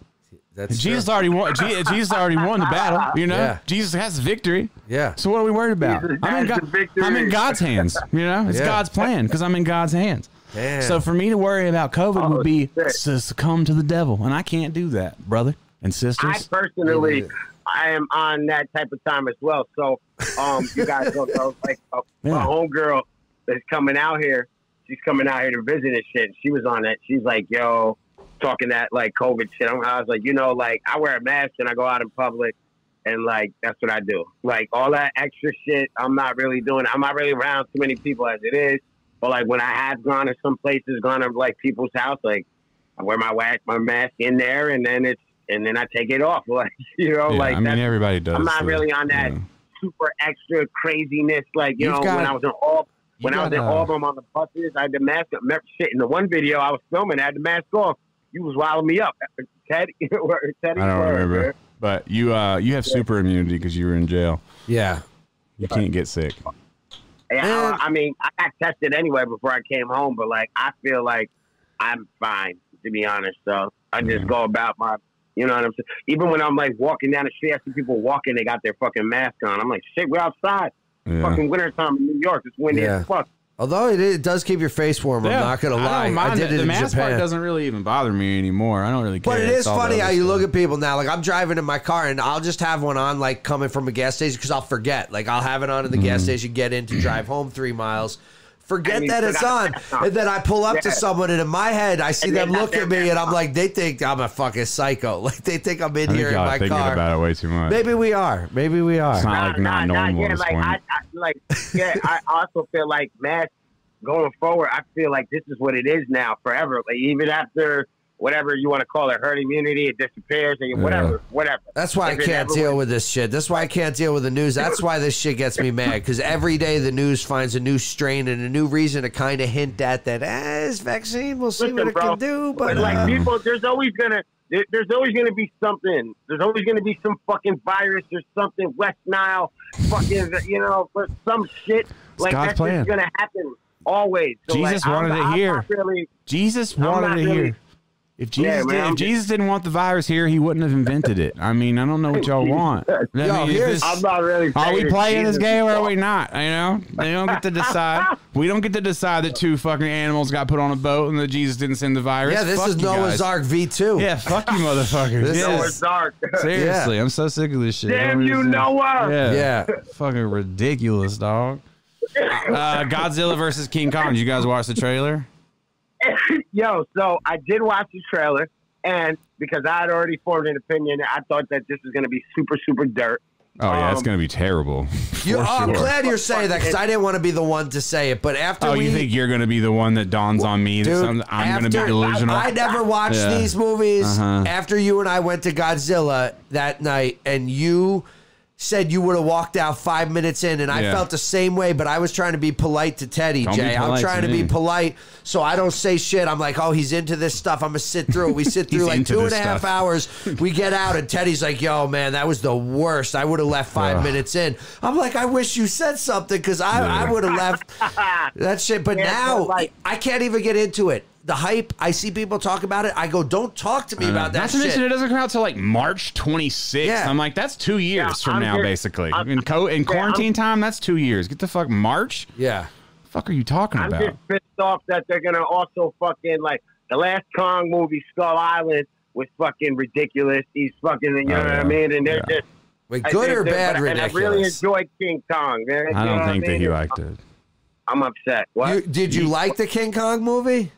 Speaker 1: That's
Speaker 2: Jesus
Speaker 1: true.
Speaker 2: already won. Je- Jesus already won the battle. You know,
Speaker 1: Yeah.
Speaker 2: Jesus has the victory.
Speaker 1: Yeah.
Speaker 2: So what are we worried about?
Speaker 3: Jesus
Speaker 2: I'm in,
Speaker 3: has
Speaker 2: God-
Speaker 3: the victory.
Speaker 2: I'm in God's hands. You know, it's
Speaker 1: Yeah.
Speaker 2: God's plan because I'm in God's hands.
Speaker 1: Damn.
Speaker 2: So for me to worry about COVID
Speaker 3: Oh,
Speaker 2: would be
Speaker 3: shit.
Speaker 2: to succumb to the devil, and I can't do that, brother and
Speaker 3: I
Speaker 2: sisters.
Speaker 3: personally, I am on that type of time as well. So, um, you guys don't know, like uh, my
Speaker 2: Yeah.
Speaker 3: homegirl that's coming out here. She's coming out here to visit and shit. She was on that. She's like, yo, talking that like COVID shit. I'm- I was like, you know, like I wear a mask and I go out in public, and like that's what I do. Like all that extra shit, I'm not really doing. I'm not really around too many people as it is. But like when I have gone to some places, gone to like people's house, like I wear my wax, my mask in there, and then it's and then I take it off. Like you know,
Speaker 2: Yeah,
Speaker 3: like
Speaker 2: I mean,
Speaker 3: that's
Speaker 2: everybody does.
Speaker 3: I'm not
Speaker 2: so,
Speaker 3: really on that
Speaker 2: you know.
Speaker 3: super extra craziness. Like you
Speaker 2: You've
Speaker 3: know, when
Speaker 2: got-
Speaker 3: I was in all
Speaker 2: you
Speaker 3: when I was in
Speaker 2: gotta-
Speaker 3: Auburn on the buses, I had the mask. up. Remember, shit, in the one video I was filming, I had the mask off. You was wilding me up, Teddy. Teddy
Speaker 2: I don't
Speaker 3: Bird,
Speaker 2: remember, but you uh, you have super immunity because you were in jail.
Speaker 1: yeah.
Speaker 2: You can't get sick.
Speaker 3: Yeah,
Speaker 1: Man.
Speaker 3: uh, I, I mean, I got tested anyway before I came home, but like, I feel like I'm fine to be honest. So I just
Speaker 2: Yeah.
Speaker 3: go about my, you know what I'm saying. Even when I'm like walking down the street, I see people walking, they got their fucking mask on. I'm like, shit, we're outside.
Speaker 2: Yeah.
Speaker 3: Fucking winter time in New York. It's windy
Speaker 1: Yeah.
Speaker 3: as fuck.
Speaker 1: Although it, is- it does keep your face warm.
Speaker 2: Yeah,
Speaker 1: I'm not gonna
Speaker 2: I
Speaker 1: lie.
Speaker 2: don't
Speaker 1: I,
Speaker 2: mind
Speaker 1: did
Speaker 2: it.
Speaker 1: it
Speaker 2: the
Speaker 1: in
Speaker 2: mask part
Speaker 1: Japan.
Speaker 2: doesn't really even bother me anymore. I don't really care.
Speaker 1: But it is
Speaker 2: It's all
Speaker 1: funny
Speaker 2: the
Speaker 1: how
Speaker 2: other
Speaker 1: you
Speaker 2: stuff.
Speaker 1: look at people now. Like I'm driving in my car and I'll just have one on, like coming from a gas station because I'll forget. Like I'll have it on at the
Speaker 2: Mm-hmm.
Speaker 1: gas station, get in to drive home three miles, forget
Speaker 3: And you
Speaker 1: that it's
Speaker 3: forgot
Speaker 1: on,
Speaker 3: the mask on.
Speaker 1: and then I pull up to
Speaker 3: Yeah.
Speaker 1: someone and in my head I see
Speaker 3: And
Speaker 1: them
Speaker 3: they got
Speaker 1: look
Speaker 3: their
Speaker 1: at me
Speaker 3: mask
Speaker 1: and I'm
Speaker 3: on.
Speaker 1: like, they think I'm a fucking psycho. Like they think I'm in
Speaker 2: I
Speaker 1: here
Speaker 2: think
Speaker 1: in
Speaker 2: y'all are
Speaker 1: my
Speaker 2: thinking
Speaker 1: car.
Speaker 2: about it way too much.
Speaker 1: Maybe we are. Maybe we are.
Speaker 2: It's not like not normal
Speaker 3: yeah,
Speaker 2: at this
Speaker 3: like
Speaker 2: point.
Speaker 3: I, I like yeah, I also feel like mask going forward, I feel like this is what it is now forever. Like even after whatever you want to call it, herd immunity, it disappears and whatever, whatever.
Speaker 1: That's why I
Speaker 3: If it
Speaker 1: can't
Speaker 3: ever
Speaker 1: deal with this shit. That's why I can't deal with the news. That's why this shit gets me mad because every day the news finds a new strain and a new reason to kind of hint at that. Eh, this vaccine, we'll see
Speaker 3: Listen,
Speaker 1: what it
Speaker 3: bro,
Speaker 1: can do, but
Speaker 3: But like
Speaker 1: uh,
Speaker 3: people, there's always gonna there, there's always gonna be something. There's always gonna be some fucking virus or something. West Nile, fucking you know, for some shit. Like
Speaker 2: God's
Speaker 3: that's
Speaker 2: plan.
Speaker 3: just gonna happen always. So, like,
Speaker 2: Jesus
Speaker 3: I'm-
Speaker 2: wanted it
Speaker 3: I'm
Speaker 2: here.
Speaker 3: not really-
Speaker 2: Jesus
Speaker 3: I'm
Speaker 2: wanted
Speaker 3: not
Speaker 2: it
Speaker 3: really-
Speaker 2: here. If Jesus,
Speaker 3: Yeah, man,
Speaker 2: did,
Speaker 3: I'm
Speaker 2: if
Speaker 3: just-
Speaker 2: Jesus didn't want the virus here, he wouldn't have invented it. I mean, I don't know what y'all want. I mean, if
Speaker 1: here's-
Speaker 2: this-
Speaker 3: I'm not really.
Speaker 2: are we
Speaker 3: saying
Speaker 2: playing this
Speaker 3: Jesus
Speaker 2: game or
Speaker 3: is
Speaker 2: are we not? You know, they don't get to decide. We don't get to decide that two fucking animals got put on a boat and that Jesus didn't send the virus.
Speaker 1: Yeah, this
Speaker 2: Fuck
Speaker 1: is
Speaker 2: you
Speaker 1: Noah's
Speaker 2: guys.
Speaker 1: Ark V2.
Speaker 2: Yeah, fuck you, motherfuckers.
Speaker 1: This
Speaker 2: yes.
Speaker 1: is-
Speaker 3: Dark.
Speaker 2: Seriously, I'm so sick of this shit.
Speaker 3: Damn
Speaker 2: I don't
Speaker 3: you,
Speaker 2: understand.
Speaker 3: Noah.
Speaker 2: Yeah.
Speaker 1: Yeah.
Speaker 2: Fucking ridiculous, dog. Uh, Godzilla versus King Kong. Did you guys watch the trailer?
Speaker 3: Yo, so I did watch the trailer, and because I had already formed an opinion, I thought that this was going to be super, super dirt.
Speaker 2: Oh yeah, it's
Speaker 3: Um,
Speaker 2: gonna be terrible.
Speaker 1: You, oh,
Speaker 2: For
Speaker 1: I'm
Speaker 2: sure.
Speaker 1: glad you're saying that because I didn't want to be the one to say it. But after
Speaker 2: Oh,
Speaker 1: we,
Speaker 2: you think you're gonna be the one that dawns on me? That
Speaker 1: dude,
Speaker 2: something, I'm gonna
Speaker 1: after-
Speaker 2: be delusional.
Speaker 1: I, I never watched
Speaker 2: Yeah.
Speaker 1: these movies.
Speaker 2: Uh-huh.
Speaker 1: After you and I went to Godzilla that night, and you said you would have walked out five minutes in, and I
Speaker 2: Yeah.
Speaker 1: felt the same way. But I was trying to be polite to Teddy,
Speaker 2: Don't be
Speaker 1: Jay. I'm
Speaker 2: polite
Speaker 1: trying
Speaker 2: to
Speaker 1: to be
Speaker 2: me.
Speaker 1: polite, so I don't say shit. I'm like, oh, he's into this stuff. I'm gonna sit through it. We sit through
Speaker 2: He's
Speaker 1: like
Speaker 2: into
Speaker 1: two and
Speaker 2: this
Speaker 1: a half
Speaker 2: stuff.
Speaker 1: hours. We get out, and Teddy's like, yo, man, that was the worst. I would have left five
Speaker 2: Ugh.
Speaker 1: minutes in. I'm like, I wish you said something because I, I
Speaker 2: Yeah.
Speaker 1: would have left. That shit, but
Speaker 3: Yeah,
Speaker 1: now
Speaker 3: but, like-
Speaker 1: I can't even get into it. The hype, I see people talk about it. I go, don't talk to me about that
Speaker 2: Not to mention it
Speaker 1: shit.
Speaker 2: doesn't come out till like March 26th.
Speaker 1: Yeah.
Speaker 2: I'm like, that's two years
Speaker 3: Yeah,
Speaker 2: from
Speaker 3: I'm
Speaker 2: now,
Speaker 3: here-
Speaker 2: basically.
Speaker 3: I'm-
Speaker 2: in co- in
Speaker 3: Yeah, I'm-
Speaker 2: quarantine time, that's two years. Get the fuck March.
Speaker 1: Yeah.
Speaker 2: Fuck are you talking
Speaker 3: I'm
Speaker 2: about?
Speaker 3: just pissed off that they're going to also fucking, like, the last Kong movie, Skull Island, was fucking ridiculous. He's fucking, you know
Speaker 2: Oh,
Speaker 3: what
Speaker 2: yeah.
Speaker 3: I mean? And they're
Speaker 2: Yeah.
Speaker 3: just.
Speaker 1: Wait,
Speaker 3: I
Speaker 1: good
Speaker 3: think
Speaker 1: or
Speaker 3: they're-
Speaker 1: bad,
Speaker 3: but- And I really
Speaker 1: ridiculous.
Speaker 3: enjoyed King Kong, man. You
Speaker 2: I
Speaker 3: know
Speaker 2: don't
Speaker 3: what
Speaker 2: think that
Speaker 3: mean?
Speaker 2: he liked it.
Speaker 3: I'm upset. What?
Speaker 1: You- did you like the King Kong movie?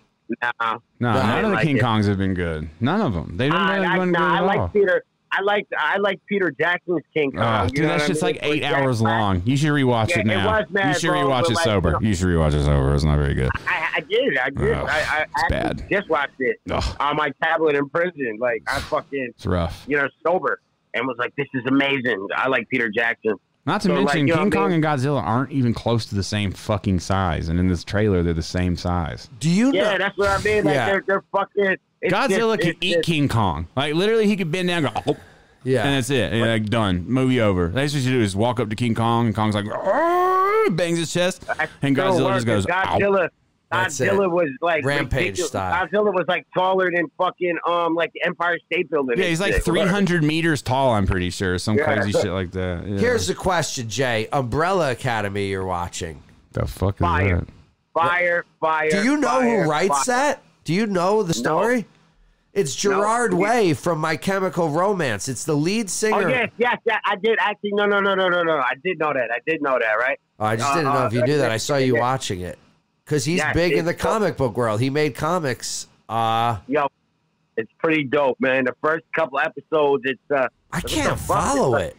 Speaker 3: nah.
Speaker 2: No,
Speaker 1: No, I
Speaker 2: none of
Speaker 3: didn't
Speaker 2: the
Speaker 3: like
Speaker 2: King
Speaker 3: it.
Speaker 2: Kongs have been good. None of them. They didn't
Speaker 3: I,
Speaker 2: really
Speaker 3: I,
Speaker 2: run good
Speaker 3: nah, I
Speaker 2: at all.
Speaker 3: like Peter. I like I like Peter Jackson's King Kong.
Speaker 2: Ah,
Speaker 3: you
Speaker 2: dude,
Speaker 3: know
Speaker 2: that
Speaker 3: what I
Speaker 2: shit's
Speaker 3: mean?
Speaker 2: like eight
Speaker 3: With Jack
Speaker 2: hours
Speaker 3: Black.
Speaker 2: long. You should rewatch
Speaker 3: Yeah,
Speaker 2: it
Speaker 3: it
Speaker 2: now.
Speaker 3: was mad
Speaker 2: you should
Speaker 3: long,
Speaker 2: rewatch
Speaker 3: but,
Speaker 2: it
Speaker 3: like,
Speaker 2: sober.
Speaker 3: you know-
Speaker 2: you should rewatch it sober. It's not very good.
Speaker 3: I, I did. I did.
Speaker 2: Ugh,
Speaker 3: I, I
Speaker 2: it's
Speaker 3: actually
Speaker 2: bad.
Speaker 3: just watched it
Speaker 2: Ugh,
Speaker 3: on my tablet in prison. Like I fucking,
Speaker 2: it's rough.
Speaker 3: you know, sober and was like, "This is amazing." I like Peter Jackson.
Speaker 2: Not to
Speaker 3: So, like,
Speaker 2: mention,
Speaker 3: you know
Speaker 2: King
Speaker 3: what I
Speaker 2: Kong
Speaker 3: mean?
Speaker 2: and Godzilla aren't even close to the same fucking size. And in this trailer, they're the same size.
Speaker 1: Do you
Speaker 3: Yeah,
Speaker 1: know?
Speaker 3: that's what I mean. Like
Speaker 1: Yeah.
Speaker 3: they're they're fucking. It's
Speaker 2: Godzilla
Speaker 3: just,
Speaker 2: could
Speaker 3: it's
Speaker 2: eat
Speaker 3: just-
Speaker 2: King Kong. Like literally, he could bend down, and go, "Oh," and
Speaker 1: Yeah.
Speaker 2: that's it. And, like done, movie over. That's what you do is walk up to King Kong, and Kong's like, "Arr!" bangs his chest, and
Speaker 3: Still
Speaker 2: Godzilla
Speaker 3: works,
Speaker 2: just goes, "Ow."
Speaker 3: Godzilla.
Speaker 1: That's it.
Speaker 3: Godzilla was like
Speaker 1: Rampage
Speaker 3: ridiculous.
Speaker 1: style.
Speaker 3: Godzilla was like taller than fucking um like the Empire State Building.
Speaker 2: Yeah, he's like
Speaker 3: Shit.
Speaker 2: 300 meters tall. I'm pretty sure some
Speaker 3: Yeah.
Speaker 2: crazy shit like that. Yeah.
Speaker 1: Here's the question, Jay. Umbrella Academy, you're watching.
Speaker 2: the fuck is
Speaker 3: Fire.
Speaker 2: that?
Speaker 3: Fire, fire.
Speaker 1: Do you know
Speaker 3: fire,
Speaker 1: who writes
Speaker 3: fire.
Speaker 1: that? Do you know the story? It's Gerard
Speaker 3: No.
Speaker 1: Way from My Chemical Romance. It's the lead singer.
Speaker 3: Oh yes, yes, yeah, I did actually. No, no, no, no, no, no. I did know that. I did know that. Right.
Speaker 1: Oh, I just didn't
Speaker 3: Uh,
Speaker 1: know
Speaker 3: uh,
Speaker 1: if you knew that. I saw you
Speaker 3: yeah.
Speaker 1: watching it because he's
Speaker 3: Yeah,
Speaker 1: big in
Speaker 3: it's
Speaker 1: the
Speaker 3: cool.
Speaker 1: comic book world. He made comics. Uh,
Speaker 3: Yo, it's pretty dope, man. The first couple episodes, it's uh,
Speaker 1: I
Speaker 3: the
Speaker 1: can't
Speaker 3: fuck?
Speaker 1: follow
Speaker 3: It's
Speaker 1: it.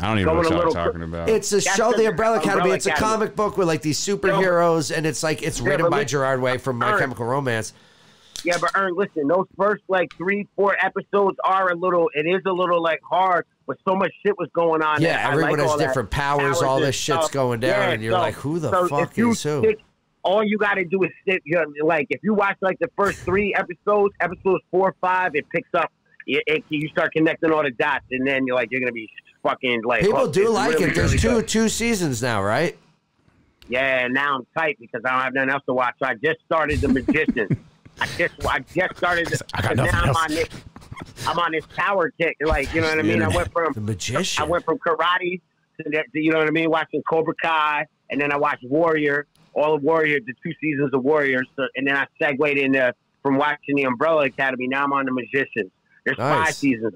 Speaker 2: I don't even know
Speaker 3: Going
Speaker 2: what
Speaker 3: a
Speaker 2: y'all are
Speaker 3: little-
Speaker 2: talking about.
Speaker 1: It's a
Speaker 3: uh, That's
Speaker 1: show, The
Speaker 3: the
Speaker 1: Umbrella Academy.
Speaker 3: Umbrella
Speaker 1: it's a
Speaker 3: Academy.
Speaker 1: comic book with like these superheroes, and it's like it's
Speaker 3: Yeah,
Speaker 1: written
Speaker 3: but
Speaker 1: by
Speaker 3: look-
Speaker 1: Gerard Way from My
Speaker 3: Alright.
Speaker 1: Chemical Romance.
Speaker 3: Yeah, but Ern, listen, those first like three, four episodes are a little. It is a little like hard, but so much shit was going on.
Speaker 1: Yeah,
Speaker 3: that I
Speaker 1: everyone
Speaker 3: like all
Speaker 1: has
Speaker 3: that.
Speaker 1: different powers.
Speaker 3: powers
Speaker 1: All
Speaker 3: and
Speaker 1: this shit's
Speaker 3: stuff.
Speaker 1: going down,
Speaker 3: Yeah,
Speaker 1: and you're
Speaker 3: so-
Speaker 1: like, who the
Speaker 3: so if
Speaker 1: fuck
Speaker 3: you
Speaker 1: is who?
Speaker 3: stick- all you got to do is sit. You know, like if you watch like the first three episodes, episodes four, five, it picks up. It, it, you start connecting all the dots, and then you're like, you're gonna be fucking like.
Speaker 1: People
Speaker 3: hooked.
Speaker 1: do
Speaker 3: It's
Speaker 1: like
Speaker 3: really,
Speaker 1: it. There's
Speaker 3: really
Speaker 1: two
Speaker 3: good.
Speaker 1: two seasons now, right?
Speaker 3: Yeah, now I'm tight because I don't have nothing else to watch. So I just started The Magician. I just I just started.
Speaker 2: I got
Speaker 3: and
Speaker 2: nothing
Speaker 3: now
Speaker 2: else.
Speaker 3: I'm on this. I'm on this power kick. Like you know what I mean. I went from
Speaker 1: The Magician.
Speaker 3: I went from karate to that, you know what I mean, watching Cobra Kai, and then I watched Warrior, all of Warrior, the two seasons of Warrior, so, and then I segued into from watching the Umbrella Academy. Now I'm on the Magicians. There's five
Speaker 1: Nice.
Speaker 3: seasons,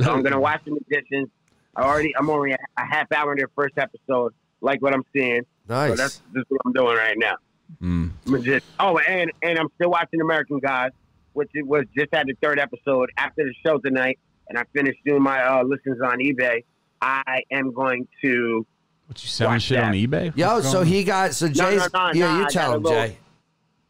Speaker 3: so I'm gonna watch the Magicians. I already, I'm only a half hour in their first episode. Like what I'm seeing, so
Speaker 1: nice.
Speaker 3: that's just what I'm doing right now.
Speaker 2: Mm.
Speaker 3: Magician. Oh, and and I'm still watching American Gods, which it was just at the third episode after the show tonight, and I finished doing my uh, listens on eBay. I am going to.
Speaker 2: What you selling
Speaker 3: watch
Speaker 2: shit
Speaker 3: that.
Speaker 2: on eBay?
Speaker 1: Yo,
Speaker 2: What's
Speaker 1: so
Speaker 2: going
Speaker 1: he got so
Speaker 3: No, no,
Speaker 1: Jay's.
Speaker 3: no,
Speaker 1: yeah,
Speaker 3: no,
Speaker 1: you
Speaker 3: I
Speaker 1: tell
Speaker 3: got a
Speaker 1: him,
Speaker 3: little-
Speaker 1: Jay.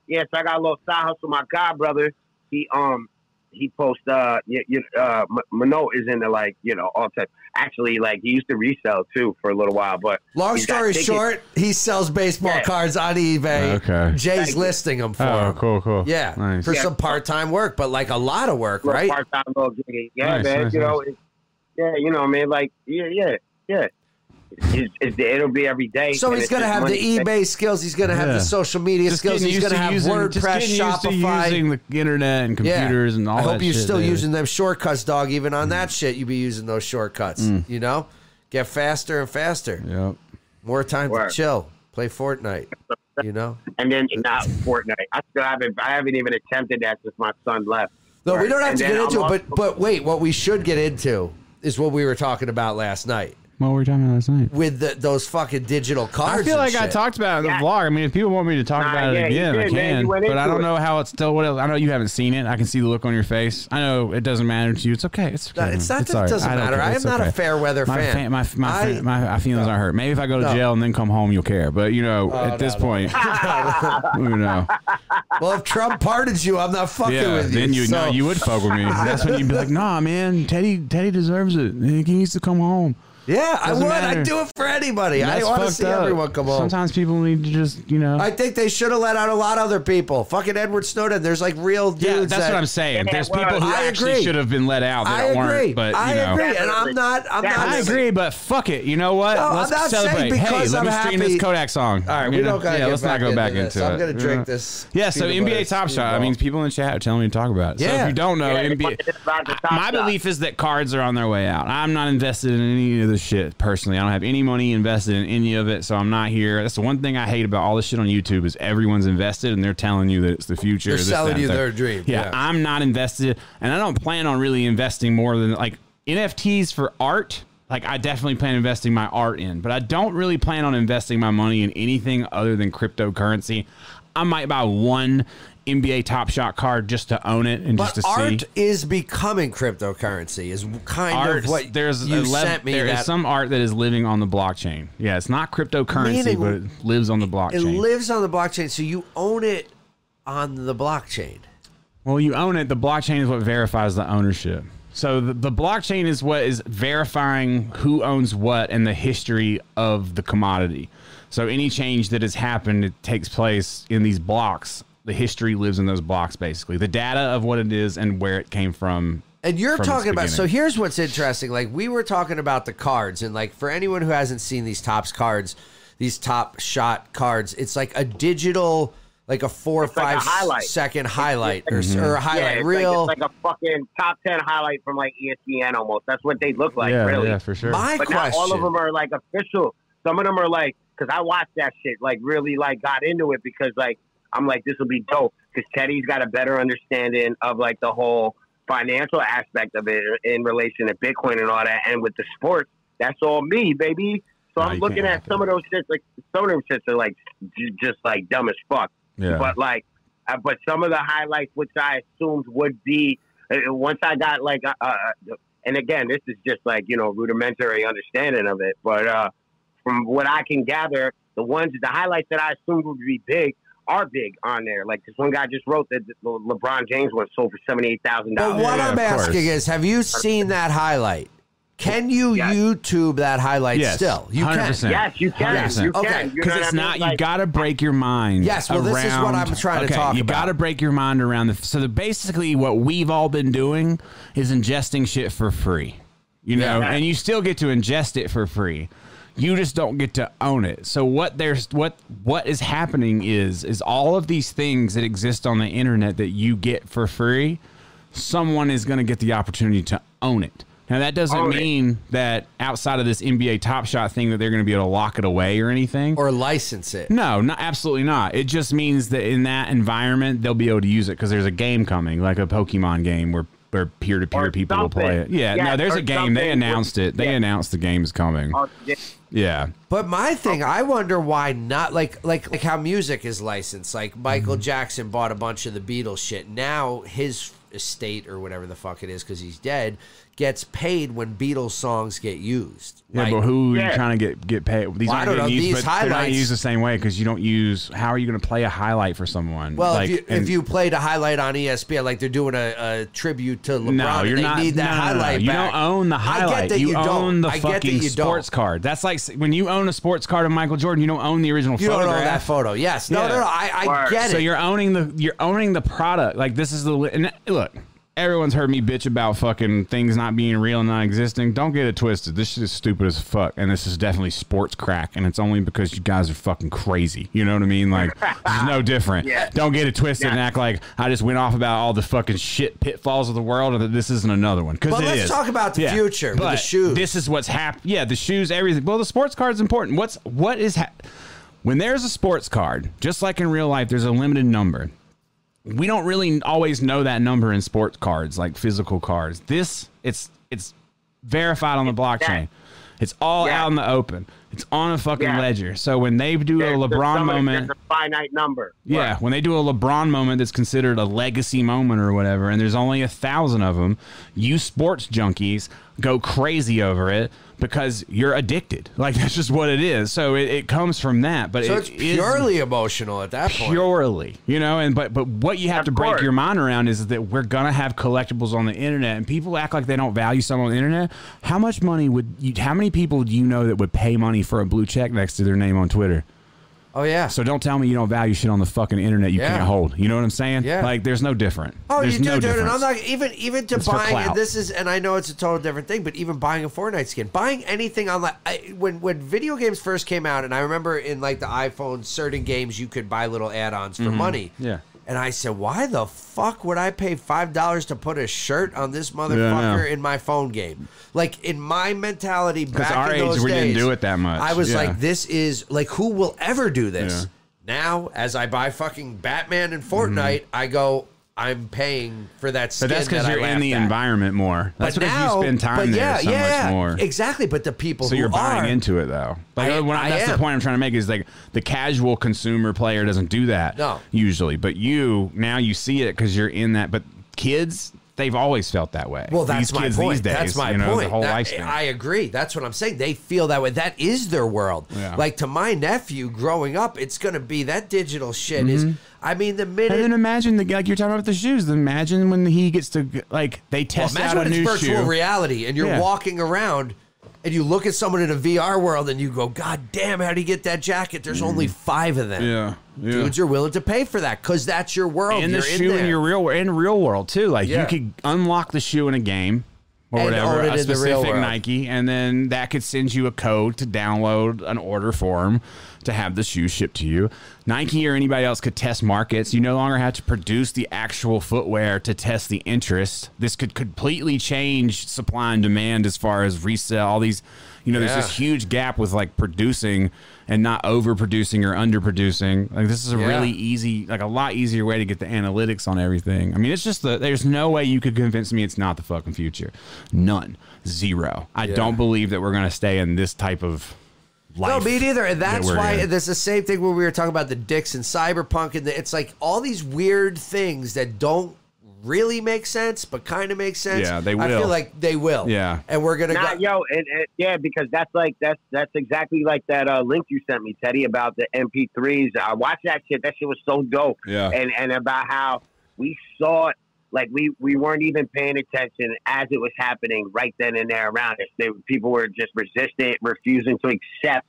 Speaker 3: Yes, I got a little side hustle. My god brother, he um he posts uh you, you, uh M- Minot is into like you know all type. Actually, like he used to resell too for a little while, but
Speaker 1: Long
Speaker 3: He's got
Speaker 1: story
Speaker 3: tickets.
Speaker 1: short, he sells baseball
Speaker 3: Yeah. Oh,
Speaker 1: cards on eBay.
Speaker 2: Okay.
Speaker 1: Jay's
Speaker 3: Thank you.
Speaker 1: listing them for
Speaker 2: Oh,
Speaker 1: him.
Speaker 2: cool, cool.
Speaker 1: Yeah,
Speaker 2: Nice.
Speaker 1: for
Speaker 3: Yeah.
Speaker 1: some part time work, but like a lot of work,
Speaker 3: little
Speaker 1: right?
Speaker 3: part-time little gig. Yeah,
Speaker 2: Nice,
Speaker 3: man.
Speaker 2: nice,
Speaker 3: you know, it's, yeah, you know, man. Like, yeah, yeah, yeah. It's, it's, it'll be every day.
Speaker 1: So
Speaker 3: and
Speaker 1: he's
Speaker 3: it's
Speaker 1: gonna
Speaker 3: just
Speaker 1: have the
Speaker 3: money.
Speaker 1: eBay skills. He's gonna have the
Speaker 2: Yeah.
Speaker 1: social media
Speaker 2: Just
Speaker 1: skills.
Speaker 2: getting
Speaker 1: He's
Speaker 2: used
Speaker 1: gonna
Speaker 2: to
Speaker 1: have
Speaker 2: using- just
Speaker 1: WordPress,
Speaker 2: getting used to
Speaker 1: Shopify.
Speaker 2: using the internet and computers and all
Speaker 1: I
Speaker 2: that.
Speaker 1: hope you're
Speaker 2: shit,
Speaker 1: still
Speaker 2: dude. Mm.
Speaker 1: using them shortcuts, dog. Even on that shit, you be using those shortcuts. You know, get faster and faster.
Speaker 2: Yep.
Speaker 1: More time
Speaker 3: Word.
Speaker 1: to chill, play Fortnite. You know,
Speaker 3: and then not Fortnite. I still haven't. I haven't even attempted that since my son left.
Speaker 1: no, we don't have
Speaker 3: And
Speaker 1: to
Speaker 3: then
Speaker 1: get into
Speaker 3: I'm
Speaker 1: it. But but wait, what we should get into is what we were talking about last night
Speaker 2: What were we talking about last night?
Speaker 1: with the, those fucking digital cards.
Speaker 2: I feel
Speaker 1: and
Speaker 2: like I
Speaker 1: shit.
Speaker 2: talked about it in the
Speaker 3: Yeah.
Speaker 2: vlog. I mean, if people want me to talk
Speaker 3: Nah,
Speaker 2: about it
Speaker 3: yeah,
Speaker 2: again,
Speaker 3: you
Speaker 2: I
Speaker 3: did, man.
Speaker 2: can.
Speaker 3: You went
Speaker 2: But I
Speaker 3: into
Speaker 2: don't
Speaker 3: it.
Speaker 2: know how it's still. What else? I know you haven't seen it. I can see the look on your face. I know it doesn't matter to you. It's okay. It's okay.
Speaker 1: No,
Speaker 2: man.
Speaker 1: it's not that
Speaker 2: all
Speaker 1: it
Speaker 2: right.
Speaker 1: doesn't
Speaker 2: I don't
Speaker 1: matter.
Speaker 2: care.
Speaker 1: I am
Speaker 2: It's
Speaker 1: not a
Speaker 2: okay.
Speaker 1: fair weather
Speaker 2: my
Speaker 1: fan.
Speaker 2: fa- my f- my,
Speaker 1: I-
Speaker 2: fa- my, my feelings aren't hurt. Maybe if I go to
Speaker 1: No.
Speaker 2: jail and then come home, you'll care. But you know,
Speaker 1: no,
Speaker 2: at this
Speaker 1: no.
Speaker 2: point, you know,
Speaker 1: Well, if Trump pardons you, I'm not fucking
Speaker 2: yeah.
Speaker 1: with you.
Speaker 2: Then you
Speaker 1: so.
Speaker 2: know you would fuck with me. That's when you'd be like, Nah, man, Teddy, Teddy deserves it. He needs to come home.
Speaker 1: Yeah, I would.
Speaker 2: Doesn't
Speaker 1: I'd
Speaker 2: matter.
Speaker 1: do it for anybody. I
Speaker 2: That's
Speaker 1: want to
Speaker 2: fucked
Speaker 1: see
Speaker 2: up.
Speaker 1: everyone come home.
Speaker 2: Sometimes people need to just, you know.
Speaker 1: I think they should have let out a lot of other people. Fucking Edward Snowden. There's like real dudes.
Speaker 2: Yeah, that's
Speaker 1: that,
Speaker 2: what I'm saying.
Speaker 3: Yeah,
Speaker 2: There's
Speaker 3: well,
Speaker 2: people who
Speaker 1: I
Speaker 2: actually
Speaker 1: agree.
Speaker 2: should have been let out that
Speaker 1: I agree.
Speaker 2: weren't. But you
Speaker 1: I
Speaker 2: know,
Speaker 1: agree, and I'm not. I'm
Speaker 3: That-
Speaker 1: not.
Speaker 2: I agree. But fuck it. You know what?
Speaker 1: No, I'm
Speaker 2: let's
Speaker 1: not saying
Speaker 2: celebrate. Hey,
Speaker 1: because
Speaker 2: let me
Speaker 1: I'm
Speaker 2: stream
Speaker 1: happy.
Speaker 2: this Kodak song.
Speaker 1: All right,
Speaker 2: You
Speaker 1: we
Speaker 2: know?
Speaker 1: don't gotta
Speaker 2: Yeah,
Speaker 1: get
Speaker 2: let's
Speaker 1: back
Speaker 2: not go
Speaker 1: into
Speaker 2: back
Speaker 1: this.
Speaker 2: into it.
Speaker 1: I'm gonna
Speaker 2: You
Speaker 1: drink
Speaker 2: know?
Speaker 1: this
Speaker 2: Yeah, so
Speaker 1: peanut butter
Speaker 2: NBA Top Shot. I
Speaker 1: screwball.
Speaker 2: mean, people in the chat are telling me to talk about it. So
Speaker 1: Yeah.
Speaker 2: if you don't know,
Speaker 3: Yeah, they
Speaker 2: NBA.
Speaker 3: fucking about to top
Speaker 2: My
Speaker 3: shot.
Speaker 2: belief is that cards are on their way out. I'm not invested in any of this shit personally. I don't have any money invested in any of it, so I'm not here. That's the one thing I hate about all this shit on YouTube is everyone's invested and they're telling you that it's the future.
Speaker 1: They're
Speaker 2: this,
Speaker 1: selling
Speaker 2: that, and
Speaker 1: you
Speaker 2: the
Speaker 1: their
Speaker 2: third.
Speaker 1: dream.
Speaker 2: Yeah,
Speaker 1: Yeah.
Speaker 2: I'm not invested, and I don't plan on really investing more than like NFTs for art. Like I definitely plan on investing my art in, but I don't really plan on investing my money in anything other than cryptocurrency. I might buy one NBA Top Shot card just to own it and
Speaker 1: But
Speaker 2: just to
Speaker 1: art
Speaker 2: see.
Speaker 1: is becoming cryptocurrency. Is kind
Speaker 2: Art,
Speaker 1: of what
Speaker 2: there's
Speaker 1: you
Speaker 2: a lev-
Speaker 1: sent me
Speaker 2: there is
Speaker 1: that.
Speaker 2: some art that is living on the blockchain. Yeah, it's not cryptocurrency,
Speaker 1: Meaning-
Speaker 2: but it lives on the
Speaker 1: it
Speaker 2: blockchain.
Speaker 1: lives on the blockchain, so you own it on the blockchain.
Speaker 2: Well, you own it. The blockchain is what verifies the ownership. So the, the blockchain is what is verifying who owns what and the history of the commodity. So any change that has happened, it takes place in these blocks. The history lives in those blocks, basically. The data of what it is and where it came from.
Speaker 1: And you're
Speaker 2: from its
Speaker 1: talking about so
Speaker 2: beginning.
Speaker 1: here's what's interesting. Like we were talking about the cards, and like for anyone who hasn't seen these tops cards, these top shot cards, it's like a digital, like a four or
Speaker 3: like a
Speaker 1: five
Speaker 3: highlight.
Speaker 1: second highlight or, s- or a
Speaker 3: Yeah,
Speaker 1: highlight
Speaker 3: it's
Speaker 1: reel.
Speaker 3: Like, it's like a fucking top ten highlight from like E ESPN almost. That's what they look like,
Speaker 2: yeah,
Speaker 3: really.
Speaker 2: yeah, for sure.
Speaker 1: My
Speaker 3: but not
Speaker 1: question.
Speaker 3: all of them are like official. Some of them are like, because I watched that shit, like really like got into it because like I'm like this will be dope because Teddy's got a better understanding of like the whole financial aspect of it in relation to Bitcoin and all that, and with the sports. That's all me, baby. So
Speaker 2: No,
Speaker 3: I'm
Speaker 2: you
Speaker 3: looking
Speaker 2: can't
Speaker 3: at
Speaker 2: have
Speaker 3: some of those shits, like some of them shits are like j- just like dumb as fuck.
Speaker 2: yeah.
Speaker 3: But like, uh, but some of the highlights, which I assumed would be uh, once I got like, uh, uh, and again, this is just like you know rudimentary understanding of it. But uh, from what I can gather, the ones the highlights that I assumed would be big are big on there. Like this one guy just wrote that the LeBron James one sold for seventy eight thousand
Speaker 1: but
Speaker 3: dollars.
Speaker 1: what
Speaker 2: yeah,
Speaker 1: I'm
Speaker 2: of course.
Speaker 1: asking is, have you seen that highlight? Can you
Speaker 3: Yes.
Speaker 1: YouTube that highlight
Speaker 2: Yes.
Speaker 1: still? You can.
Speaker 2: 100%.
Speaker 3: Yes, you can.
Speaker 2: 100%.
Speaker 3: You can.
Speaker 1: Okay,
Speaker 3: You know
Speaker 2: Because
Speaker 3: what
Speaker 2: it's
Speaker 3: I mean?
Speaker 2: not, you
Speaker 3: Like,
Speaker 2: got to break your mind.
Speaker 1: Yes, well, this is what
Speaker 2: around-
Speaker 1: I'm trying to
Speaker 2: okay,
Speaker 1: talk
Speaker 2: You
Speaker 1: about.
Speaker 2: got to break your mind around the. So, the, basically, what we've all been doing is ingesting shit for free, you know,
Speaker 3: Yeah.
Speaker 2: and you still get to ingest it for free. You just don't get to own it. So what there's what what is happening is is all of these things that exist on the internet that you get for free, someone is going to get the opportunity to own it. Now that doesn't
Speaker 3: Own it.
Speaker 2: mean that outside of this NBA Top Shot thing that they're going to be able to lock it away or anything.
Speaker 1: Or license it.
Speaker 2: No, not absolutely not. It just means that in that environment they'll be able to use it because there's a game coming, like a Pokemon game where where peer to peer
Speaker 3: Or
Speaker 2: people will play it.
Speaker 3: something.
Speaker 2: Yeah,
Speaker 3: Yes,
Speaker 2: no, there's
Speaker 3: or
Speaker 2: a game. They
Speaker 3: something.
Speaker 2: announced it. They
Speaker 3: Yeah.
Speaker 2: announced the game's coming.
Speaker 3: oh, yeah.
Speaker 2: Yeah,
Speaker 1: But my
Speaker 2: Oh.
Speaker 1: thing, I wonder why not like like like how music is licensed. Like Michael
Speaker 2: Mm-hmm.
Speaker 1: Jackson bought a bunch of the Beatles shit. Now his estate or whatever the fuck it is cuz he's dead gets paid when Beatles songs get used.
Speaker 2: yeah,
Speaker 1: Like,
Speaker 2: but who are you
Speaker 3: Yeah.
Speaker 2: trying to get get paid? These
Speaker 1: Well, I
Speaker 2: aren't
Speaker 1: don't know.
Speaker 2: getting used,
Speaker 1: These
Speaker 2: but they're not
Speaker 1: highlights-
Speaker 2: used the same way because you don't use. How are you going to play a highlight for someone?
Speaker 1: well, if
Speaker 2: Like,
Speaker 1: you
Speaker 2: and-
Speaker 1: if you played a highlight on E ESPN, like they're doing a, a tribute to LeBron,
Speaker 2: No,
Speaker 1: and
Speaker 2: you're
Speaker 1: they
Speaker 2: not.
Speaker 1: need that
Speaker 2: no, no, no, no.
Speaker 1: highlight.
Speaker 2: You
Speaker 1: back.
Speaker 2: don't own the
Speaker 1: I
Speaker 2: highlight.
Speaker 1: get that
Speaker 2: you,
Speaker 1: you,
Speaker 2: own
Speaker 1: don't.
Speaker 2: the
Speaker 1: I get
Speaker 2: fucking
Speaker 1: that you
Speaker 2: sports
Speaker 1: don't.
Speaker 2: card. That's like s- when you own a sports card of Michael Jordan. You don't own the original
Speaker 1: You don't
Speaker 2: photograph.
Speaker 1: own that photo. Yes. No,
Speaker 2: Yeah.
Speaker 1: no, no. I, I
Speaker 3: Word.
Speaker 1: get it.
Speaker 2: So you're owning the you're owning the product. Like this is the li- and look. Everyone's heard me bitch about fucking things not being real and non-existing. Don't get it twisted. This shit is stupid as fuck, and this is definitely sports crack. And it's only because you guys are fucking crazy. You know what I mean? Like this is no different.
Speaker 3: Yeah.
Speaker 2: Don't get it twisted and
Speaker 3: Yeah.
Speaker 2: act like I just went off about all the fucking shit pitfalls of the world, or that this isn't another one. Because
Speaker 1: But let's talk about the future with the shoes.
Speaker 2: This is what's happened. Yeah, the shoes, everything. Well, the sports card's important. What's what is hap When there's a sports card, just like in real life, there's a limited number. We don't really always know that number in sports cards, like physical cards. This it's it's verified on the blockchain. It's all
Speaker 3: Yeah.
Speaker 2: out in the open. It's on a fucking
Speaker 3: Yeah.
Speaker 2: ledger. So when they do
Speaker 3: There's-
Speaker 2: a
Speaker 3: there's
Speaker 2: LeBron
Speaker 3: somebody-
Speaker 2: moment,
Speaker 3: There's a finite number.
Speaker 2: yeah, when they do a LeBron moment that's considered a legacy moment or whatever, and there's only a thousand of them, you sports junkies go crazy over it because you're addicted. Like that's just what it is. So it, it comes from that, but
Speaker 1: So
Speaker 2: it
Speaker 1: it's
Speaker 2: is
Speaker 1: purely emotional at that point.
Speaker 2: purely, you know. And but but what you have
Speaker 3: Of
Speaker 2: to break
Speaker 3: course.
Speaker 2: your mind around is that we're gonna have collectibles on the internet, and people act like they don't value something on the internet. How much money would you? How many people do you know that would pay money for a blue check next to their name on Twitter?
Speaker 1: Oh yeah.
Speaker 2: So don't tell me you don't value shit on the fucking internet you
Speaker 1: Yeah.
Speaker 2: can't hold. You know what I'm saying?
Speaker 1: Yeah.
Speaker 2: Like there's no different.
Speaker 1: Oh,
Speaker 2: there's
Speaker 1: you do,
Speaker 2: no
Speaker 1: dude. And
Speaker 2: difference.
Speaker 1: I'm not even even to
Speaker 2: It's for
Speaker 1: buying.
Speaker 2: clout.
Speaker 1: And this is, and I know it's a total different thing, but even buying a Fortnite skin, buying anything online. I, when when video games first came out, and I remember in like the iPhone, certain games you could buy little add-ons for money.
Speaker 2: Mm-hmm. Yeah.
Speaker 1: And I said, why the fuck would I pay five dollars to put a shirt on this
Speaker 2: know.
Speaker 1: motherfucker in my phone game? Like in my mentality, back
Speaker 2: our
Speaker 1: in
Speaker 2: age,
Speaker 1: those
Speaker 2: we didn't
Speaker 1: days,
Speaker 2: do it that much.
Speaker 1: I was
Speaker 2: Yeah.
Speaker 1: like, this is like, who will ever do this?
Speaker 2: Yeah.
Speaker 1: Now, as I buy fucking Batman and Fortnite, I go, I'm paying for that skin.
Speaker 2: Mm-hmm. but that's
Speaker 1: because
Speaker 2: because you're in the environment more. That's
Speaker 1: but
Speaker 2: because
Speaker 1: now,
Speaker 2: you spend time
Speaker 1: but
Speaker 2: there
Speaker 1: yeah,
Speaker 2: so
Speaker 1: yeah,
Speaker 2: much more.
Speaker 1: Exactly, but the people
Speaker 2: So
Speaker 1: who
Speaker 2: you're buying
Speaker 1: are,
Speaker 2: into it though. Like
Speaker 1: I-
Speaker 2: when I,
Speaker 1: I
Speaker 2: that's
Speaker 1: am.
Speaker 2: the point I'm trying to make is like the casual consumer player doesn't do that
Speaker 1: No.
Speaker 2: usually, but you now you see it because you're in that. But kids, they've always felt that way.
Speaker 1: Well, that's
Speaker 2: These
Speaker 1: my
Speaker 2: kids
Speaker 1: point.
Speaker 2: These days,
Speaker 1: that's my
Speaker 2: you know,
Speaker 1: point.
Speaker 2: The whole
Speaker 1: That-
Speaker 2: lifespan.
Speaker 1: I agree. That's what I'm saying. They feel that way. That is their world.
Speaker 2: Yeah.
Speaker 1: Like to my nephew growing up, it's going to be that digital shit is. I mean, the minute
Speaker 2: Mm-hmm. And then imagine the like you're talking about the shoes. then Imagine when he gets to like they
Speaker 1: Well,
Speaker 2: test
Speaker 1: imagine
Speaker 2: out
Speaker 1: when
Speaker 2: a new
Speaker 1: it's virtual
Speaker 2: shoe.
Speaker 1: reality and you're
Speaker 2: Yeah.
Speaker 1: walking around and you look at someone in a VR world and you go, God damn, how'd he get that jacket? There's only five of them.
Speaker 2: Mm. yeah, yeah.
Speaker 1: Dudes are willing to pay for that because that's your world.
Speaker 2: and
Speaker 1: Oh, you're
Speaker 2: the shoe
Speaker 1: in
Speaker 2: in,
Speaker 1: there.
Speaker 2: your real in real world too. Like
Speaker 1: Yeah.
Speaker 2: you could unlock the shoe in a game or
Speaker 1: And
Speaker 2: whatever,
Speaker 1: own it
Speaker 2: a
Speaker 1: in the real
Speaker 2: specific
Speaker 1: world.
Speaker 2: Nike, and then that could send you a code to download an order form to have the shoe shipped to you. Nike or anybody else could test markets. You no longer have to produce the actual footwear to test the interest. This could completely change supply and demand as far as resale. All these, you know,
Speaker 1: Yeah.
Speaker 2: there's this huge gap with like producing and not overproducing or underproducing. Like this is a
Speaker 1: Yeah.
Speaker 2: really easy, like a lot easier way to get the analytics on everything. I mean, it's just the there's no way you could convince me it's not the fucking future. None, zero. I don't believe that we're gonna stay in this type of
Speaker 1: No,
Speaker 2: life.
Speaker 1: me neither. And
Speaker 2: that
Speaker 1: that's
Speaker 2: we're
Speaker 1: why
Speaker 2: in.
Speaker 1: that's the same thing when we were talking about the dicks and cyberpunk, and the, it's like all these weird things that don't really make sense, but kind of make sense.
Speaker 2: Yeah, they
Speaker 1: I feel
Speaker 2: will.
Speaker 1: like they will.
Speaker 2: Yeah.
Speaker 1: and we're gonna
Speaker 3: Nah,
Speaker 1: go.
Speaker 3: yo, and, and- yeah, because that's like that's that's exactly like that uh, link you sent me, Teddy, about the MP3s. I watched that shit. That shit was so dope.
Speaker 2: Yeah.
Speaker 3: and and about how we saw it, like we we weren't even paying attention as it was happening right then and there around us. They, people were just resistant, refusing to accept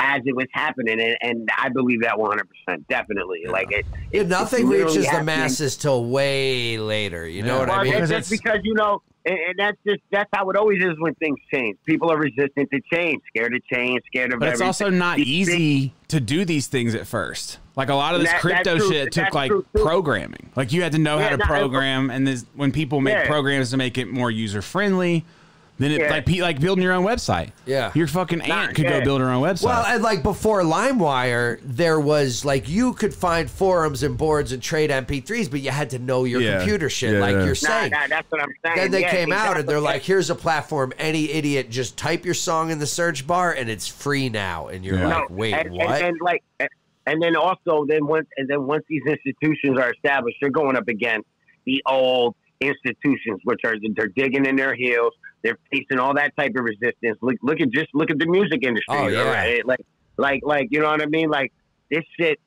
Speaker 3: as it was happening, and, and I believe that one hundred percent, definitely. Like it,
Speaker 1: Yeah,
Speaker 3: it's
Speaker 1: nothing
Speaker 3: literally
Speaker 1: reaches the
Speaker 3: happening.
Speaker 1: masses till way later. You know
Speaker 2: Yeah.
Speaker 1: what I
Speaker 3: Well,
Speaker 1: mean?
Speaker 3: it's
Speaker 2: Because
Speaker 3: just
Speaker 2: it's-
Speaker 3: because you know, and, and that's just that's how it always is when things change. People are resistant to change, scared of change, scared of.
Speaker 2: But it's
Speaker 3: everything.
Speaker 2: also not
Speaker 3: These things-
Speaker 2: easy to do these things at first. Like a lot of this
Speaker 3: That- that's
Speaker 2: crypto
Speaker 3: true.
Speaker 2: shit
Speaker 3: That's
Speaker 2: took like
Speaker 3: true, too.
Speaker 2: programming. Like you had to know
Speaker 3: Yeah,
Speaker 2: how to
Speaker 3: no, it's-
Speaker 2: program, and this when people make
Speaker 3: Yeah.
Speaker 2: programs to make it more user friendly, then it
Speaker 3: Yeah.
Speaker 2: like pe- like building your own website.
Speaker 1: Yeah.
Speaker 2: your fucking aunt could
Speaker 3: yeah.
Speaker 2: go build her own website.
Speaker 1: Well, and like before LimeWire, there was like you could find forums and boards and trade MP3s, but you had to know your
Speaker 2: Yeah.
Speaker 1: computer shit,
Speaker 2: Yeah,
Speaker 1: like
Speaker 2: yeah.
Speaker 1: you're
Speaker 3: Nah,
Speaker 1: saying.
Speaker 3: nah, that's what I'm saying.
Speaker 1: Then they
Speaker 3: Yeah,
Speaker 1: came out and they're
Speaker 3: exactly.
Speaker 1: like, "Here's a platform. Any idiot just type your song in the search bar, and it's free now." And you're
Speaker 2: Yeah.
Speaker 1: like, "Wait,
Speaker 3: and,
Speaker 1: what?"
Speaker 3: And, and like, and then also, then once, and then once these institutions are established, they're going up against the old institutions, which are they're digging in their heels. They're facing all that type of resistance. Look, look at just look at the music industry.
Speaker 1: Oh, yeah.
Speaker 3: right? Like, like, like, you know what I mean? Like this shit.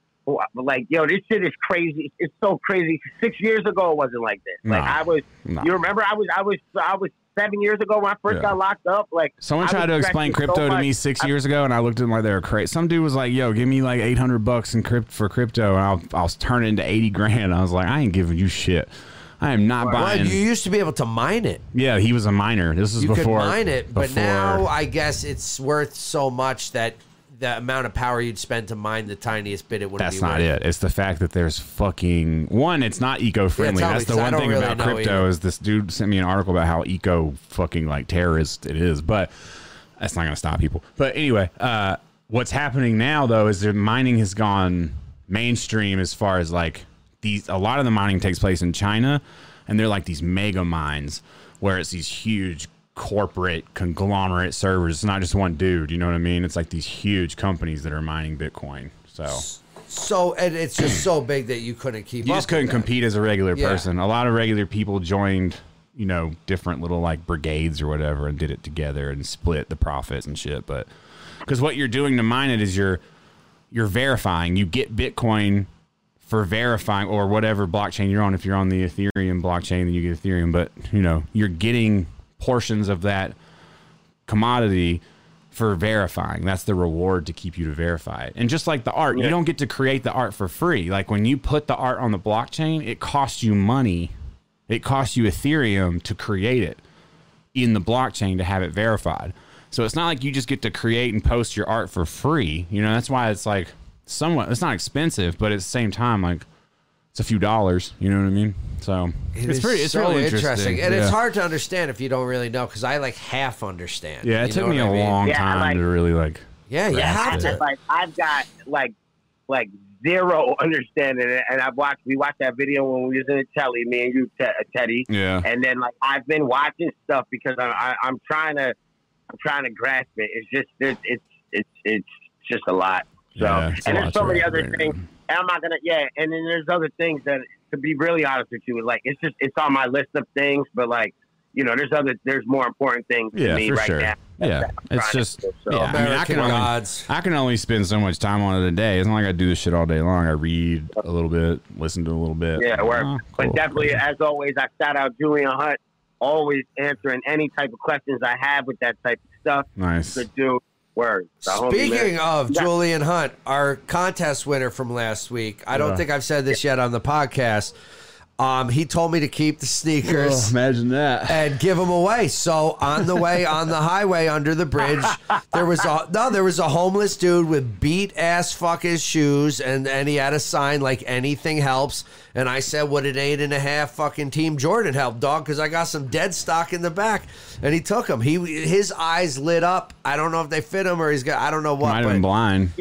Speaker 3: Like, yo, this shit is crazy. It's so crazy. Six years ago, it wasn't like this. Like,
Speaker 2: No.
Speaker 3: I was.
Speaker 2: No.
Speaker 3: You remember? I was. I was. I was seven years ago when I first
Speaker 2: Yeah.
Speaker 3: got locked up. Like,
Speaker 2: Someone
Speaker 3: I
Speaker 2: tried to
Speaker 3: was
Speaker 2: explain
Speaker 3: stretching so
Speaker 2: crypto to
Speaker 3: much.
Speaker 2: me six years ago, and I looked at them like they were crazy. Some dude was like, "Yo, give me like eight hundred bucks in crypt for crypto, and I'll I'll turn it into eighty grand." I was like, "I ain't giving you shit. I am not
Speaker 1: Well,
Speaker 2: buying."
Speaker 1: you used to be able to mine it.
Speaker 2: yeah, he was a miner. This is
Speaker 1: You
Speaker 2: before
Speaker 1: could mine it, but
Speaker 2: before-
Speaker 1: now I guess it's worth so much that the amount of power you'd spend to mine the tiniest bit, it wouldn't
Speaker 2: That's
Speaker 1: be
Speaker 2: not
Speaker 1: worth.
Speaker 2: it. It's the fact that there's fucking one. It's not eco friendly.
Speaker 1: Yeah, tell
Speaker 2: That's
Speaker 1: me,
Speaker 2: the
Speaker 1: 'cause I
Speaker 2: one
Speaker 1: don't
Speaker 2: thing
Speaker 1: really
Speaker 2: about
Speaker 1: know
Speaker 2: crypto
Speaker 1: either.
Speaker 2: is this dude sent me an article about how eco fucking like terrorist it is, but that's not gonna stop people. But anyway, uh, What's happening now though is that mining has gone mainstream as far as like these a lot of the mining takes place in China and they're like these mega mines where it's these huge corporate conglomerate servers. It's not just one dude, you know what I mean? It's like these huge companies that are mining Bitcoin. So
Speaker 1: So and it's just so big that you couldn't keep
Speaker 2: you
Speaker 1: up.
Speaker 2: just couldn't
Speaker 1: with that.
Speaker 2: compete as a regular
Speaker 1: Yeah.
Speaker 2: person. A lot of regular people joined, you know, different little like brigades or whatever and did it together and split the profits and shit. But because what you're doing to mine it is you're you're verifying. You get Bitcoin for verifying or whatever blockchain you're on. If you're on the Ethereum blockchain, then you get Ethereum. But you know, you're getting portions of that commodity for verifying. That's the reward to keep you to verify it. And just like the art, you don't get to create the art for free. Like when you put the art on the blockchain, it costs you money. It costs you Ethereum to create it in the blockchain to have it verified. So it's not like you just get to create and post your art for free. You know, that's why it's like somewhat it's not expensive, but at the same time like it's a few dollars, you know what I mean? So
Speaker 1: It
Speaker 2: it's
Speaker 1: is
Speaker 2: pretty it's
Speaker 1: so
Speaker 2: really
Speaker 1: interesting,
Speaker 2: interesting.
Speaker 1: and it's
Speaker 2: Yeah.
Speaker 1: hard to understand if you don't really know. Because I like half understand.
Speaker 2: Yeah, it
Speaker 1: You
Speaker 2: took
Speaker 1: know
Speaker 2: me
Speaker 1: what
Speaker 2: a
Speaker 1: I mean?
Speaker 2: long
Speaker 3: Yeah,
Speaker 2: time
Speaker 3: like-
Speaker 2: to really like
Speaker 1: Yeah, you
Speaker 2: grasp
Speaker 1: have
Speaker 2: it.
Speaker 1: to.
Speaker 3: Like I've got like like zero understanding, and- and I've watched we watched that video when we was in the telly, me and you, Te- Teddy,
Speaker 2: Yeah.
Speaker 3: and then like I've been watching stuff because I, I, I'm trying to I'm trying to grasp it. It's just there's it's it's it's just a lot. So
Speaker 2: Yeah, it's a
Speaker 3: and
Speaker 2: lot
Speaker 3: there's so
Speaker 2: to
Speaker 3: many
Speaker 2: wrap
Speaker 3: other
Speaker 2: your head
Speaker 3: things.
Speaker 2: around.
Speaker 3: And I'm not gonna yeah. And then there's other things that to be really honest with you, like it's just it's on my list of things, but like. You know, there's other, there's more important things to
Speaker 2: Yeah,
Speaker 3: me
Speaker 2: for
Speaker 3: right
Speaker 2: sure.
Speaker 3: now.
Speaker 2: Yeah,
Speaker 3: That's what I'm
Speaker 2: it's
Speaker 3: trying to
Speaker 2: just
Speaker 3: do, so.
Speaker 2: yeah. I mean, I
Speaker 1: American
Speaker 2: can only
Speaker 1: gods.
Speaker 2: I can only spend so much time on it a day. It's not like I do this shit all day long. I read a little bit, listen to a little bit.
Speaker 3: Yeah, it works.
Speaker 2: Oh, cool.
Speaker 3: But definitely, as always, I shout out Julian Hunt, always answering any type of questions I have with that type of stuff.
Speaker 2: nice.
Speaker 3: The dude, word. The homie, man.
Speaker 1: Speaking of
Speaker 3: Yeah.
Speaker 1: Julian Hunt, our contest winner from last week, I don't
Speaker 2: Yeah.
Speaker 1: think I've said this yet on the podcast. Um, he told me to keep the
Speaker 2: Oh,
Speaker 1: sneakers
Speaker 2: imagine that.
Speaker 1: and give them away. So on the way on the highway under the bridge, there was a no, there was a homeless dude with beat ass fuck his shoes, and and he had a sign like anything helps. And I said, "Would an eight and a half fucking Team Jordan help, dog? Because I got some dead stock in the back." And he took him. He his eyes lit up. I don't know if they fit him or he's got I don't know what.
Speaker 2: Might have
Speaker 1: but-
Speaker 2: been blind.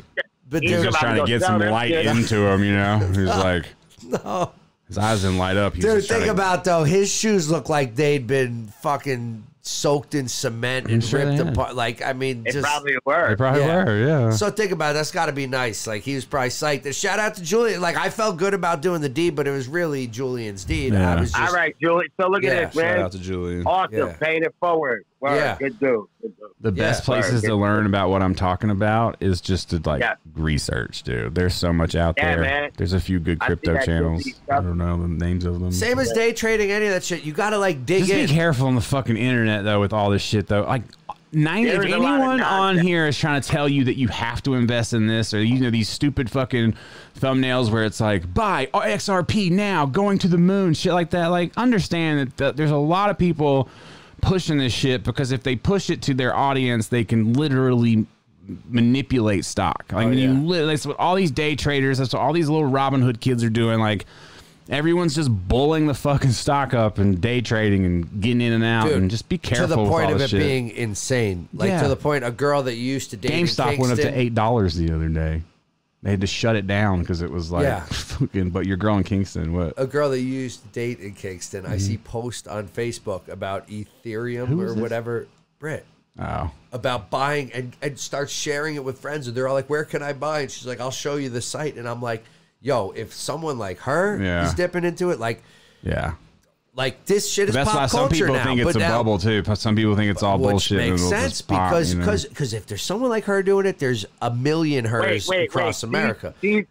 Speaker 1: but
Speaker 3: He's
Speaker 1: dude,
Speaker 2: Just
Speaker 3: about
Speaker 2: trying to
Speaker 3: to go
Speaker 2: get some
Speaker 3: down there,
Speaker 2: light
Speaker 3: kid.
Speaker 2: into him, you know. He's like,
Speaker 1: no.
Speaker 2: his eyes didn't light up. He's
Speaker 1: Dude,
Speaker 2: just trying
Speaker 1: think
Speaker 2: to-
Speaker 1: about though, his shoes look like they'd been fucking soaked in cement and
Speaker 2: sure
Speaker 1: ripped
Speaker 2: they had.
Speaker 1: apart. Like, I mean,
Speaker 3: it
Speaker 1: just
Speaker 3: probably
Speaker 2: They
Speaker 3: were.
Speaker 2: probably
Speaker 1: Yeah.
Speaker 2: were, yeah.
Speaker 1: so think about it, that's got to be nice. Like he was probably psyched. And shout out to Julian. Like I felt good about doing the deed, but it was really Julian's deed.
Speaker 2: Yeah.
Speaker 1: I was just
Speaker 3: All right, Julian. So look
Speaker 1: Yeah,
Speaker 3: at this,
Speaker 2: Shout
Speaker 3: man.
Speaker 2: out to Julian.
Speaker 3: Awesome.
Speaker 1: Yeah.
Speaker 3: Paying it forward. Word.
Speaker 1: Yeah.
Speaker 3: Good dude. Good dude.
Speaker 2: The
Speaker 1: Yeah.
Speaker 2: best places to
Speaker 3: Sorry.
Speaker 2: learn about what I'm talking about is just to like
Speaker 3: Yeah.
Speaker 2: research, dude. There's so much out
Speaker 3: Yeah,
Speaker 2: there.
Speaker 3: man.
Speaker 2: There's a few good
Speaker 3: I see
Speaker 2: crypto
Speaker 3: that
Speaker 2: channels.
Speaker 3: goofy
Speaker 2: I
Speaker 3: stuff.
Speaker 2: don't know the names of them.
Speaker 1: same as day trading, any of that shit. You got to like dig
Speaker 2: Just be
Speaker 1: in.
Speaker 2: careful on the fucking internet though with all this shit though. Like nine if
Speaker 3: There's a lot of
Speaker 2: anyone on
Speaker 3: nonsense.
Speaker 2: here is trying to tell you that you have to invest in this or you know these stupid fucking thumbnails where it's like buy XRP now, going to the moon, shit like that. Like understand that th- there's a lot of people pushing this shit because if they push it to their audience, they can literally manipulate stock.
Speaker 3: Oh,
Speaker 2: Like when you li- that's what all these day traders, that's what all these little Robin Hood kids are doing. Like everyone's just bulling the fucking stock up and day trading and getting in and out
Speaker 1: Dude,
Speaker 2: and just be
Speaker 1: To
Speaker 2: careful
Speaker 1: the
Speaker 2: with
Speaker 1: point
Speaker 2: all
Speaker 1: of it
Speaker 2: this shit.
Speaker 1: being insane. Like
Speaker 2: Yeah.
Speaker 1: to the point a girl that you used to date in
Speaker 2: GameStop went up
Speaker 1: Kingston-
Speaker 2: to eight dollars the other day. They had to shut it down because it was like
Speaker 1: Yeah.
Speaker 2: fucking. But you're growing Kingston. What?
Speaker 1: a girl that you used to date in Kingston. I see post on Facebook about Ethereum
Speaker 2: Mm-hmm. Who is
Speaker 1: or
Speaker 2: this?
Speaker 1: whatever. Brit
Speaker 2: Oh,
Speaker 1: about buying and and starts sharing it with friends, and they're all like, "Where can I buy?" And she's like, "I'll show you the site." And I'm like, "Yo, if someone like her
Speaker 2: Yeah.
Speaker 1: is dipping into it, like."
Speaker 2: yeah.
Speaker 1: Like this shit is
Speaker 2: That's
Speaker 1: pop
Speaker 2: why some
Speaker 1: culture
Speaker 2: people
Speaker 1: now,
Speaker 2: think it's
Speaker 1: but
Speaker 2: a
Speaker 1: now-
Speaker 2: bubble too. But Some people think it's all
Speaker 1: which
Speaker 2: bullshit. and
Speaker 1: makes
Speaker 2: it'll
Speaker 1: sense
Speaker 2: just pop,
Speaker 1: because
Speaker 2: you know?
Speaker 1: because because if there's someone like her doing it, there's a million hers across America.
Speaker 3: She- She's,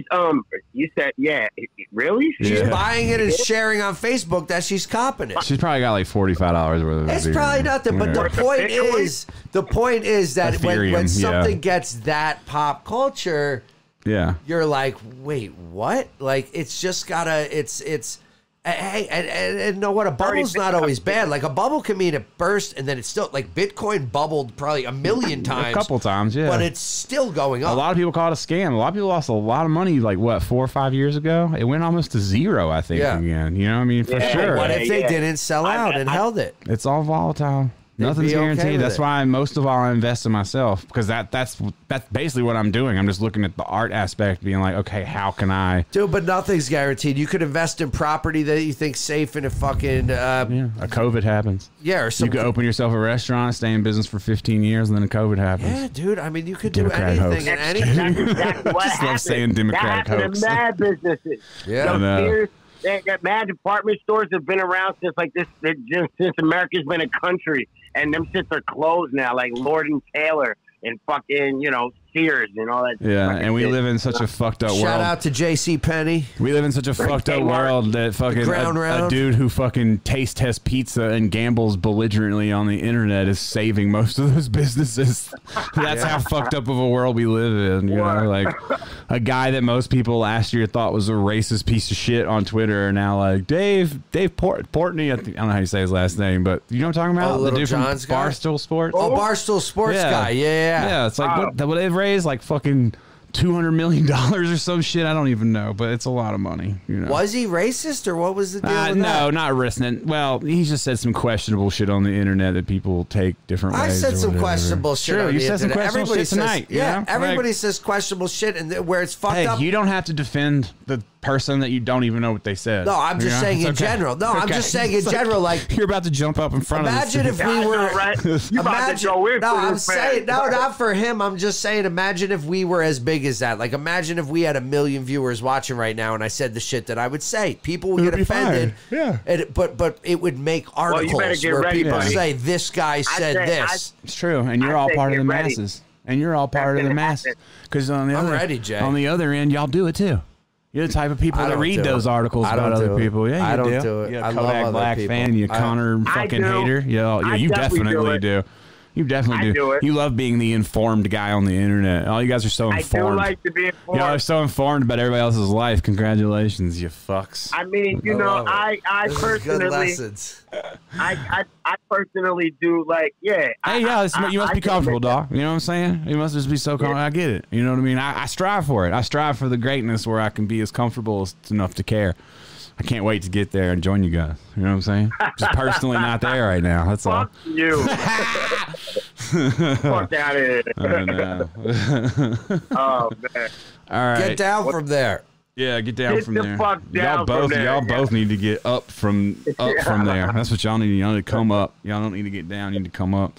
Speaker 3: she's um. You said yeah. Really? She's
Speaker 2: Yeah.
Speaker 1: Buying it and sharing on Facebook that she's copping it.
Speaker 2: she's probably got like forty five dollars worth of.
Speaker 1: It's
Speaker 2: Ethereum.
Speaker 1: probably nothing, but the
Speaker 2: Yeah.
Speaker 1: point
Speaker 3: Bitcoin?
Speaker 1: is, the point is that when,
Speaker 2: Ethereum, yeah.
Speaker 1: when something gets that pop culture,
Speaker 2: yeah.
Speaker 1: you're like, wait, what? Like, it's just gotta, it's, it's, hey, and, and, and know what? A bubble's not always bad. Like, a bubble can mean it burst and then it's still, like, Bitcoin bubbled probably a million
Speaker 2: A
Speaker 1: times,
Speaker 2: couple times, yeah.
Speaker 1: but it's still going
Speaker 2: a
Speaker 1: up.
Speaker 2: lot of people call it a scam. A lot of people lost a lot of money, like what four or five years ago. It went almost to zero, I think.
Speaker 1: Yeah.
Speaker 2: Again, you know, what I mean, for
Speaker 3: Yeah,
Speaker 2: sure,
Speaker 1: What
Speaker 3: what
Speaker 1: if they
Speaker 3: Yeah.
Speaker 1: didn't sell
Speaker 3: I-
Speaker 1: out and
Speaker 3: I-
Speaker 1: held it?
Speaker 2: it's all volatile. Nothing's
Speaker 1: be okay
Speaker 2: guaranteed.
Speaker 1: with
Speaker 2: that's
Speaker 1: it.
Speaker 2: why most of all I invest in myself because that that's that's basically what I'm doing. I'm just looking at the art aspect, being like, okay, how can I
Speaker 1: Dude, but nothing's guaranteed. You could invest in property that you think's safe in a fucking uh, yeah.
Speaker 2: Yeah, a COVID happens.
Speaker 1: or
Speaker 2: You
Speaker 1: something.
Speaker 2: could open yourself a restaurant, stay in business for 15 years, and then a COVID happens.
Speaker 1: yeah, dude. I mean, you could do
Speaker 2: Democrat hoax.
Speaker 1: anything and
Speaker 3: That's,
Speaker 1: anything.
Speaker 3: that's exactly what
Speaker 2: Just love
Speaker 3: happened.
Speaker 2: saying Democratic
Speaker 3: that happened
Speaker 2: hoax.
Speaker 3: to mad businesses.
Speaker 1: Yeah.
Speaker 2: I know.
Speaker 3: Those that, that mad department stores have been around since like this that- since, since America's been a country, and them shits are closed now, like Lord and Taylor and fucking you know Sears and all that.
Speaker 2: Yeah,
Speaker 3: fucking
Speaker 2: and we
Speaker 3: shit.
Speaker 2: live in such a fucked up world.
Speaker 1: Shout out to J.C. Penny.
Speaker 2: We live in such a fucked up
Speaker 3: Kmart.
Speaker 2: world that fucking
Speaker 1: Ground
Speaker 2: a, a
Speaker 1: Round.
Speaker 2: dude who fucking taste tests pizza and gambles belligerently on the internet is saving most of those businesses. That's how fucked up of a world we live in. You know, like a guy that most people last year thought was a racist piece of shit on Twitter are now like Dave Dave Port- Portney. I, think, I don't know how you say his last name, but you know what I'm talking
Speaker 1: Oh,
Speaker 2: about? the
Speaker 1: Little
Speaker 2: dude
Speaker 1: John's
Speaker 2: from
Speaker 1: guy?
Speaker 2: Barstool Sports.
Speaker 1: Oh, Barstool Sports guy. Yeah, yeah.
Speaker 2: Yeah, it's like what, what they've raised, like fucking two hundred million dollars or some shit. I don't even know, but it's a lot of money. You know.
Speaker 1: Was he racist or what was the deal
Speaker 2: Uh,
Speaker 1: with that?
Speaker 2: no, not risking. Well, he just said some questionable shit on the internet that people take different
Speaker 1: I
Speaker 2: ways.
Speaker 1: said
Speaker 2: or
Speaker 1: some
Speaker 2: whatever.
Speaker 1: questionable shit.
Speaker 2: Sure,
Speaker 1: on
Speaker 2: you
Speaker 1: the
Speaker 2: said some
Speaker 1: internet.
Speaker 2: questionable
Speaker 1: everybody
Speaker 2: shit
Speaker 1: says,
Speaker 2: tonight, you
Speaker 1: Yeah,
Speaker 2: know?
Speaker 1: everybody
Speaker 2: Like-
Speaker 1: says questionable shit, and th- where it's fucked
Speaker 2: Hey,
Speaker 1: up.
Speaker 2: you don't have to defend the person that you don't even know what they said.
Speaker 1: No, I'm
Speaker 2: You
Speaker 1: just
Speaker 2: know?
Speaker 1: saying
Speaker 2: It's
Speaker 1: in general. No, I'm just saying in
Speaker 2: It's
Speaker 1: general, like-
Speaker 2: you're about to jump up in front
Speaker 1: Imagine
Speaker 2: of.
Speaker 1: if
Speaker 2: this.
Speaker 1: we
Speaker 3: I know,
Speaker 1: were
Speaker 3: right? You about to
Speaker 1: imagine,
Speaker 3: go in
Speaker 1: no,
Speaker 3: for
Speaker 1: I'm
Speaker 3: this
Speaker 1: saying
Speaker 3: bad.
Speaker 1: no, not for him. I'm just saying. Imagine if we were as big as that. Like, imagine if we had a million viewers watching right now, and I said the shit that I would say. People would
Speaker 2: It would
Speaker 1: get
Speaker 2: be
Speaker 1: offended.
Speaker 2: fine. Yeah.
Speaker 1: and it- but but it would make
Speaker 3: you
Speaker 1: articles
Speaker 3: better get
Speaker 1: where
Speaker 3: ready,
Speaker 1: people
Speaker 2: buddy.
Speaker 1: say this guy said
Speaker 3: said- I-
Speaker 1: this.
Speaker 2: It's true, and you're
Speaker 3: I
Speaker 2: all
Speaker 3: say
Speaker 2: part of the
Speaker 3: get ready.
Speaker 2: masses, and you're all part of the
Speaker 3: gonna
Speaker 2: masses.
Speaker 3: happen.
Speaker 2: Because on the
Speaker 1: I'm
Speaker 2: other
Speaker 1: ready, Jay.
Speaker 2: on the other end, y'all do it too. You're the type of people
Speaker 1: I
Speaker 2: that
Speaker 1: don't
Speaker 2: read
Speaker 1: do
Speaker 2: those
Speaker 1: it.
Speaker 2: articles
Speaker 1: I don't
Speaker 2: about other
Speaker 1: do it.
Speaker 2: people. Yeah, you
Speaker 1: I don't
Speaker 2: do.
Speaker 1: do it.
Speaker 2: You're a
Speaker 1: I love
Speaker 2: Kodak
Speaker 1: other
Speaker 2: Black
Speaker 1: people.
Speaker 2: fan. You
Speaker 1: I-
Speaker 2: Connor fucking
Speaker 3: do.
Speaker 2: hater. Yeah, yeah.
Speaker 3: I
Speaker 2: You
Speaker 3: definitely do
Speaker 2: definitely
Speaker 3: it.
Speaker 2: do. You definitely
Speaker 3: I do it.
Speaker 2: You love being the informed guy on the internet. All you guys are so
Speaker 3: I
Speaker 2: informed.
Speaker 3: do like to be informed.
Speaker 2: Y'all are so informed about everybody else's life. Congratulations, you fucks.
Speaker 3: I mean, you
Speaker 1: I
Speaker 3: know,
Speaker 2: Oh.
Speaker 1: love it.
Speaker 3: I I
Speaker 1: This is good
Speaker 3: personally,
Speaker 1: lessons.
Speaker 3: I, I I personally do like, yeah. I-
Speaker 2: Hey, yeah, it's,
Speaker 3: I-
Speaker 2: you must
Speaker 3: I-
Speaker 2: be
Speaker 3: I think
Speaker 2: comfortable,
Speaker 3: that-
Speaker 2: dog. You know what I'm saying? You must just be so comfortable. I get it. You know what I mean? I, I strive for it. I strive for the greatness where I can be as comfortable as enough to care. I can't wait to get there and join you guys. You know what I'm saying? Just personally not there right now. That's all.
Speaker 3: Fuck you. Fuck out of here.
Speaker 2: I know.
Speaker 3: Oh man.
Speaker 2: all right.
Speaker 1: Get down from there.
Speaker 2: Yeah, get down
Speaker 3: Get
Speaker 2: from
Speaker 3: the
Speaker 2: there.
Speaker 3: fuck down
Speaker 2: y'all
Speaker 3: from
Speaker 2: both,
Speaker 3: there,
Speaker 2: y'all
Speaker 3: yeah.
Speaker 2: both need to get up from up from there. That's what y'all need. Y'all need to come up. Y'all don't need to get down. You need to come up.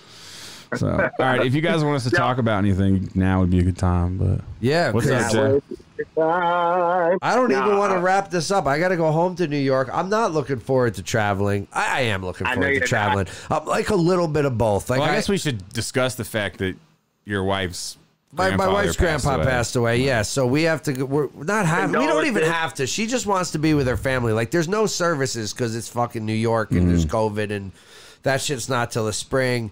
Speaker 2: So, all right. If you guys want us to talk about anything, now would be a good time. But
Speaker 1: Yeah,
Speaker 2: what's up,
Speaker 1: 'cause-
Speaker 2: Jay?
Speaker 3: Bye.
Speaker 1: I don't even
Speaker 3: Nah. uh,
Speaker 1: want to wrap this up. I got to go home to New York. I'm not looking forward to traveling. I, I am looking
Speaker 3: I know
Speaker 1: forward
Speaker 3: you're
Speaker 1: to
Speaker 3: not.
Speaker 1: traveling. I'm like a little bit of both. Like
Speaker 2: Well, I
Speaker 1: I-
Speaker 2: guess we should discuss the fact that your wife's
Speaker 1: my, my
Speaker 2: grandfather
Speaker 1: wife's grandpa passed away. Yeah, so we have to. go- We're not have. We don't even
Speaker 3: Condolences.
Speaker 1: have to. She just wants to be with her family. Like there's no services because it's fucking New York and there's
Speaker 2: Mm-hmm.
Speaker 1: COVID and that shit's not till the spring.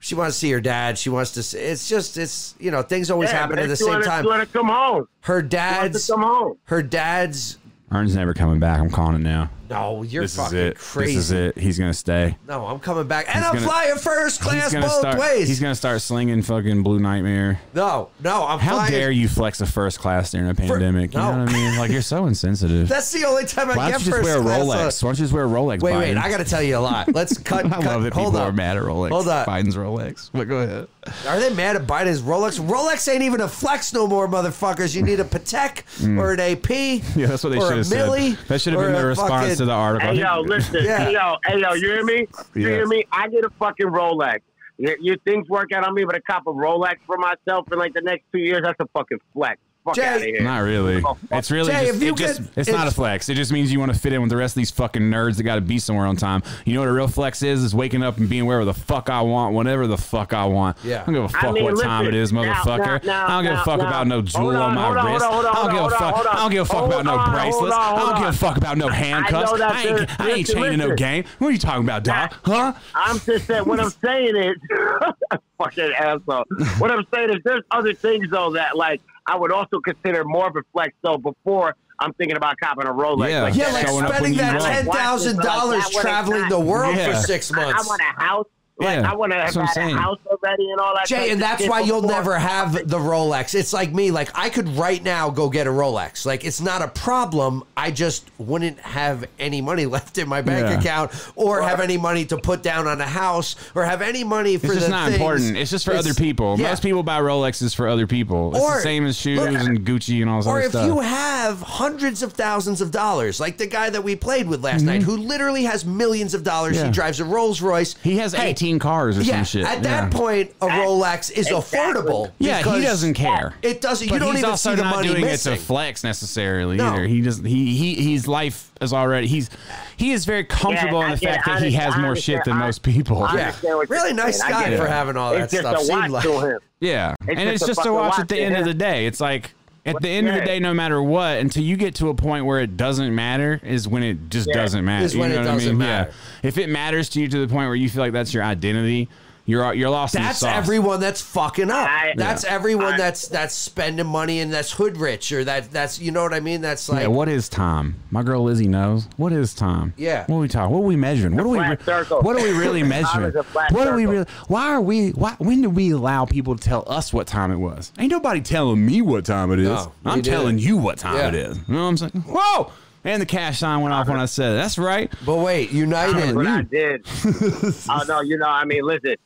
Speaker 1: She wants to see her dad. She wants to. See, it's just it's you know things always
Speaker 3: Yeah,
Speaker 1: happen
Speaker 3: man,
Speaker 1: at the
Speaker 3: she
Speaker 1: same
Speaker 3: wanna-
Speaker 1: time.
Speaker 3: She want to come home.
Speaker 1: Her
Speaker 3: She wants
Speaker 1: dad's
Speaker 3: to come home.
Speaker 1: her dad's.
Speaker 2: Ern's never coming back. I'm calling it now.
Speaker 1: No, you're
Speaker 2: This is
Speaker 1: fucking
Speaker 2: it.
Speaker 1: crazy.
Speaker 2: This is it. He's gonna stay.
Speaker 1: No, I'm coming back, and
Speaker 2: He's
Speaker 1: I'm
Speaker 2: gonna-
Speaker 1: flying first
Speaker 2: he's
Speaker 1: class
Speaker 2: gonna
Speaker 1: both
Speaker 2: start.
Speaker 1: ways.
Speaker 2: He's gonna start slinging fucking blue nightmare.
Speaker 1: no, no, I'm
Speaker 2: How
Speaker 1: flying.
Speaker 2: dare you flex a first class during a pandemic? You know
Speaker 1: no.
Speaker 2: what I mean? Like you're so insensitive.
Speaker 1: That's the only time I
Speaker 2: Why
Speaker 1: get
Speaker 2: don't you
Speaker 1: first
Speaker 2: just wear
Speaker 1: class.
Speaker 2: a
Speaker 1: uh,
Speaker 2: Rolex? Why don't you just wear a Rolex?
Speaker 1: Wait,
Speaker 2: Biden?
Speaker 1: wait, I got to tell you a lot. Let's cut.
Speaker 2: I
Speaker 1: cut.
Speaker 2: love that people
Speaker 1: Hold
Speaker 2: are
Speaker 1: up.
Speaker 2: mad at Rolex.
Speaker 1: Hold up.
Speaker 2: Biden's Rolex. But go ahead.
Speaker 1: Are they mad at Biden's Rolex? Rolex ain't even a flex no more, motherfuckers. You need a Patek or an AP.
Speaker 2: Mm. Yeah, that's what they
Speaker 1: or
Speaker 2: should
Speaker 1: a
Speaker 2: have
Speaker 1: milli
Speaker 2: said. That should have
Speaker 1: or
Speaker 2: been the
Speaker 1: a
Speaker 2: response
Speaker 1: fucking-
Speaker 2: to the article. I
Speaker 3: Hey
Speaker 2: think-
Speaker 3: yo, listen.
Speaker 1: Yeah.
Speaker 3: Hey yo, hey yo, you hear me? You
Speaker 2: Yes.
Speaker 3: hear me? I get a fucking Rolex. Your, your things work out on me, but a cop a Rolex for myself in like the next two years, that's a fucking flex. Fuck
Speaker 1: Jay-
Speaker 3: out of here.
Speaker 2: Not really.
Speaker 3: Oh, fuck.
Speaker 2: It's really
Speaker 1: Jay,
Speaker 2: just,
Speaker 1: if you
Speaker 2: it just-
Speaker 1: could-
Speaker 2: it's not a
Speaker 1: it's-
Speaker 2: flex. It just means you want to fit in with the rest of these fucking nerds that got to be somewhere on time. You know what a real flex is? Is waking up and being wherever the fuck I want, whenever the fuck I want.
Speaker 1: Yeah.
Speaker 2: I don't give a fuck
Speaker 3: I mean,
Speaker 2: what
Speaker 3: listen,
Speaker 2: time it is,
Speaker 3: now,
Speaker 2: motherfucker.
Speaker 3: now, now,
Speaker 2: I don't give a
Speaker 3: now,
Speaker 2: fuck
Speaker 3: now.
Speaker 2: about no jewel
Speaker 3: Hold
Speaker 2: on,
Speaker 3: on,
Speaker 2: my
Speaker 3: hold on,
Speaker 2: wrist.
Speaker 3: hold on, hold
Speaker 2: I don't
Speaker 3: on,
Speaker 2: give a
Speaker 3: hold on,
Speaker 2: fuck.
Speaker 3: hold on.
Speaker 2: I don't give a fuck about no
Speaker 3: Hold on,
Speaker 2: bracelets.
Speaker 3: hold on,
Speaker 2: I
Speaker 3: hold
Speaker 2: don't give a
Speaker 3: on.
Speaker 2: fuck about no handcuffs.
Speaker 3: know that
Speaker 2: I ain't,
Speaker 3: there's-
Speaker 2: I ain't
Speaker 3: listen,
Speaker 2: chaining no
Speaker 3: listen.
Speaker 2: game. What are you talking about, dog? Huh?
Speaker 3: I'm just saying what I'm saying is fucking asshole. What I'm saying is there's other things though that like I would also consider more of a flex though before I'm thinking about copping a Rolex.
Speaker 2: Yeah.
Speaker 3: Like,
Speaker 1: Yeah,
Speaker 2: Showing
Speaker 1: like
Speaker 2: up when
Speaker 1: spending
Speaker 2: you
Speaker 1: that
Speaker 2: want.
Speaker 1: ten thousand dollars
Speaker 3: That would've
Speaker 1: traveling
Speaker 3: not-
Speaker 1: the world
Speaker 2: Yeah.
Speaker 1: for six
Speaker 3: I, I
Speaker 1: months.
Speaker 3: want a house. Like
Speaker 2: Yeah,
Speaker 3: I want to have
Speaker 2: that's what I'm
Speaker 3: had a
Speaker 2: saying.
Speaker 3: house already and all that.
Speaker 1: Jay,
Speaker 3: type
Speaker 1: and
Speaker 3: of
Speaker 1: that's
Speaker 3: shit
Speaker 1: why you'll
Speaker 3: before.
Speaker 1: never have the Rolex. It's like me. Like I could right now go get a Rolex. Like it's not a problem. I just wouldn't have any money left in my bank
Speaker 2: Yeah.
Speaker 1: account, or have any money to put down on a house, or have any money for
Speaker 2: It's just
Speaker 1: the
Speaker 2: not
Speaker 1: things.
Speaker 2: important. It's just for
Speaker 1: It's-
Speaker 2: other people.
Speaker 1: yeah.
Speaker 2: Most people buy Rolexes for other people. It's
Speaker 1: Or-
Speaker 2: the same as shoes
Speaker 1: or-
Speaker 2: and Gucci and all this
Speaker 1: Or
Speaker 2: other
Speaker 1: if
Speaker 2: stuff.
Speaker 1: you have hundreds of thousands of dollars, like the guy that we played with last night, who literally has millions of dollars,
Speaker 2: Mm-hmm. Yeah.
Speaker 1: he drives a Rolls Royce.
Speaker 2: he has
Speaker 1: Hey,
Speaker 2: 18 cars or
Speaker 1: Yeah,
Speaker 2: some shit.
Speaker 1: at that
Speaker 2: yeah.
Speaker 1: point, a Rolex is
Speaker 3: Exactly.
Speaker 1: affordable.
Speaker 2: yeah, he
Speaker 1: because
Speaker 2: doesn't care.
Speaker 1: It doesn't.
Speaker 2: But
Speaker 1: you don't
Speaker 2: he's
Speaker 1: even
Speaker 2: also
Speaker 1: see the
Speaker 2: not
Speaker 1: money
Speaker 2: doing
Speaker 1: missing.
Speaker 2: it to flex necessarily
Speaker 1: No.
Speaker 2: either. He doesn't. He he he's life is already. He's he is very comfortable
Speaker 3: Yeah,
Speaker 2: in
Speaker 3: I
Speaker 2: the
Speaker 3: get
Speaker 2: fact
Speaker 3: it.
Speaker 2: that he
Speaker 3: I
Speaker 2: has more
Speaker 3: understand.
Speaker 2: shit than
Speaker 3: I-
Speaker 2: most people.
Speaker 3: I
Speaker 1: Yeah.
Speaker 3: understand what you're
Speaker 1: Really nice
Speaker 3: saying. I
Speaker 1: guy
Speaker 3: get
Speaker 1: for
Speaker 3: it.
Speaker 1: having all that
Speaker 3: it's just
Speaker 1: stuff,
Speaker 3: A watch
Speaker 1: seemed like.
Speaker 3: to him.
Speaker 2: Yeah.
Speaker 3: It's
Speaker 2: and it's
Speaker 3: just a
Speaker 2: just to
Speaker 3: fucking
Speaker 2: watch
Speaker 3: watch,
Speaker 2: at the end of
Speaker 3: yeah.
Speaker 2: the day. It's like at the end of the
Speaker 3: yeah.
Speaker 2: day, no matter what, until you get to a point where it doesn't matter, is when it just
Speaker 3: Yeah.
Speaker 2: doesn't matter.
Speaker 1: Is when it
Speaker 2: you know what I
Speaker 1: doesn't
Speaker 2: mean?
Speaker 1: matter.
Speaker 2: Yeah. If it matters to you to the point where you feel like that's your identity, you're you're lost in the
Speaker 1: That's
Speaker 2: sauce.
Speaker 1: everyone that's fucking up.
Speaker 3: I-
Speaker 1: that's everyone
Speaker 3: I-
Speaker 1: that's that's spending money and that's hood rich or that that's you know what I mean. That's like
Speaker 2: yeah, what is time? My girl Lizzie knows. What is time?
Speaker 1: Yeah.
Speaker 2: What are we talking? What are we measuring? What are we?
Speaker 3: flat circle.
Speaker 2: What are we really measuring?
Speaker 3: is a
Speaker 2: What
Speaker 3: flat
Speaker 2: are we
Speaker 3: circle.
Speaker 2: really? Why are we? Why? When do we allow people to tell us what time it was? Ain't nobody telling me what time it is.
Speaker 1: No, we
Speaker 2: I'm
Speaker 1: did.
Speaker 2: telling you what time
Speaker 1: Yeah.
Speaker 2: it is. You know what I'm saying? Whoa! And the cash sign went off when I said it. That's right.
Speaker 1: But wait,
Speaker 3: That's what
Speaker 1: United.
Speaker 3: I did. oh no, you know, I mean, listen,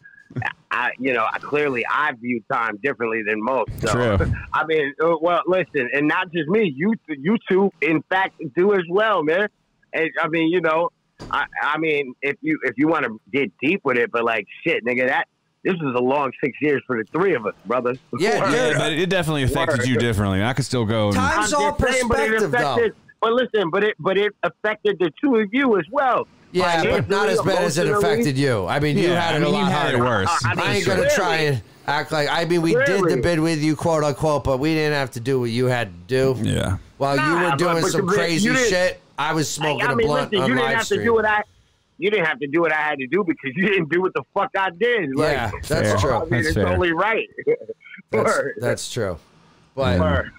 Speaker 3: I, you know, I, clearly I view time differently than most. So,
Speaker 2: True.
Speaker 3: I mean, uh, well, listen, and not just me, you, t- you two, in fact, do as well, man. And, I mean, you know, I, I mean, if you if you want to get deep with it, but like, shit, nigga, that this was a long six years for the three of us, brother.
Speaker 1: Yeah,
Speaker 3: Word.
Speaker 1: dude.
Speaker 2: Yeah, but it definitely affected
Speaker 3: Word.
Speaker 2: you differently. I could still go. And,
Speaker 1: Time- It's all
Speaker 3: just saying, but it
Speaker 1: perspective, though.
Speaker 3: affected- But listen, but it but it affected the two of you as well.
Speaker 1: Yeah,
Speaker 3: Like,
Speaker 1: but not as bad as it
Speaker 3: emotionally.
Speaker 1: affected you. I mean, you
Speaker 2: Yeah,
Speaker 1: had it
Speaker 2: I mean,
Speaker 1: a
Speaker 2: you
Speaker 1: lot
Speaker 2: had it
Speaker 1: harder.
Speaker 2: worse.
Speaker 3: Uh, I mean,
Speaker 1: I ain't gonna
Speaker 3: Clearly.
Speaker 1: try and act like I mean we did
Speaker 3: Clearly.
Speaker 1: the bid with you, quote unquote, but we didn't have to do what you had to do.
Speaker 2: yeah.
Speaker 1: While
Speaker 3: Nah,
Speaker 1: you were
Speaker 3: but-
Speaker 1: doing
Speaker 3: but
Speaker 1: some
Speaker 3: you did-
Speaker 1: crazy
Speaker 3: you did-
Speaker 1: shit, I was smoking
Speaker 3: I
Speaker 1: a
Speaker 3: mean,
Speaker 1: blunt
Speaker 3: listen,
Speaker 1: on
Speaker 3: you didn't
Speaker 1: live
Speaker 3: have
Speaker 1: stream.
Speaker 3: to do what I. You didn't have to do what I had to do because you didn't do what the fuck I did. Like,
Speaker 1: Yeah, that's
Speaker 3: I
Speaker 1: true.
Speaker 3: mean,
Speaker 2: That's
Speaker 3: it's
Speaker 2: fair.
Speaker 3: only right.
Speaker 1: That's,
Speaker 3: Word.
Speaker 1: that's true. But
Speaker 3: Word.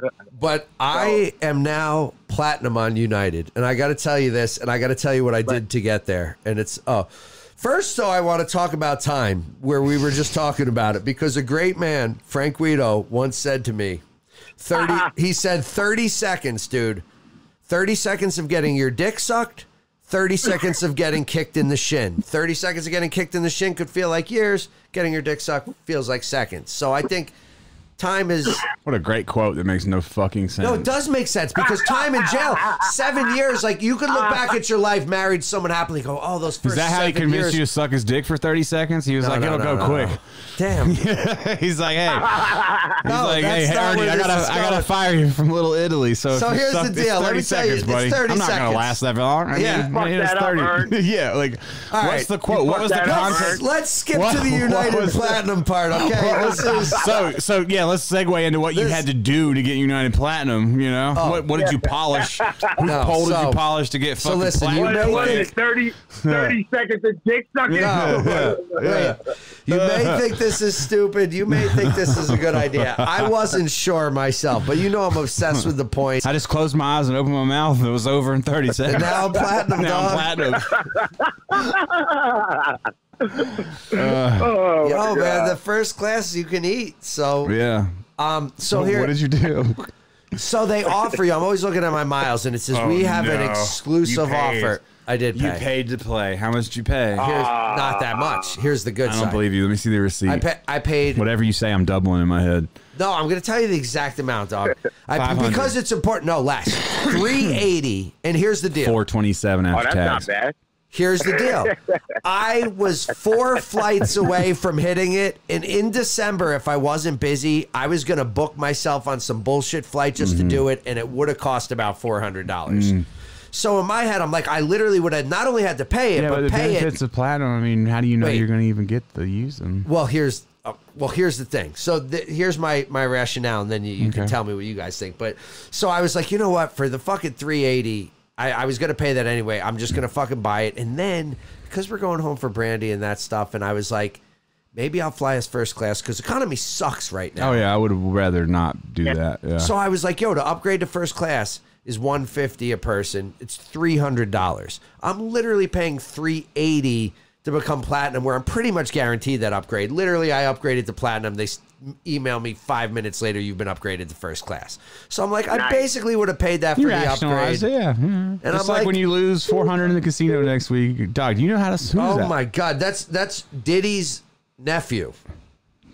Speaker 1: but I am now platinum on United, and I got to tell you this, and I got to tell you what I did to get there. And it's oh, first though, I want to talk about time where we were just talking about it because a great man, Frank Guido, once said to me, thirty. he said thirty seconds, dude. Thirty seconds of getting your dick sucked. 30 seconds of getting kicked in the shin. 30 seconds of getting kicked in the shin could feel like years. Getting your dick sucked feels like seconds. So I think time is
Speaker 2: What a great quote that makes no fucking sense.
Speaker 1: no, it does make sense because time in jail, seven years. Like you could look back at your life, married someone happily, go, oh, those first.
Speaker 2: Is that how he
Speaker 1: seven
Speaker 2: convinced
Speaker 1: years.
Speaker 2: you to suck his dick for 30 seconds? He was
Speaker 1: No,
Speaker 2: like,
Speaker 1: no,
Speaker 2: it'll
Speaker 1: no,
Speaker 2: go
Speaker 1: no, no.
Speaker 2: quick.
Speaker 1: Damn.
Speaker 2: He's like, hey. He's
Speaker 1: No,
Speaker 2: like, hey,
Speaker 1: that's
Speaker 2: hey,
Speaker 1: not
Speaker 2: Ernie,
Speaker 1: where
Speaker 2: I
Speaker 1: this
Speaker 2: gotta,
Speaker 1: is
Speaker 2: I gotta
Speaker 1: going.
Speaker 2: fire you from Little Italy. So,
Speaker 1: So
Speaker 2: if you
Speaker 1: here's
Speaker 2: suck-
Speaker 1: the
Speaker 2: it's
Speaker 1: deal. Let
Speaker 2: 30
Speaker 1: me tell you,
Speaker 2: seconds,
Speaker 1: it's
Speaker 2: buddy.
Speaker 1: 30
Speaker 2: I'm not
Speaker 1: seconds.
Speaker 2: gonna last that long. I
Speaker 1: Yeah.
Speaker 2: mean,
Speaker 3: Fuck
Speaker 2: it was
Speaker 3: that up, Ern.
Speaker 2: yeah, like,
Speaker 1: All
Speaker 2: what's
Speaker 1: right.
Speaker 2: the quote?
Speaker 3: You
Speaker 2: What
Speaker 3: fucked
Speaker 2: was the
Speaker 3: that up,
Speaker 1: Let's,
Speaker 2: context?
Speaker 1: let's skip
Speaker 2: What-
Speaker 1: to the
Speaker 2: what
Speaker 1: United
Speaker 2: was that?
Speaker 1: Platinum part, okay? This is-
Speaker 2: so, so yeah, let's segue into what you
Speaker 1: This- Oh.
Speaker 2: had to do to get United Platinum. You know, what, what did you polish? Whose
Speaker 1: No,
Speaker 2: pole did
Speaker 1: so-
Speaker 2: you polish to get
Speaker 1: so
Speaker 2: fucking
Speaker 1: listen, you
Speaker 2: platinum?
Speaker 1: may
Speaker 3: What, what
Speaker 1: think-
Speaker 3: is it, 30, 30 seconds of dick sucking?
Speaker 1: No. Wait. You may think this is stupid. You may think this is a good idea. I wasn't sure myself, but you know I'm obsessed with the points.
Speaker 2: I just closed my eyes and opened my mouth. and It was over in 30
Speaker 1: And
Speaker 2: seconds.
Speaker 1: now I'm platinum,
Speaker 2: Now
Speaker 1: dog.
Speaker 2: I'm platinum.
Speaker 3: Oh,
Speaker 1: Yo,
Speaker 3: my
Speaker 1: man,
Speaker 3: God.
Speaker 1: the first class you can eat. So,
Speaker 2: Yeah.
Speaker 1: um, so here,
Speaker 2: What did you do?
Speaker 1: So they offer you. I'm always looking at my miles, and it says
Speaker 2: Oh,
Speaker 1: we have an
Speaker 2: no.
Speaker 1: exclusive
Speaker 2: You paid.
Speaker 1: offer. I did pay.
Speaker 2: to play. How much did you pay?
Speaker 1: Here's not that much. Here's the good
Speaker 2: I
Speaker 1: side.
Speaker 2: don't believe you. Let me see the receipt.
Speaker 1: I, pa- I paid.
Speaker 2: Whatever you say, I'm doubling in my head.
Speaker 1: No, I'm going to tell you the exact amount, dog. I,
Speaker 2: 500.
Speaker 1: because it's important. No, less. 380. And here's the deal.
Speaker 2: 427
Speaker 3: oh,
Speaker 2: after
Speaker 3: that's
Speaker 2: tax.
Speaker 3: not bad.
Speaker 1: Here's the deal. I was four flights away from hitting it. And in December, if I wasn't busy, I was going to book myself on some bullshit flight just to do it. And it would have cost about $400. So in my head, I'm like, I literally would have not only had to pay it,
Speaker 2: Yeah, but,
Speaker 1: but
Speaker 2: the
Speaker 1: pay it
Speaker 2: benefits of platinum. I mean, how do you know
Speaker 1: Wait.
Speaker 2: you're going to even get to use them?
Speaker 1: Well, here's uh, well, here's the thing. So th- here's my my rationale, and then you, you can tell me what you guys think. But so I was like, you know what? For the fucking three eighty, I, I was gonna pay that anyway. I'm just gonna fucking buy it, and then because we're going home for brandy and that stuff, and I was like, maybe I'll fly as first class because economy sucks right now.
Speaker 2: Oh yeah, I would rather not do that. Yeah.
Speaker 1: So I was like, yo, to upgrade to first class is 150 a person. It's $300. I'm literally paying 380 to become platinum, where I'm pretty much guaranteed that upgrade. Literally, I upgraded to platinum. They s- email me five minutes later, you've been upgraded to first class. So I'm like, I
Speaker 3: Nice.
Speaker 1: basically would have paid that for
Speaker 2: You
Speaker 1: the
Speaker 2: rationalize it,
Speaker 1: upgrade.
Speaker 2: yeah. Mm-hmm. And it's
Speaker 1: I'm
Speaker 2: like,
Speaker 1: like-
Speaker 2: when you lose 400 in the casino next week. Dog, do you know how to smooth
Speaker 1: Oh
Speaker 2: that?
Speaker 1: my god, that's that's Diddy's nephew.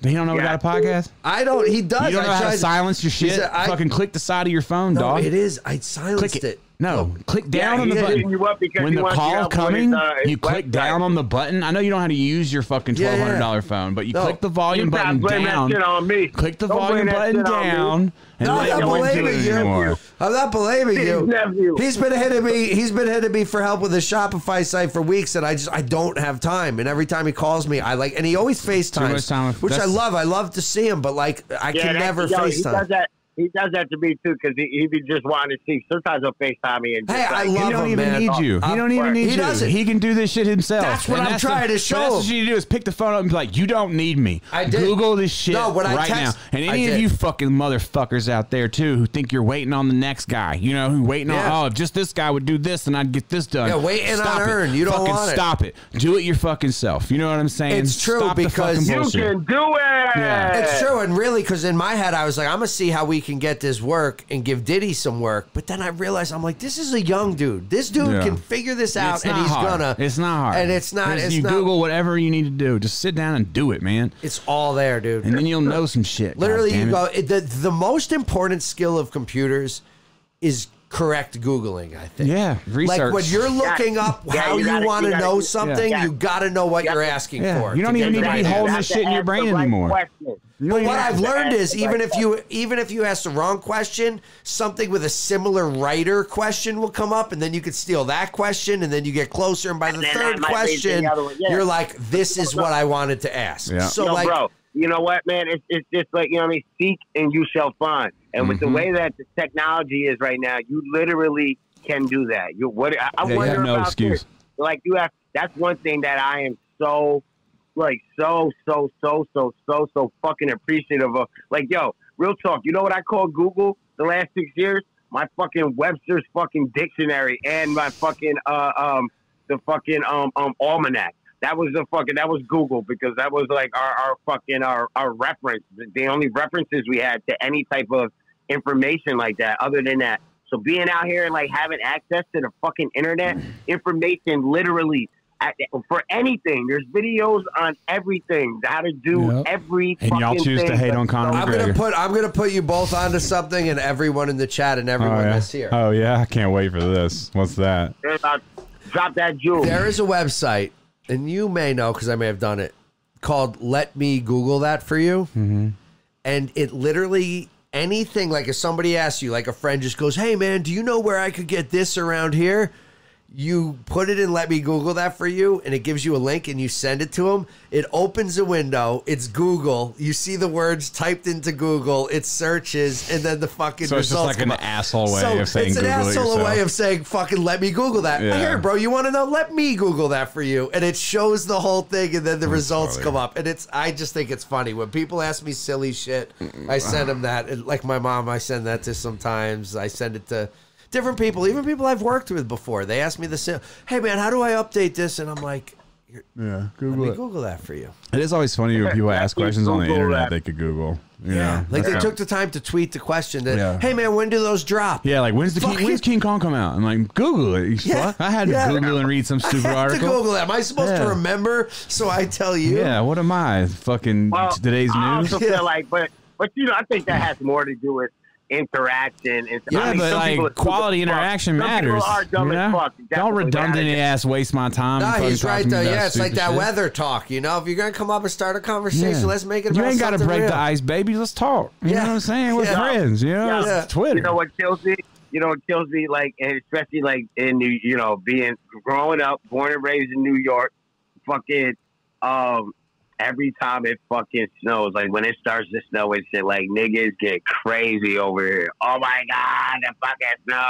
Speaker 2: He don't know
Speaker 3: Yeah.
Speaker 2: about a podcast?
Speaker 1: I don't. He does.
Speaker 2: You don't
Speaker 1: I
Speaker 2: know how to
Speaker 1: tried-
Speaker 2: silence your
Speaker 1: He
Speaker 2: shit?
Speaker 1: said, I-
Speaker 2: Fucking click the side of your phone,
Speaker 1: No,
Speaker 2: dog.
Speaker 1: it is. I silenced
Speaker 2: click
Speaker 1: it.
Speaker 2: it. No, click down
Speaker 3: Yeah,
Speaker 2: on the
Speaker 3: he hitting
Speaker 2: button.
Speaker 3: you up because
Speaker 2: when
Speaker 3: he
Speaker 2: the
Speaker 3: wants you
Speaker 2: call
Speaker 3: up when
Speaker 2: coming,
Speaker 3: it's, uh,
Speaker 2: you
Speaker 3: it's
Speaker 2: click
Speaker 3: website.
Speaker 2: down on the button. I know you don't know how to use your fucking
Speaker 1: Yeah, yeah.
Speaker 2: twelve hundred dollar phone, but you
Speaker 1: No.
Speaker 2: click the volume
Speaker 3: You
Speaker 2: button
Speaker 3: not blame
Speaker 2: down.
Speaker 3: that shit on me.
Speaker 2: Click the
Speaker 3: Don't
Speaker 2: volume
Speaker 3: blame that
Speaker 2: button
Speaker 3: shit on me.
Speaker 2: down. And
Speaker 1: No,
Speaker 2: let
Speaker 1: I'm
Speaker 2: it
Speaker 1: not
Speaker 2: go into
Speaker 1: believing
Speaker 2: it
Speaker 1: you.
Speaker 2: anymore.
Speaker 1: I'm not believing
Speaker 3: Diddy's
Speaker 1: you.
Speaker 3: nephew.
Speaker 1: He's been hitting me. He's been hitting me for help with a Shopify site for weeks, and I just I don't have time. And every time he calls me, I like, and he always FaceTimes,
Speaker 2: much time.
Speaker 1: which I
Speaker 2: That's-
Speaker 1: love. I love to see him, but like I can
Speaker 3: that-
Speaker 1: never
Speaker 3: yo, He does
Speaker 1: FaceTime.
Speaker 3: that. He does that to me too because he, he be just wanting to see. Sometimes I'll FaceTime me and just
Speaker 1: Hey,
Speaker 3: like,
Speaker 1: I love
Speaker 2: He don't
Speaker 1: him,
Speaker 2: even
Speaker 1: man.
Speaker 2: need you.
Speaker 1: I'm
Speaker 2: He don't even
Speaker 1: sorry.
Speaker 2: need
Speaker 1: He
Speaker 2: you.
Speaker 1: doesn't.
Speaker 2: He can do this shit himself.
Speaker 1: That's what
Speaker 2: And
Speaker 1: I'm trying to
Speaker 2: but
Speaker 1: show
Speaker 2: That's
Speaker 1: him.
Speaker 2: what you do is pick the phone up and be like, "You don't need me."
Speaker 1: I did.
Speaker 2: Google this shit
Speaker 1: No, when I
Speaker 2: right
Speaker 1: text-
Speaker 2: now. And
Speaker 1: I
Speaker 2: any of
Speaker 1: did.
Speaker 2: you fucking motherfuckers out there too who think you're waiting on the next guy, you know, who waiting
Speaker 1: Yeah.
Speaker 2: on, oh, if just this guy would do this and I'd get this done.
Speaker 1: Yeah, waiting
Speaker 2: Stop
Speaker 1: on
Speaker 2: it.
Speaker 1: earn. You don't
Speaker 2: fucking
Speaker 1: want it.
Speaker 2: Stop it. Do it your fucking self. You know what I'm saying?
Speaker 1: It's true
Speaker 2: Stop the
Speaker 1: because-
Speaker 2: fucking
Speaker 1: You
Speaker 3: You
Speaker 2: bullshit.
Speaker 3: can do it.
Speaker 2: Yeah.
Speaker 1: It's true, and really, because in my head I was like, I'm gonna see how we can get this work and give Diddy some work. But then I realized I'm like, this is a young dude. This dude
Speaker 2: Yeah.
Speaker 1: can figure this
Speaker 2: And
Speaker 1: out,
Speaker 2: it's
Speaker 1: and
Speaker 2: not
Speaker 1: he's
Speaker 2: hard.
Speaker 1: gonna.
Speaker 2: It's not hard.
Speaker 1: and it's not.
Speaker 2: Just
Speaker 1: It's
Speaker 2: you
Speaker 1: not.
Speaker 2: Google whatever you need to do. Just sit down and do it, man.
Speaker 1: It's all there, dude.
Speaker 2: And then you'll know some shit.
Speaker 1: Literally,
Speaker 2: God damn
Speaker 1: you
Speaker 2: it.
Speaker 1: go. It, the the most important skill of computers is correct googling. I think.
Speaker 2: Yeah, research.
Speaker 1: Like when you're looking up
Speaker 3: Yeah,
Speaker 1: how
Speaker 3: you
Speaker 1: you,
Speaker 3: gotta-
Speaker 1: want to
Speaker 3: you gotta-
Speaker 1: know something,
Speaker 3: yeah.
Speaker 1: you got to know what you're asking
Speaker 2: Yeah,
Speaker 1: for.
Speaker 2: you don't
Speaker 1: to
Speaker 2: even
Speaker 1: get
Speaker 2: need to
Speaker 1: the
Speaker 2: be
Speaker 1: right
Speaker 2: holding
Speaker 1: answer.
Speaker 2: this shit in your brain anymore.
Speaker 1: But what I've
Speaker 3: to
Speaker 1: learned
Speaker 3: ask
Speaker 1: is
Speaker 3: the
Speaker 1: even
Speaker 3: right
Speaker 1: if you even if you ask the wrong question, something with a similar writer question will come up, and then you could steal that question, and then you get closer, and by the
Speaker 3: then
Speaker 1: third
Speaker 3: that might lead to the
Speaker 1: question,
Speaker 3: other one. Yeah.
Speaker 1: you're like, "This is what I wanted to ask."
Speaker 2: Yeah.
Speaker 1: So
Speaker 3: no,
Speaker 1: like,
Speaker 3: bro, you know what, man? It's, it's just like you know what I mean. Seek and you shall find. And with the
Speaker 2: Mm-hmm.
Speaker 3: way that the technology is right now, you literally can do that. You what? I, I
Speaker 2: Yeah, you
Speaker 3: wonder
Speaker 2: have no
Speaker 3: about
Speaker 2: excuse.
Speaker 3: This. Like you have. That's one thing that I am so, like so so so so so so fucking appreciative of. Like yo, real talk. You know what I call Google the last six years? My fucking Webster's fucking dictionary and my fucking uh um the fucking um um almanac. That was the fucking that was Google because that was like our, our fucking our, our reference. The only references we had to any type of information like that other than that. So being out here and like having access to the fucking internet, information literally at, for anything. There's videos on everything, how to do
Speaker 2: Yep.
Speaker 3: every
Speaker 2: And
Speaker 3: fucking
Speaker 2: y'all choose to
Speaker 3: thing.
Speaker 2: hate on
Speaker 3: That's
Speaker 2: Conor
Speaker 3: so-
Speaker 1: I'm gonna
Speaker 2: McGregor.
Speaker 1: put I'm gonna put you both onto something, and everyone in the chat and everyone that's here.
Speaker 2: Oh yeah, I can't wait for this. What's that?
Speaker 3: Uh, Drop that jewel.
Speaker 1: There is a website, and you may know because I may have done it, called Let Me Google That For You.
Speaker 2: Mm-hmm.
Speaker 1: And it literally, anything, like if somebody asks you, like a friend just goes, Hey, man, do you know where I could get this around here? You put it in Let Me Google That For You, and it gives you a link and you send it to them. It opens a window. It's Google. You see the words typed into Google. It searches, and then the fucking
Speaker 2: So it's just
Speaker 1: results
Speaker 2: like
Speaker 1: come
Speaker 2: an
Speaker 1: up.
Speaker 2: asshole way
Speaker 1: So
Speaker 2: of saying
Speaker 1: it's an
Speaker 2: Google it
Speaker 1: asshole
Speaker 2: yourself.
Speaker 1: way of saying fucking let me Google that.
Speaker 2: Yeah.
Speaker 1: Here, bro, you want to know? Let me Google that for you, and it shows the whole thing, and then the results
Speaker 2: funny.
Speaker 1: come up, and it's I just think it's funny when people ask me silly shit. I send them that, and like my mom, I send that to sometimes. I send it to different people, even people I've worked with before. They ask me the same, hey man, how do I update this? And I'm like, "Here,
Speaker 2: Yeah,
Speaker 1: let me
Speaker 2: Google
Speaker 1: Google that for you.
Speaker 2: It is always funny when people ask questions on the
Speaker 3: Google
Speaker 2: internet
Speaker 3: that.
Speaker 2: they could Google. You know,
Speaker 1: like they
Speaker 2: that's
Speaker 1: took the time to tweet the question that,
Speaker 2: Yeah.
Speaker 1: hey man, when do those drop?
Speaker 2: how- Yeah, like when's the King,
Speaker 1: Fucking-
Speaker 2: when's King Kong come out? I'm like Google it. You
Speaker 1: Yeah,
Speaker 2: fuck. I had to
Speaker 1: yeah.
Speaker 2: Google and read some stupid
Speaker 1: I have to
Speaker 2: article.
Speaker 1: Google that. Am I supposed to
Speaker 2: Yeah.
Speaker 1: remember? So I tell you.
Speaker 2: Yeah, what am I? Fucking
Speaker 3: Well,
Speaker 2: today's
Speaker 3: I
Speaker 2: news.
Speaker 3: also feel like, but but you know, I think that has more to do with interaction. And
Speaker 2: Yeah,
Speaker 3: I mean,
Speaker 2: but
Speaker 3: some people are
Speaker 2: like
Speaker 3: stupid
Speaker 2: quality
Speaker 3: as fuck.
Speaker 2: interaction
Speaker 3: Some people
Speaker 2: matters.
Speaker 3: are dumb
Speaker 2: you
Speaker 3: as
Speaker 2: know?
Speaker 3: fuck.
Speaker 2: Don't
Speaker 3: Definitely.
Speaker 2: redundant ass waste my time.
Speaker 1: No,
Speaker 2: and fucking
Speaker 1: he's
Speaker 2: talk
Speaker 1: right
Speaker 2: to me
Speaker 1: though.
Speaker 2: about
Speaker 1: Yeah, it's like
Speaker 2: stupid
Speaker 1: that
Speaker 2: shit.
Speaker 1: weather talk. You know, if you're gonna come up and start a
Speaker 2: Yeah.
Speaker 1: conversation, let's make it. About
Speaker 2: You ain't
Speaker 1: got
Speaker 2: gotta
Speaker 1: to
Speaker 2: break
Speaker 1: real.
Speaker 2: the ice, baby. Let's talk. You
Speaker 1: Yeah.
Speaker 2: know what I'm saying? We're
Speaker 1: Yeah.
Speaker 2: friends. You know,
Speaker 3: Yeah.
Speaker 2: It's
Speaker 1: Yeah.
Speaker 2: Twitter.
Speaker 3: You know what kills me? You know what kills me? Like, and especially like in New, you know, being growing up, born and raised in New York, fucking, um, every time it fucking snows, like when it starts to snow and shit, like niggas get crazy over here. Oh my god, the fucking snow!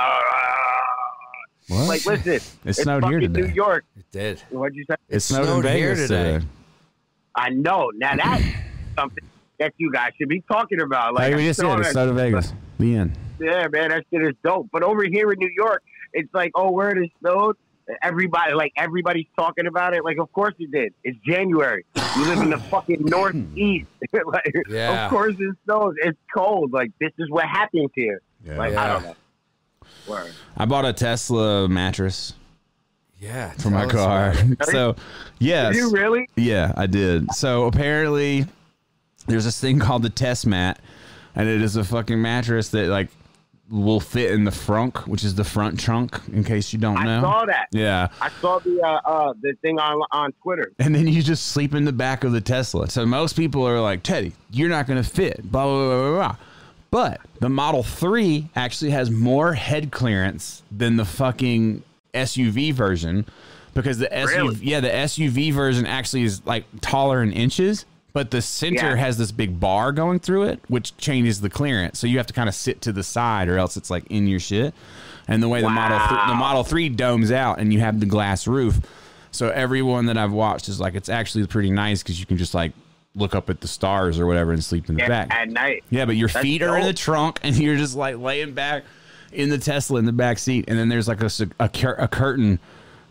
Speaker 2: What?
Speaker 3: Like, listen, it
Speaker 2: it
Speaker 3: it's
Speaker 2: snowed
Speaker 3: fucking
Speaker 2: here
Speaker 3: New
Speaker 2: today.
Speaker 3: York.
Speaker 1: It did.
Speaker 3: What'd you say?
Speaker 2: It snowed,
Speaker 1: snowed
Speaker 2: in
Speaker 1: here
Speaker 2: Vegas
Speaker 1: today.
Speaker 2: today.
Speaker 3: I know. Now that's something that you guys should be talking about. Like,
Speaker 2: Like we just
Speaker 3: I saw
Speaker 2: said, it
Speaker 3: that
Speaker 2: snowed in Vegas. The end.
Speaker 3: yeah, man, that shit is dope. But over here in New York, it's like, oh, where it is snowed. Everybody, like everybody's talking about it. Like, of course it did. It's January. You live in the fucking northeast. like,
Speaker 1: Yeah.
Speaker 3: Of course it snows. It's cold. Like this is what happens here.
Speaker 2: Yeah.
Speaker 3: Like I don't
Speaker 1: Yeah.
Speaker 3: know. Word.
Speaker 2: I bought a Tesla mattress
Speaker 1: Yeah.
Speaker 2: for my car. so, yes.
Speaker 3: Did you really?
Speaker 2: Yeah, I did. So apparently, there's this thing called the test mat, and it is a fucking mattress that like will fit in the frunk, which is the front trunk. In case you don't
Speaker 3: I
Speaker 2: know,
Speaker 3: saw that.
Speaker 2: Yeah,
Speaker 3: I saw the uh, uh, the thing on on Twitter.
Speaker 2: and then you just sleep in the back of the Tesla. So most people are like, Teddy, you're not gonna fit. Blah blah blah blah. blah. But the Model Three actually has more head clearance than the fucking SUV version, because the SUV
Speaker 3: Really?
Speaker 2: yeah the SUV version actually is like taller in inches, but the center
Speaker 3: Yeah.
Speaker 2: has this big bar going through it, which changes the clearance. So you have to kind of sit to the side, or else it's like in your shit. And the way the model th- the
Speaker 3: Wow.
Speaker 2: Model Three domes out, and you have the glass roof. So everyone that I've watched is like, it's actually pretty nice because you can just like look up at the stars or whatever and sleep in the
Speaker 3: at-
Speaker 2: back.
Speaker 3: at night.
Speaker 2: Yeah, but your
Speaker 3: That's
Speaker 2: feet are in the
Speaker 3: dope.
Speaker 2: trunk, and you're just like laying back in the Tesla in the back seat, and then there's like a s- a cur- a curtain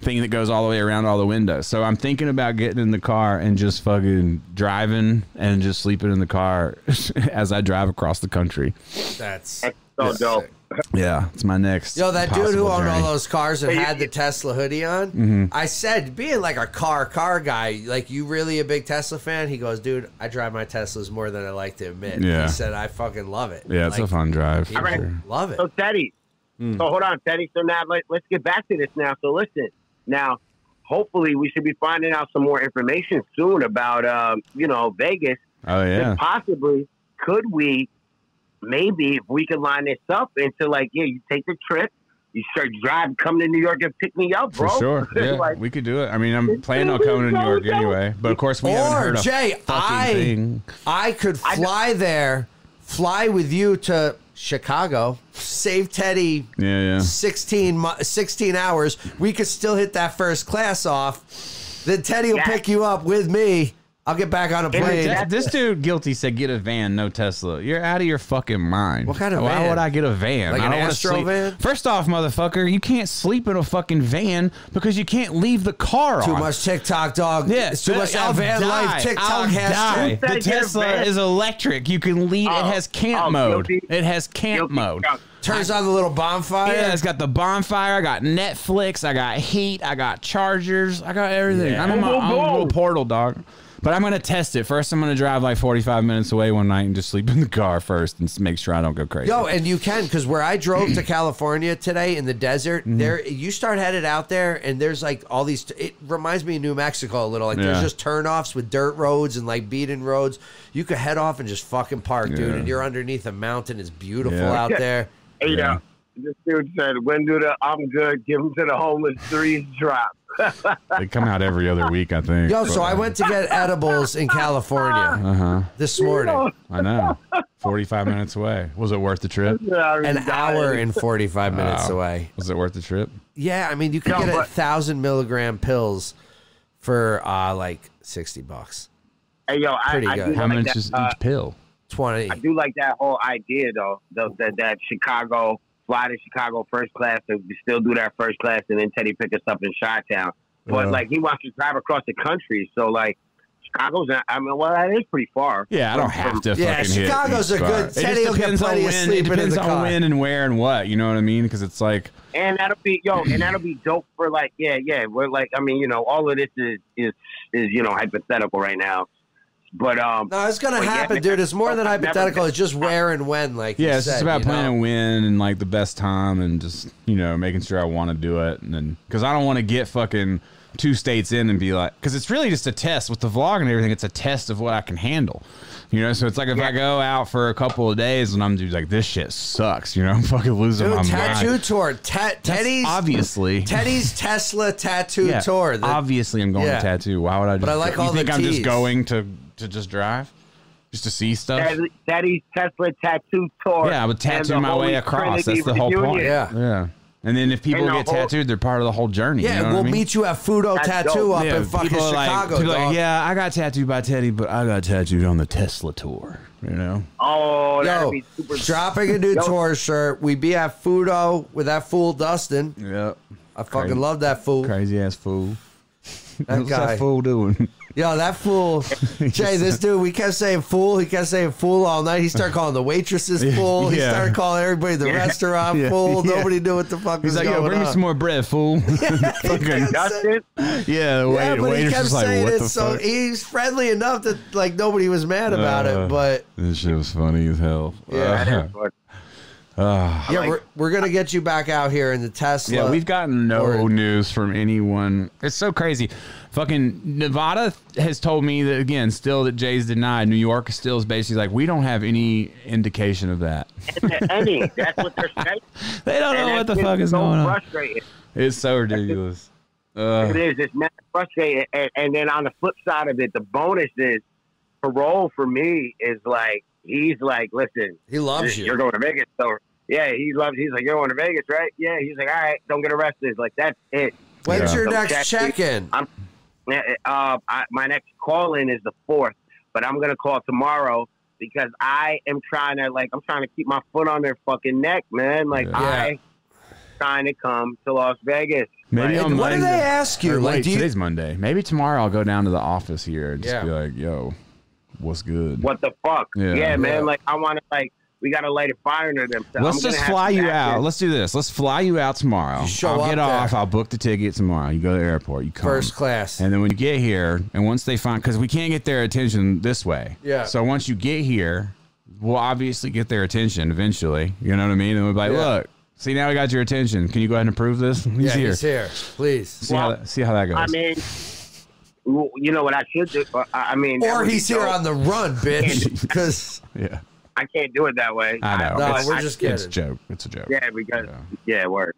Speaker 2: thing that goes all the way around all the windows. So I'm thinking about getting in the car and just fucking driving and just sleeping in the car as I drive across the country.
Speaker 1: That's
Speaker 3: So
Speaker 1: that's
Speaker 3: dope.
Speaker 1: sick.
Speaker 2: Yeah, it's my next.
Speaker 1: Yo, that dude who
Speaker 2: possible
Speaker 1: owned all
Speaker 2: journey. Mm-hmm.
Speaker 1: those cars and had the Tesla hoodie on, I said, being like a car car guy, like you really a big Tesla fan? He goes, dude, I drive my Teslas more than I like to admit.
Speaker 2: Yeah.
Speaker 1: He said, I fucking love it.
Speaker 2: Yeah, it's
Speaker 1: Like,
Speaker 2: a fun drive.
Speaker 1: he
Speaker 2: for
Speaker 3: Alright.
Speaker 2: sure.
Speaker 1: Love it.
Speaker 3: So Teddy,
Speaker 2: Hmm.
Speaker 3: so hold on, Teddy. So now let, let's get back to this now. So listen, now hopefully we should be finding out some more information soon about um, you know Vegas
Speaker 2: Oh yeah.
Speaker 3: and possibly could we maybe if we could line this up into like yeah you take the trip you start drive come to New York and pick me up
Speaker 2: For
Speaker 3: bro
Speaker 2: sure, yeah,
Speaker 3: Like,
Speaker 2: we could do it. I mean, I'm planning on
Speaker 3: we
Speaker 2: coming to New
Speaker 3: go,
Speaker 2: York
Speaker 3: go.
Speaker 2: anyway, but of course we haven't
Speaker 1: Or,
Speaker 2: heard a
Speaker 1: Jay,
Speaker 2: fucking
Speaker 1: I-
Speaker 2: thing.
Speaker 1: I could
Speaker 3: I know-
Speaker 1: fly there, fly with you to Chicago, save Teddy
Speaker 2: Yeah, yeah.
Speaker 1: 16, mi- 16 hours. We could still hit that first class off. Then Teddy will
Speaker 3: Yeah.
Speaker 1: pick you up with me. I'll get back on a plane.
Speaker 2: Th-
Speaker 3: Interjet.
Speaker 2: this dude guilty said get a van, no Tesla. You're out of your fucking mind.
Speaker 1: What kind of
Speaker 2: Why
Speaker 1: van?
Speaker 2: would I get a van?
Speaker 1: Like
Speaker 2: I
Speaker 1: an
Speaker 2: wanna
Speaker 1: Astro
Speaker 2: sleep-
Speaker 1: van?
Speaker 2: First off, motherfucker, you can't sleep in a fucking van because you can't leave the car
Speaker 1: Too
Speaker 2: on.
Speaker 1: much TikTok, dog.
Speaker 2: Yeah,
Speaker 1: it's too
Speaker 2: that-
Speaker 1: much
Speaker 2: I'll
Speaker 1: that van
Speaker 2: die.
Speaker 1: life TikTok
Speaker 2: I'll die.
Speaker 1: hashtag.
Speaker 3: Who
Speaker 2: The
Speaker 3: said get a
Speaker 2: Tesla
Speaker 3: van?
Speaker 2: is electric. You can leave.
Speaker 3: Oh,
Speaker 2: it has camp
Speaker 3: oh,
Speaker 2: mode.
Speaker 3: guilty.
Speaker 2: It has camp
Speaker 3: Guilty
Speaker 2: mode.
Speaker 3: drunk.
Speaker 1: Turns on the little bonfire.
Speaker 2: Yeah, it's got the bonfire. I got Netflix. I got heat. I got chargers. I got everything. I'm in my
Speaker 3: Boom, boom,
Speaker 2: own little
Speaker 3: boom.
Speaker 2: portal, dog. But I'm gonna test it first. I'm gonna drive like 45 minutes away one night and just sleep in the car first and s- make sure I don't go crazy.
Speaker 1: Yo, and you can because where I drove to California today in the desert,
Speaker 2: Mm-hmm.
Speaker 1: there you start headed out there, and there's like all these. It reminds me of New Mexico a little. Like
Speaker 2: Yeah.
Speaker 1: there's just turnoffs with dirt roads and like beaten roads. You could head off and just fucking park, dude,
Speaker 2: Yeah.
Speaker 1: and you're underneath a mountain. It's beautiful
Speaker 2: Yeah.
Speaker 1: out there.
Speaker 3: Hey,
Speaker 2: Yeah.
Speaker 3: uh, This dude said, "When do the I'm good? Give them to the homeless threes drop."
Speaker 2: they come out every other week, I think.
Speaker 1: Yo, so I went to get edibles in California
Speaker 2: Uh huh.
Speaker 1: this
Speaker 3: Oh,
Speaker 1: morning,
Speaker 2: I know. 45 minutes away. Was it worth the trip?
Speaker 1: an hour and forty five minutes
Speaker 2: Wow.
Speaker 1: away.
Speaker 2: Was it worth the trip?
Speaker 1: Yeah, I mean, you could
Speaker 3: No,
Speaker 1: get a
Speaker 3: but-
Speaker 1: thousand milligram pills for uh, like sixty bucks,
Speaker 3: Hey, yo, I,
Speaker 1: Pretty
Speaker 3: I
Speaker 1: good.
Speaker 3: do
Speaker 2: How
Speaker 3: like
Speaker 2: much
Speaker 3: that,
Speaker 2: is
Speaker 3: uh,
Speaker 2: each pill?
Speaker 1: twenty.
Speaker 3: I do like that whole idea though. That that, that Chicago fly to Chicago first class and we still do that first class, and then Teddy pick us up in Chi Town. But
Speaker 2: Yeah.
Speaker 3: like he wants to drive across the country, so like Chicago's. Not, I mean, well, that is pretty far.
Speaker 2: Yeah, I don't have to.
Speaker 1: Yeah,
Speaker 2: fucking hit
Speaker 1: Chicago's
Speaker 2: each
Speaker 1: a
Speaker 2: bar.
Speaker 1: good-
Speaker 2: It just
Speaker 1: Teddy will get
Speaker 2: depends on
Speaker 1: plenty of
Speaker 2: when-
Speaker 1: sleep in
Speaker 2: It depends
Speaker 1: the
Speaker 2: on
Speaker 1: car.
Speaker 2: when and where and what. You know what I mean? Because it's like
Speaker 3: and that'll be yo, and that'll be dope for like, yeah, yeah. We're like, I mean, you know, all of this is is is you know hypothetical right now, but um,
Speaker 1: No, it's gonna
Speaker 3: Well, yeah,
Speaker 1: happen,
Speaker 3: man.
Speaker 1: dude. It's more than
Speaker 3: I've never
Speaker 1: hypothetical.
Speaker 3: been-
Speaker 1: It's just where and when, like you
Speaker 2: Yeah, it's just
Speaker 1: said,
Speaker 2: about
Speaker 1: you know?
Speaker 2: planning when and like the best time and just you know making sure I want to do it and then because I don't want to get fucking two states in and be like because it's really just a test with the vlog and everything. It's a test of what I can handle, you know. So it's like if I go out for a couple of days and I'm just like this shit sucks, you know, I'm fucking losing
Speaker 1: Dude,
Speaker 2: my
Speaker 1: tattoo
Speaker 2: mind.
Speaker 1: tour. Ta-
Speaker 2: That's
Speaker 1: Teddy's
Speaker 2: obviously
Speaker 1: Teddy's Tesla tattoo
Speaker 2: Yeah,
Speaker 1: tour. The-
Speaker 2: obviously, I'm going
Speaker 1: yeah.
Speaker 2: to tattoo. Why would I? Just
Speaker 1: I like
Speaker 2: you
Speaker 1: all the
Speaker 2: think I'm just
Speaker 1: teas.
Speaker 2: going to to just drive, just to see stuff.
Speaker 3: Teddy- Teddy's Tesla tattoo tour.
Speaker 2: Yeah, I would
Speaker 3: and
Speaker 2: tattoo
Speaker 3: the
Speaker 2: my
Speaker 3: Holy
Speaker 2: way across.
Speaker 3: Trinity
Speaker 2: That's the whole point.
Speaker 3: reunion.
Speaker 1: Yeah.
Speaker 2: yeah. And then if people
Speaker 3: And the
Speaker 2: get
Speaker 3: whole-
Speaker 2: tattooed, they're part of the whole journey.
Speaker 1: yeah,
Speaker 2: you know what
Speaker 1: we'll
Speaker 2: I mean?
Speaker 1: meet you at Fudo
Speaker 3: That's
Speaker 1: Tattoo
Speaker 3: dope.
Speaker 1: up
Speaker 2: Yeah,
Speaker 1: in fucking
Speaker 2: people are like-
Speaker 1: Chicago.
Speaker 2: people are like,
Speaker 1: dog.
Speaker 2: yeah, I got tattooed by Teddy, but I got tattooed on the Tesla tour. You know,
Speaker 3: Oh, that'd
Speaker 1: Yo,
Speaker 3: be super.
Speaker 1: dropping a new
Speaker 3: Yo.
Speaker 1: tour shirt. We be at Fudo with that fool Dustin.
Speaker 2: yeah,
Speaker 1: I fucking
Speaker 2: Crazy.
Speaker 1: love that fool.
Speaker 2: Crazy ass fool.
Speaker 1: That
Speaker 2: What's
Speaker 1: guy.
Speaker 2: that fool doing?
Speaker 1: Yo, that fool. Jay, this dude, we kept saying fool. He kept saying fool all night. He started calling the waitresses fool. He
Speaker 2: Yeah.
Speaker 1: started calling everybody at the
Speaker 3: Yeah.
Speaker 1: restaurant
Speaker 2: Yeah.
Speaker 1: fool.
Speaker 2: Yeah.
Speaker 1: Nobody knew what the fuck
Speaker 2: He's
Speaker 1: was
Speaker 2: like,
Speaker 1: going
Speaker 2: yo, bring
Speaker 1: on.
Speaker 2: me some more bread, fool. Fucking-
Speaker 3: Dustin,
Speaker 2: yeah, the
Speaker 1: yeah,
Speaker 2: wait,
Speaker 1: but he
Speaker 2: waiter's
Speaker 1: kept
Speaker 2: just like,
Speaker 1: saying
Speaker 2: what
Speaker 1: it.
Speaker 2: the
Speaker 1: So e-
Speaker 2: fuck?
Speaker 1: he's friendly enough that like nobody was mad about
Speaker 2: Uh,
Speaker 1: it. But
Speaker 2: This shit was funny as hell.
Speaker 1: Yeah. Ah.
Speaker 2: Uh,
Speaker 1: yeah,
Speaker 3: like-
Speaker 1: we're, we're gonna get you back out here in the Tesla.
Speaker 2: Yeah, we've gotten no
Speaker 1: Or-
Speaker 2: news from anyone. It's so crazy. Fucking Nevada has told me that again, still that Jay's denied. New York still is basically like, we don't have any indication of that.
Speaker 3: any. That's what they're saying.
Speaker 2: They don't know Oh, what the fuck is
Speaker 3: so
Speaker 2: going on.
Speaker 3: frustrating.
Speaker 2: It's so ridiculous. Uh,
Speaker 3: It is. It's mad frustrating. And, and then on the flip side of it, the bonus is parole for me is like he's like, listen,
Speaker 1: he loves
Speaker 3: you're
Speaker 1: you.
Speaker 3: going to Vegas, so yeah, he loves. He's like, you're going to Vegas, right? Yeah. He's like, all right, don't get arrested. Like that's it.
Speaker 1: When's
Speaker 2: Yeah.
Speaker 1: your
Speaker 3: So
Speaker 1: next
Speaker 3: check-
Speaker 1: check in?
Speaker 3: Yeah, Uh, I, my next call in is the fourth, but I'm gonna call tomorrow because I am trying to like I'm trying to keep my foot on their fucking neck, man. Like
Speaker 2: Yeah.
Speaker 3: I trying to come to Las Vegas.
Speaker 2: maybe
Speaker 3: Like,
Speaker 2: on
Speaker 1: What do
Speaker 2: Monday.
Speaker 1: they ask you?
Speaker 2: or
Speaker 1: Like,
Speaker 2: wait,
Speaker 1: do you,
Speaker 2: today's Monday. Maybe tomorrow I'll go down to the office here and just
Speaker 1: Yeah.
Speaker 2: be like, yo, what's good?
Speaker 3: what the fuck?
Speaker 2: Yeah.
Speaker 3: Yeah,
Speaker 1: Yeah.
Speaker 3: man. Like I want to like we got to light a fire under them. So
Speaker 2: Let's
Speaker 3: I'm gonna
Speaker 2: just
Speaker 3: have
Speaker 2: fly
Speaker 3: to
Speaker 2: you
Speaker 3: act
Speaker 2: out.
Speaker 3: it.
Speaker 2: Let's do this. Let's fly you out tomorrow.
Speaker 1: You show
Speaker 2: I'll
Speaker 1: up
Speaker 2: get
Speaker 1: there.
Speaker 2: off. I'll book the ticket tomorrow. You go to the airport. You come.
Speaker 1: first class?
Speaker 2: And then when you get here, and once they find, because we can't get their attention this way.
Speaker 1: Yeah.
Speaker 2: So once you get here, we'll obviously get their attention eventually. You know what I mean? And we'll be like,
Speaker 1: Yeah.
Speaker 2: look, see, now we got your attention. Can you go ahead and approve this? He's
Speaker 1: yeah,
Speaker 2: here.
Speaker 1: he's here. Please.
Speaker 2: See, how
Speaker 3: Well,
Speaker 2: that, see how that goes.
Speaker 3: I mean, w- you know what I should do? I I mean, that
Speaker 1: Or
Speaker 3: would be
Speaker 1: he's here
Speaker 3: dope.
Speaker 1: on the run, bitch. Because
Speaker 2: yeah.
Speaker 3: I can't do it that way.
Speaker 2: I know.
Speaker 1: No,
Speaker 2: it's,
Speaker 1: we're just
Speaker 2: it's a
Speaker 1: kidding.
Speaker 2: joke. It's a joke.
Speaker 3: Yeah, because
Speaker 2: Yeah.
Speaker 3: yeah, word.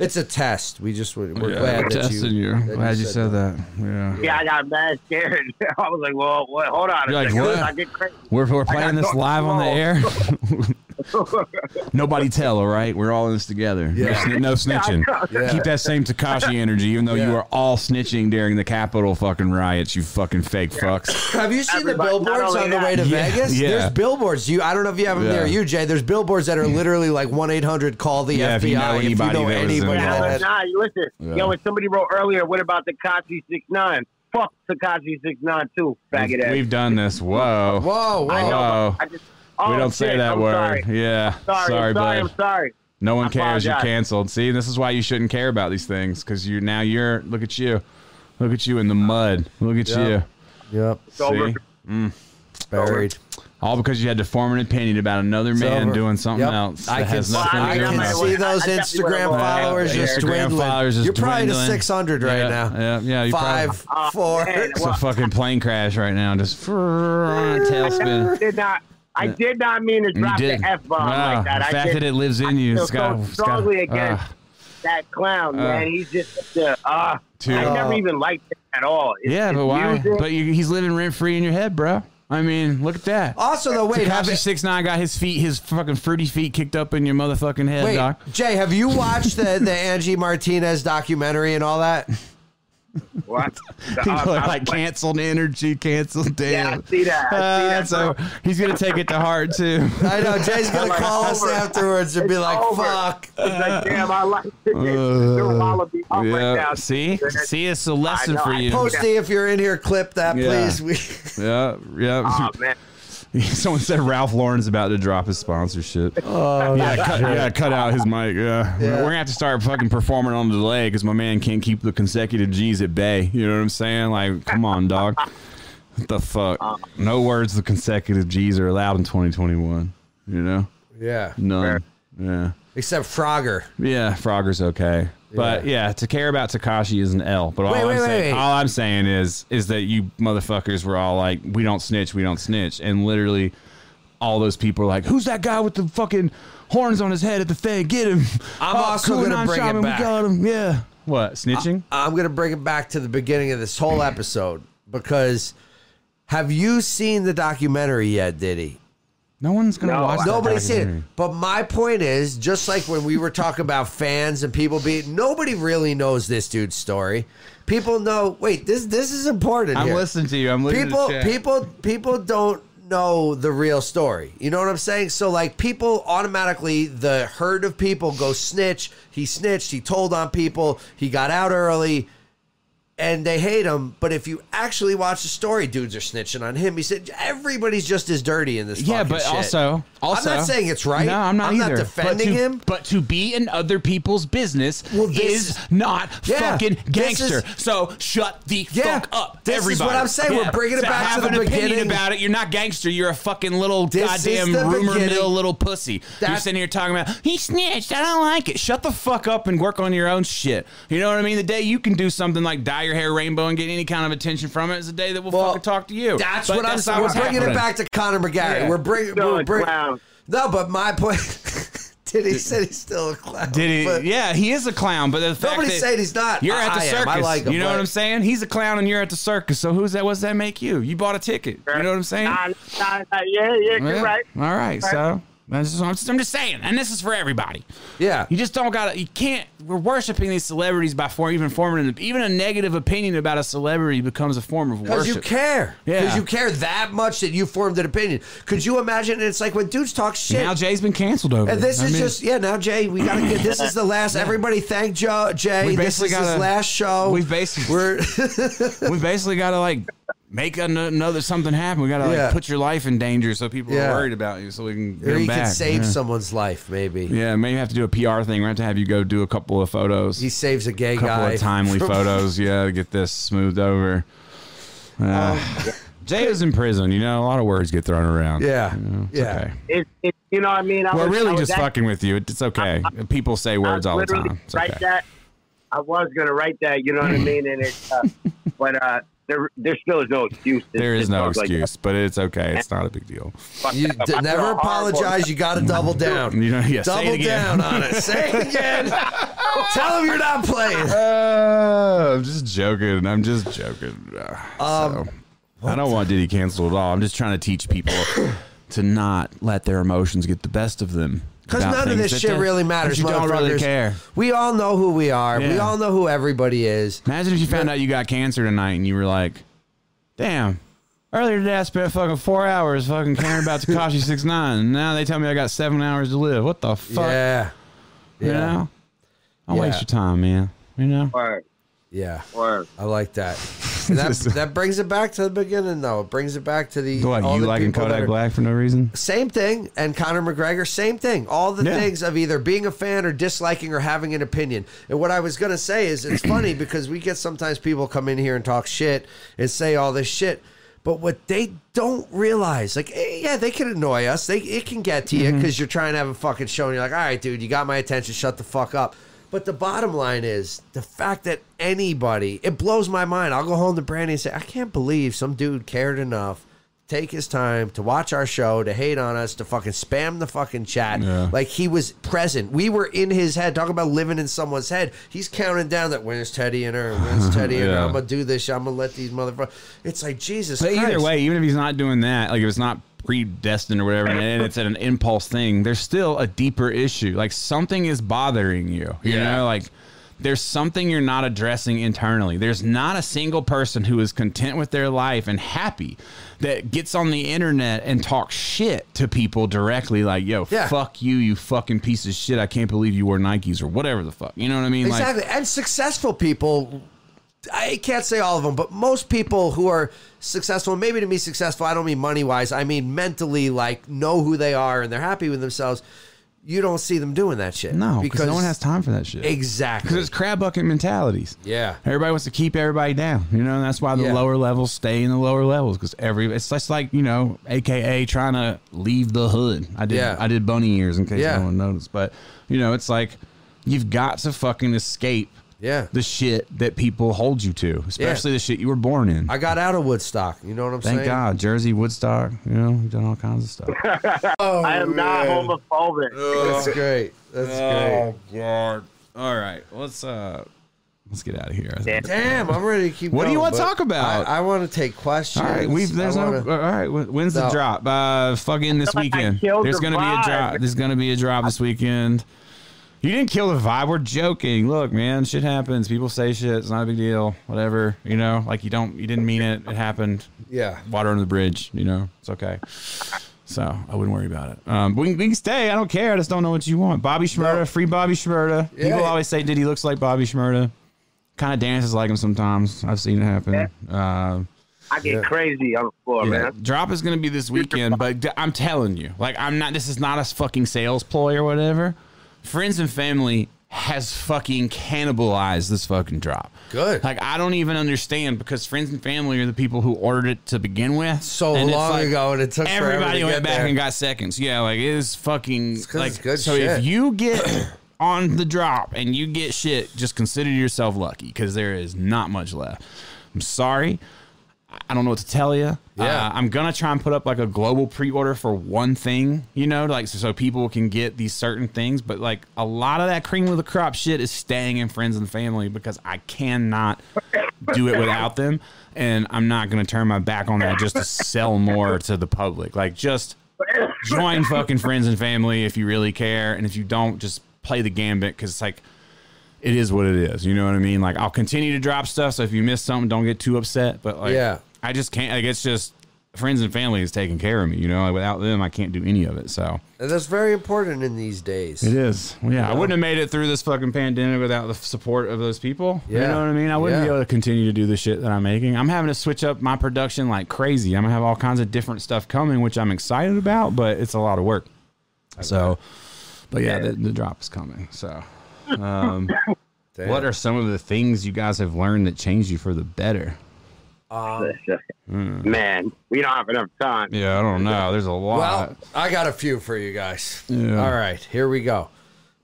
Speaker 1: it's a test. We just we're
Speaker 2: Yeah,
Speaker 1: glad
Speaker 2: we're
Speaker 1: that you.
Speaker 2: testing you.
Speaker 1: you
Speaker 2: Glad you
Speaker 1: said
Speaker 2: said that. Yeah.
Speaker 3: Yeah, I got mad scared. I was like, well, what, hold on.
Speaker 2: You're
Speaker 3: a
Speaker 2: like,
Speaker 3: second.
Speaker 2: what?
Speaker 3: I get crazy.
Speaker 2: We're, we're playing
Speaker 3: got
Speaker 2: this
Speaker 3: no
Speaker 2: live on the air. Nobody tell, all right? We're all in this together. No
Speaker 1: Yeah.
Speaker 2: sni- No, snitching.
Speaker 1: Yeah.
Speaker 2: Keep that same Takashi energy, even though you
Speaker 1: Yeah.
Speaker 2: were all snitching during the Capitol fucking riots, you fucking fake fucks.
Speaker 1: Have you seen
Speaker 3: Everybody-
Speaker 1: the
Speaker 3: not
Speaker 1: billboards
Speaker 3: only
Speaker 1: on the
Speaker 3: that-
Speaker 1: way to
Speaker 2: Yeah,
Speaker 1: Vegas?
Speaker 2: yeah.
Speaker 1: There's billboards. You, I don't know if you have them
Speaker 2: Yeah.
Speaker 1: near you, Jay. There's billboards that are literally like one eight hundred call the
Speaker 2: Yeah,
Speaker 1: FBI.
Speaker 2: if you know anybody that was
Speaker 1: anybody
Speaker 3: Yeah,
Speaker 1: that
Speaker 2: involved.
Speaker 3: but
Speaker 1: had-
Speaker 3: nah, you listen.
Speaker 2: Yeah.
Speaker 3: Yo, when somebody wrote earlier, what about Takashi six nine? Fuck Takashi six nine too, faggot ass.
Speaker 2: We've done this. Whoa.
Speaker 1: whoa,
Speaker 3: I know.
Speaker 1: whoa.
Speaker 2: Whoa.
Speaker 3: I just,
Speaker 2: we
Speaker 3: oh,
Speaker 2: don't say
Speaker 3: shit,
Speaker 2: that
Speaker 3: I'm Sorry,
Speaker 2: word. Yeah.
Speaker 3: sorry, I'm sorry,
Speaker 2: bud.
Speaker 3: I'm sorry.
Speaker 2: No one
Speaker 3: I
Speaker 2: cares. You're
Speaker 3: apologize.
Speaker 2: canceled. See, this is why you shouldn't care about these things because you're now you're look at you, look at you in the mud. Look at
Speaker 1: Yeah. Yep,
Speaker 3: It's
Speaker 2: you.
Speaker 3: over.
Speaker 2: See,
Speaker 1: buried.
Speaker 2: all because you had to form an opinion about another man
Speaker 1: over.
Speaker 2: doing something
Speaker 1: Yep.
Speaker 2: else.
Speaker 1: I
Speaker 2: that
Speaker 1: can,
Speaker 2: has nothing
Speaker 1: I
Speaker 2: to do
Speaker 1: can
Speaker 2: with
Speaker 3: it.
Speaker 1: see those
Speaker 3: I definitely would've
Speaker 1: Instagram
Speaker 3: lost.
Speaker 1: followers
Speaker 2: Yeah,
Speaker 1: just
Speaker 2: Instagram
Speaker 1: dwindling.
Speaker 2: followers just
Speaker 1: You're probably to
Speaker 2: dwindling.
Speaker 1: six hundred right
Speaker 2: yeah,
Speaker 1: now.
Speaker 2: Yeah, yeah. You probably-
Speaker 1: Five,
Speaker 3: Oh,
Speaker 1: four.
Speaker 3: man.
Speaker 2: It's a fucking plane crash right now. Just tailspin.
Speaker 3: did not. I did not mean to
Speaker 2: You
Speaker 3: drop
Speaker 2: did.
Speaker 3: the f bomb
Speaker 2: Wow,
Speaker 3: like that.
Speaker 2: The
Speaker 3: I
Speaker 2: fact
Speaker 3: did,
Speaker 2: that it lives in you.
Speaker 3: feel
Speaker 2: It's got,
Speaker 3: so
Speaker 2: it's got-
Speaker 3: strongly
Speaker 2: ah.
Speaker 3: against that clown, man. He's just uh, uh,
Speaker 2: Dude.
Speaker 3: I never even liked it at all. It's-
Speaker 2: Ah. yeah,
Speaker 3: it's
Speaker 2: but why?
Speaker 3: music.
Speaker 2: But you, he's living rent free in your head, bro. I mean, look at that.
Speaker 1: Also, though, Oh, wait, have,
Speaker 2: Takashi six nine got his feet, his fucking fruity feet kicked up in your motherfucking head,
Speaker 1: wait,
Speaker 2: doc.
Speaker 1: Jay, have you watched the the Angie Martinez documentary and all that?
Speaker 3: what?
Speaker 2: People
Speaker 3: Uh,
Speaker 2: are
Speaker 3: uh,
Speaker 2: like canceled energy, canceled
Speaker 3: yeah,
Speaker 2: damn.
Speaker 3: I see that. I see
Speaker 2: Ah,
Speaker 3: that.
Speaker 2: so he's gonna take it to heart too.
Speaker 1: I know Jay's gonna
Speaker 3: Like,
Speaker 1: call us
Speaker 3: over.
Speaker 1: afterwards and be
Speaker 3: It's
Speaker 1: like,
Speaker 3: over.
Speaker 1: "Fuck."
Speaker 3: It's like, damn, I like it. They're wallaby up right now.
Speaker 2: See, see, it's a
Speaker 3: I
Speaker 2: lesson
Speaker 3: know,
Speaker 2: for
Speaker 3: I
Speaker 2: you.
Speaker 3: know.
Speaker 1: Posty, if you're in here, clip that,
Speaker 2: Yeah.
Speaker 1: please. We,
Speaker 2: Yeah, yeah.
Speaker 3: Oh, man.
Speaker 2: Someone said Ralph Lauren's about to drop his sponsorship.
Speaker 3: Oh,
Speaker 2: yeah, cut, yeah, cut out his mic.
Speaker 1: Yeah.
Speaker 2: Yeah. we're gonna have to start fucking performing on the delay because my man can't keep the consecutive G's at bay. You know what I'm saying? Like, come on, dog. What the fuck?
Speaker 3: Uh,
Speaker 2: No words. The consecutive G's are allowed in 2021. You know,
Speaker 1: yeah,
Speaker 2: none. Yeah,
Speaker 1: except Frogger.
Speaker 2: yeah. Frogger's okay, but yeah, to care about Takashi is an L. But all
Speaker 1: Wait,
Speaker 2: I'm
Speaker 1: wait,
Speaker 2: saying,
Speaker 1: wait.
Speaker 2: all I'm saying is, is that you motherfuckers were all like, we don't snitch, we don't snitch, and literally all those people are like, "Who's that guy with the fucking horns on his head at the thing? Get him!"
Speaker 1: I'm also
Speaker 2: cool,
Speaker 1: gonna
Speaker 2: nine
Speaker 1: bring
Speaker 2: shot
Speaker 1: it
Speaker 2: him, we
Speaker 1: back.
Speaker 2: got him. Yeah. What snitching?
Speaker 1: I'm gonna bring it back to the beginning of this whole episode because have you seen the documentary yet, Diddy?
Speaker 2: no one's gonna
Speaker 3: No,
Speaker 2: watch. that
Speaker 1: Nobody's seen it.
Speaker 2: documentary.
Speaker 1: But my point is, just like when we were talking about fans and people being, nobody really knows this dude's story. People know. Wait, this this is important.
Speaker 2: I'm
Speaker 1: here.
Speaker 2: listening to you. I'm listening.
Speaker 1: People
Speaker 2: to the chat.
Speaker 1: people people don't know the real story. You know what I'm saying? So like people automatically the herd of people go snitch. He snitched, he told on people, he got out early and they hate him, but if you actually watch the story, dudes are snitching on him. He said everybody's just as dirty in this
Speaker 2: Yeah,
Speaker 1: fucking
Speaker 2: but
Speaker 1: shit.
Speaker 2: also, also,
Speaker 1: I'm not saying it's right.
Speaker 2: No, I'm not
Speaker 1: I'm
Speaker 2: either.
Speaker 1: not defending
Speaker 2: but to,
Speaker 1: him.
Speaker 2: but to be in other people's business
Speaker 1: Well, this is-
Speaker 2: is not
Speaker 1: Yeah,
Speaker 2: fucking
Speaker 1: this is-
Speaker 2: gangster. so shut the
Speaker 1: Yeah,
Speaker 2: fuck up,
Speaker 1: this is
Speaker 2: everybody.
Speaker 1: what I'm saying. We're bringing it
Speaker 2: to
Speaker 1: back to
Speaker 2: have
Speaker 1: the
Speaker 2: an opinion
Speaker 1: beginning.
Speaker 2: about it. You're not gangster. You're a fucking little
Speaker 1: This is
Speaker 2: goddamn
Speaker 1: the
Speaker 2: rumor
Speaker 1: beginning.
Speaker 2: mill little pussy. you're
Speaker 1: That-
Speaker 2: sitting here talking about he snitched. I don't like it. Shut the fuck up and work on your own shit. You know what I mean? The day you can do something like dye your hair rainbow and get any kind of attention from it is the day that we'll,
Speaker 1: Well,
Speaker 2: fucking talk to you.
Speaker 1: That's
Speaker 2: But
Speaker 1: what I'm
Speaker 2: that's
Speaker 1: saying.
Speaker 2: not
Speaker 1: We're
Speaker 2: what's
Speaker 1: bringing it
Speaker 2: happening.
Speaker 1: back to Conor McGarry.
Speaker 2: Yeah.
Speaker 1: We're bringing.
Speaker 3: Still
Speaker 1: We're
Speaker 3: a
Speaker 1: bring,
Speaker 3: clown.
Speaker 1: No, but my point. Did he said he's still a clown?
Speaker 2: Did he?
Speaker 1: But
Speaker 2: yeah, he is a clown. But the fact
Speaker 1: Nobody's
Speaker 2: that
Speaker 1: saying he's not.
Speaker 2: You're at the
Speaker 1: I
Speaker 2: circus.
Speaker 1: am. I like him,
Speaker 2: you know
Speaker 1: but-
Speaker 2: what I'm saying? He's a clown, and you're at the circus. So who's that? What's that make you? You bought a ticket. You know what I'm saying?
Speaker 3: Nah, nah, nah, yeah, yeah,
Speaker 2: Yeah.
Speaker 3: you're right.
Speaker 2: All right. So that's just, I'm, just, I'm just saying, and this is for everybody.
Speaker 1: Yeah.
Speaker 2: You just don't gotta. You can't. We're worshiping these celebrities by for, even forming an, even a negative opinion about a celebrity becomes a form of
Speaker 1: Because
Speaker 2: worship.
Speaker 1: you care. Because
Speaker 2: Yeah.
Speaker 1: you care that much that you formed an opinion. Could you imagine? It's like when dudes talk shit.
Speaker 2: Now Jay's been canceled over.
Speaker 1: and
Speaker 2: it.
Speaker 1: this
Speaker 2: I
Speaker 1: is
Speaker 2: mean,
Speaker 1: just yeah. Now Jay, we gotta get this is the last. Everybody thank Joe Jay.
Speaker 2: We
Speaker 1: This
Speaker 2: basically
Speaker 1: is his
Speaker 2: gotta-
Speaker 1: last show.
Speaker 2: we've basically-
Speaker 1: Oh, we're
Speaker 2: we basically gotta like make an- another something happen. We gotta like
Speaker 1: Yeah.
Speaker 2: put your life in danger so people
Speaker 1: Yeah.
Speaker 2: are worried about you, so we can get
Speaker 1: or
Speaker 2: 'em
Speaker 1: he
Speaker 2: back.
Speaker 1: can save
Speaker 2: Yeah.
Speaker 1: someone's life. Maybe
Speaker 2: Yeah, maybe have to do a PR thing. We have to have you go do a couple of photos,
Speaker 1: he
Speaker 2: a
Speaker 1: saves a gay
Speaker 2: couple
Speaker 1: guy.
Speaker 2: of timely
Speaker 1: from-
Speaker 2: photos. Yeah, to get this smoothed over.
Speaker 1: Um,
Speaker 2: Uh, Jay is in prison. You know, a lot of words get thrown around.
Speaker 1: Yeah.
Speaker 2: You know, it's
Speaker 1: Yeah.
Speaker 2: Okay.
Speaker 3: It's, it's you know what I mean. I
Speaker 2: We're
Speaker 3: was, I
Speaker 2: really
Speaker 3: was
Speaker 2: just
Speaker 3: actually-
Speaker 2: fucking with you. It's okay. People say words
Speaker 3: I
Speaker 2: all the
Speaker 3: literally
Speaker 2: time. It's
Speaker 3: write
Speaker 2: okay. Mm.
Speaker 3: that. I was gonna write that. You know what I mean? And it, uh, but uh, there there still is no excuse. to-
Speaker 2: There
Speaker 3: to
Speaker 2: is no
Speaker 3: talk like
Speaker 2: excuse, but it's okay. It's not a big deal.
Speaker 3: that.
Speaker 1: You
Speaker 3: Fuck that.
Speaker 1: d-
Speaker 3: I feel
Speaker 1: never
Speaker 3: horrible.
Speaker 1: apologize. You got to double down.
Speaker 2: You know, yeah, say it
Speaker 1: double
Speaker 2: again.
Speaker 1: down on it. Say it again. Tell him you're not playing.
Speaker 2: Uh, I'm just joking. I'm just joking.
Speaker 1: Um,
Speaker 2: Um, I don't want Diddy canceled at all. I'm just trying to teach people to not let their emotions get the best of them.
Speaker 1: Because
Speaker 2: about
Speaker 1: none of
Speaker 2: things
Speaker 1: this
Speaker 2: that
Speaker 1: shit
Speaker 2: they-
Speaker 1: really
Speaker 2: that
Speaker 1: matters.
Speaker 2: You don't really
Speaker 1: motherfuckers.
Speaker 2: care.
Speaker 1: We all know who we are. We
Speaker 2: Yeah.
Speaker 1: all know who everybody is.
Speaker 2: Imagine if you found out you got cancer tonight and you were like, "Damn." Earlier today, I spent fucking four hours fucking caring about Takashi Six Nine, and now they tell me I got seven hours to live. What the fuck?
Speaker 1: Yeah.
Speaker 2: You
Speaker 1: Yeah.
Speaker 2: know? Don't
Speaker 1: Yeah.
Speaker 2: waste your time, man. You know?
Speaker 3: Word,
Speaker 1: Yeah.
Speaker 3: word.
Speaker 1: I like that. And that that brings it back to the beginning, though. It brings it back to the
Speaker 2: What
Speaker 1: all
Speaker 2: you
Speaker 1: the
Speaker 2: liking
Speaker 1: people that
Speaker 2: Kodak
Speaker 1: are-
Speaker 2: Black for no reason?
Speaker 1: Same thing, and Conor McGregor, same thing. All the
Speaker 2: Yeah.
Speaker 1: things of either being a fan or disliking or having an opinion. And what I was gonna say is, it's funny because we get sometimes people come in here and talk shit and say all this shit, but what they don't realize, like, eh, yeah, they can annoy us. They it can get to you because you're trying to have a fucking show, and you're like, all right, dude, you got my attention. Shut the fuck up. But the bottom line is the fact that anybody, it blows my mind. I'll go home to Brandy and say, I can't believe some dude cared enough to take his time to watch our show, to hate on us, to fucking spam the fucking chat.
Speaker 2: Yeah.
Speaker 1: Like he was present. We were in his head. Talk about living in someone's head. He's counting down that when's Teddy in her? When's Teddy in her?
Speaker 2: Yeah.
Speaker 1: I'm going to do this. I'm going to let these motherfuckers. It's like, Jesus
Speaker 2: But
Speaker 1: Christ.
Speaker 2: either way, even if he's not doing that, like if it's not predestined or whatever, and it's an impulse thing, there's still a deeper issue. Like something is bothering you. You
Speaker 1: Yeah.
Speaker 2: know, like there's something you're not addressing internally. There's not a single person who is content with their life and happy that gets on the internet and talks shit to people directly, like, yo,
Speaker 1: Yeah.
Speaker 2: fuck you, you fucking piece of shit. I can't believe you wore Nikes or whatever the fuck. You know what I mean? Like,
Speaker 1: Exactly. and successful people, I can't say all of them, but most people who are successful, and maybe to me successful, I don't mean money wise, I mean mentally, like know who they are and they're happy with themselves. You don't see them doing that shit.
Speaker 2: no, because no one has time for that shit.
Speaker 1: Exactly.
Speaker 2: Because it's crab bucket mentalities.
Speaker 1: Yeah.
Speaker 2: Everybody wants to keep everybody down. You know, and that's why the
Speaker 1: Yeah.
Speaker 2: lower levels stay in the lower levels because every it's just like you know, AKA trying to leave the hood. I did
Speaker 1: Yeah.
Speaker 2: I did bunny ears in case
Speaker 1: Yeah.
Speaker 2: no one noticed, but you know, it's like you've got to fucking escape
Speaker 1: Yeah.
Speaker 2: the shit that people hold you to, especially the shit you were born in.
Speaker 1: I got out of Woodstock. You know what I'm
Speaker 2: Thank
Speaker 1: saying?
Speaker 2: God, Jersey, Woodstock. You know, we've done all kinds of stuff.
Speaker 1: Oh,
Speaker 3: I am not homophobic.
Speaker 1: That's great. That's
Speaker 2: Oh.
Speaker 1: great. Oh,
Speaker 2: God. All right, let's uh, let's get out of here.
Speaker 3: Yeah.
Speaker 1: Damn, I'm ready to keep
Speaker 2: What do you
Speaker 1: going,
Speaker 2: wanna
Speaker 1: but
Speaker 2: talk about?
Speaker 1: I, I want to take questions.
Speaker 2: All right, we've there's
Speaker 1: I
Speaker 2: no. uh,
Speaker 1: wanna-
Speaker 2: all right, wh- when's
Speaker 1: No.
Speaker 2: the drop? Uh, fucking this
Speaker 3: I
Speaker 2: weekend.
Speaker 3: killed
Speaker 2: There's
Speaker 3: the
Speaker 2: gonna be a
Speaker 3: vibe.
Speaker 2: drop. There's gonna be a drop this weekend. You didn't kill the vibe. We're joking. Look, man, shit happens. People say shit. It's not a big deal. Whatever. You know, like you don't, you didn't mean it. It happened.
Speaker 1: Yeah.
Speaker 2: Water under the bridge. You know, it's okay. So I wouldn't worry about it. Um, we, can- we can stay. I don't care. I just don't know what you want. Bobby Shmurda,
Speaker 1: No.
Speaker 2: free Bobby Shmurda.
Speaker 1: Yeah.
Speaker 2: People always say, "Did he looks like Bobby Shmurda?" Kind of dances like him sometimes. I've seen it happen. Uh,
Speaker 3: I get crazy on the floor,
Speaker 2: yeah.
Speaker 3: man.
Speaker 2: Drop is going to be this weekend, but d- I'm telling you, like, I'm not, this is not a fucking sales ploy or whatever. Friends and family has fucking cannibalized this fucking drop.
Speaker 1: Good.
Speaker 2: Like, I don't even understand because friends and family are the people who ordered it to begin with.
Speaker 1: So
Speaker 2: And it's
Speaker 1: long
Speaker 2: like,
Speaker 1: ago, and it took forever
Speaker 2: Everybody
Speaker 1: to
Speaker 2: went
Speaker 1: get
Speaker 2: back
Speaker 1: there.
Speaker 2: and got seconds. Yeah, like, it is fucking,
Speaker 1: 'cause
Speaker 2: like,
Speaker 1: it's good
Speaker 2: so
Speaker 1: shit.
Speaker 2: if you get on the drop and you get shit, just consider yourself lucky because there is not much left. I'm sorry. I don't know what to tell you.
Speaker 1: Yeah.
Speaker 2: Uh, I'm gonna try and put up like a global pre-order for one thing, you know, like so, so people can get these certain things. But like a lot of that cream of the crop shit is staying in friends and family because I cannot do it without them, and I'm not gonna turn my back on that just to sell more to the public. Like just join fucking friends and family if you really care, and if you don't, just play the gambit because it's like it is what it is. You know what I mean? Like I'll continue to drop stuff. So if you miss something, don't get too upset. But like,
Speaker 1: Yeah.
Speaker 2: I just can't. Like it's just friends and family is taking care of me. You know, like, without them, I can't do any of it. So
Speaker 1: And that's very important in these days.
Speaker 2: it is. Well, yeah, I wouldn't have made it through this fucking pandemic without the f- support of those people. You
Speaker 1: Yeah.
Speaker 2: know what I mean? I wouldn't be
Speaker 1: Yeah.
Speaker 2: able to continue to do the shit that I'm making. I'm having to switch up my production like crazy. I'm gonna have all kinds of different stuff coming, which I'm excited about, but it's a lot of work. So, but yeah, The, the drop is coming. So. Um,
Speaker 1: Damn.
Speaker 2: What are some of the things you guys have learned that changed you for the better? Mm.
Speaker 3: Man, we don't have enough time.
Speaker 2: Yeah, I don't know. There's a lot.
Speaker 1: Well, I got a few for you guys.
Speaker 2: Yeah.
Speaker 1: All right, here we go.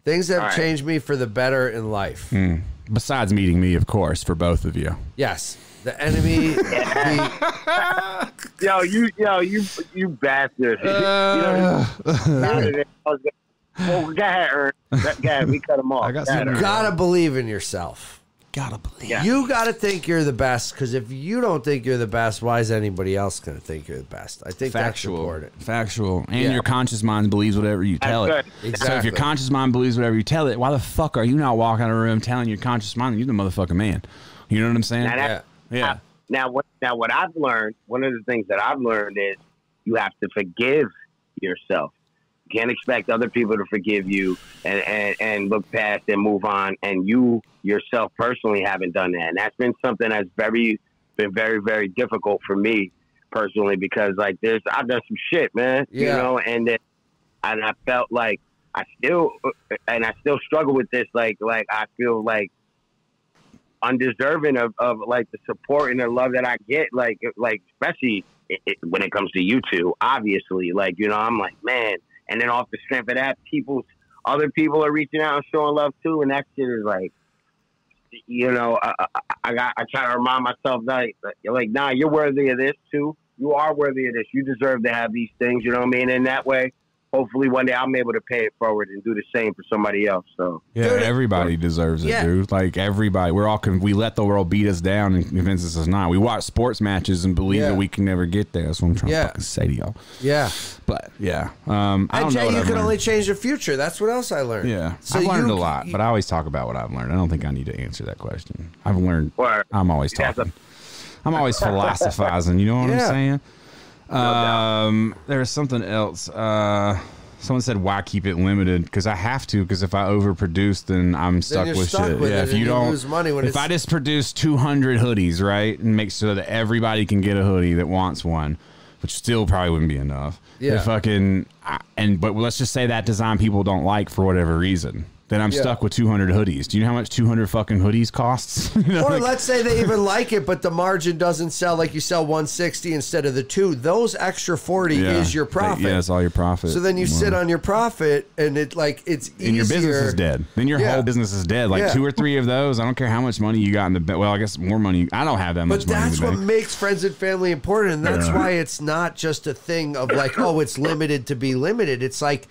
Speaker 1: Things that have
Speaker 3: right.
Speaker 1: changed me for the better in life.
Speaker 2: Hmm. Besides meeting me, of course, for both of you.
Speaker 1: Yes, the enemy. the,
Speaker 3: Yo, you, yo, you, you bastard. you know, out of there. I was gonna- Well, go ahead, Ern. Go ahead, we cut him off.
Speaker 2: I got
Speaker 3: Go ahead,
Speaker 2: something-
Speaker 3: Ern.
Speaker 1: gotta believe in yourself.
Speaker 2: gotta believe.
Speaker 3: Yeah.
Speaker 1: You gotta think you're the best. Because if you don't think you're the best, why is anybody else gonna think you're the best? I think that's
Speaker 2: Factual,
Speaker 1: important.
Speaker 2: factual, and
Speaker 1: Yeah.
Speaker 2: your conscious mind believes whatever you tell it.
Speaker 3: That's
Speaker 2: So
Speaker 3: good.
Speaker 2: if
Speaker 1: Exactly.
Speaker 2: your conscious mind believes whatever you tell it, why the fuck are you not walking out of a room telling your conscious mind that you're the motherfucking man? You know what I'm saying?
Speaker 3: Now, that,
Speaker 2: yeah.
Speaker 3: now, what, now, what I've learned, one of the things that I've learned is you have to forgive yourself. You can't expect other people to forgive you and, and, and look past and move on. And you yourself personally haven't done that. And that's been something that's very, been very, very difficult for me personally because, like, there's, I've done some shit, man, you
Speaker 1: Yeah.
Speaker 3: know, and then, and I felt like I still, and I still struggle with this. Like, like, I feel like, undeserving of, of like the support and the love that I get. Like like especially it, it, when it comes to you two, obviously. Like you know, I'm like man, and then off the strength of that, people, other people are reaching out and showing love too, and that shit is like. You know, I, I, I got. I try to remind myself that that you're like, nah, you're worthy of this too. You are worthy of this. You deserve to have these things. You know what I mean? And that way, hopefully, one day I'm able to pay it forward and do the same for somebody else. So,
Speaker 2: Yeah, everybody deserves it,
Speaker 1: Yeah.
Speaker 2: dude. Like everybody, we're all con- we let the world beat us down and convince us it's not. We watch sports matches and believe
Speaker 1: Yeah.
Speaker 2: that we can never get there. That's what I'm trying
Speaker 1: Yeah.
Speaker 2: to fucking say to y'all.
Speaker 1: Yeah.
Speaker 2: But yeah, um, I
Speaker 1: And
Speaker 2: don't know.
Speaker 1: Jay,
Speaker 2: what
Speaker 1: you
Speaker 2: I've
Speaker 1: can
Speaker 2: learned.
Speaker 1: only change the future. That's what else I learned.
Speaker 2: yeah.
Speaker 1: So
Speaker 2: I've learned
Speaker 1: you-
Speaker 2: a lot, but I always talk about what I've learned. I don't think I need to answer that question. I've learned.
Speaker 3: or
Speaker 2: I'm always
Speaker 3: That's a-
Speaker 2: talking. I'm always philosophizing. You know what
Speaker 1: Yeah.
Speaker 2: I'm saying? Um, there was something else. Uh, someone said, "Why keep it limited?" Because I have to. Because if I overproduce, then I'm stuck
Speaker 1: you're
Speaker 2: with
Speaker 1: stuck
Speaker 2: shit.
Speaker 1: with
Speaker 2: yeah,
Speaker 1: it
Speaker 2: if
Speaker 1: and
Speaker 2: you
Speaker 1: you
Speaker 2: don't
Speaker 1: lose money when
Speaker 2: if
Speaker 1: it's-
Speaker 2: I just produce 200 hoodies, right, and make sure that everybody can get a hoodie that wants one, which still probably wouldn't be enough.
Speaker 1: Yeah.
Speaker 2: If fucking I- and but let's just say that design people don't like for whatever reason. Then I'm
Speaker 1: Yeah.
Speaker 2: stuck with 200 hoodies. Do you know how much 200 fucking hoodies costs? You know,
Speaker 1: Or
Speaker 2: like-
Speaker 1: let's say they even like it, but the margin doesn't sell. Like you sell 160 instead of the two. Those extra 40
Speaker 2: Yeah.
Speaker 1: is your profit.
Speaker 2: Yeah, it's all your profit.
Speaker 1: So then you
Speaker 2: Wow.
Speaker 1: sit on your profit, and it like it's easier.
Speaker 2: and your business is dead. Then your
Speaker 1: Yeah.
Speaker 2: whole business is dead. Like
Speaker 1: Yeah.
Speaker 2: two or three of those. I don't care how much money you got in the bank. Well, I guess more money. I don't have that
Speaker 1: But
Speaker 2: much money. in
Speaker 1: that's
Speaker 2: the
Speaker 1: what
Speaker 2: bank.
Speaker 1: makes friends and family important, and that's
Speaker 2: Yeah.
Speaker 1: why it's not just a thing of like, oh, it's limited to be limited. It's like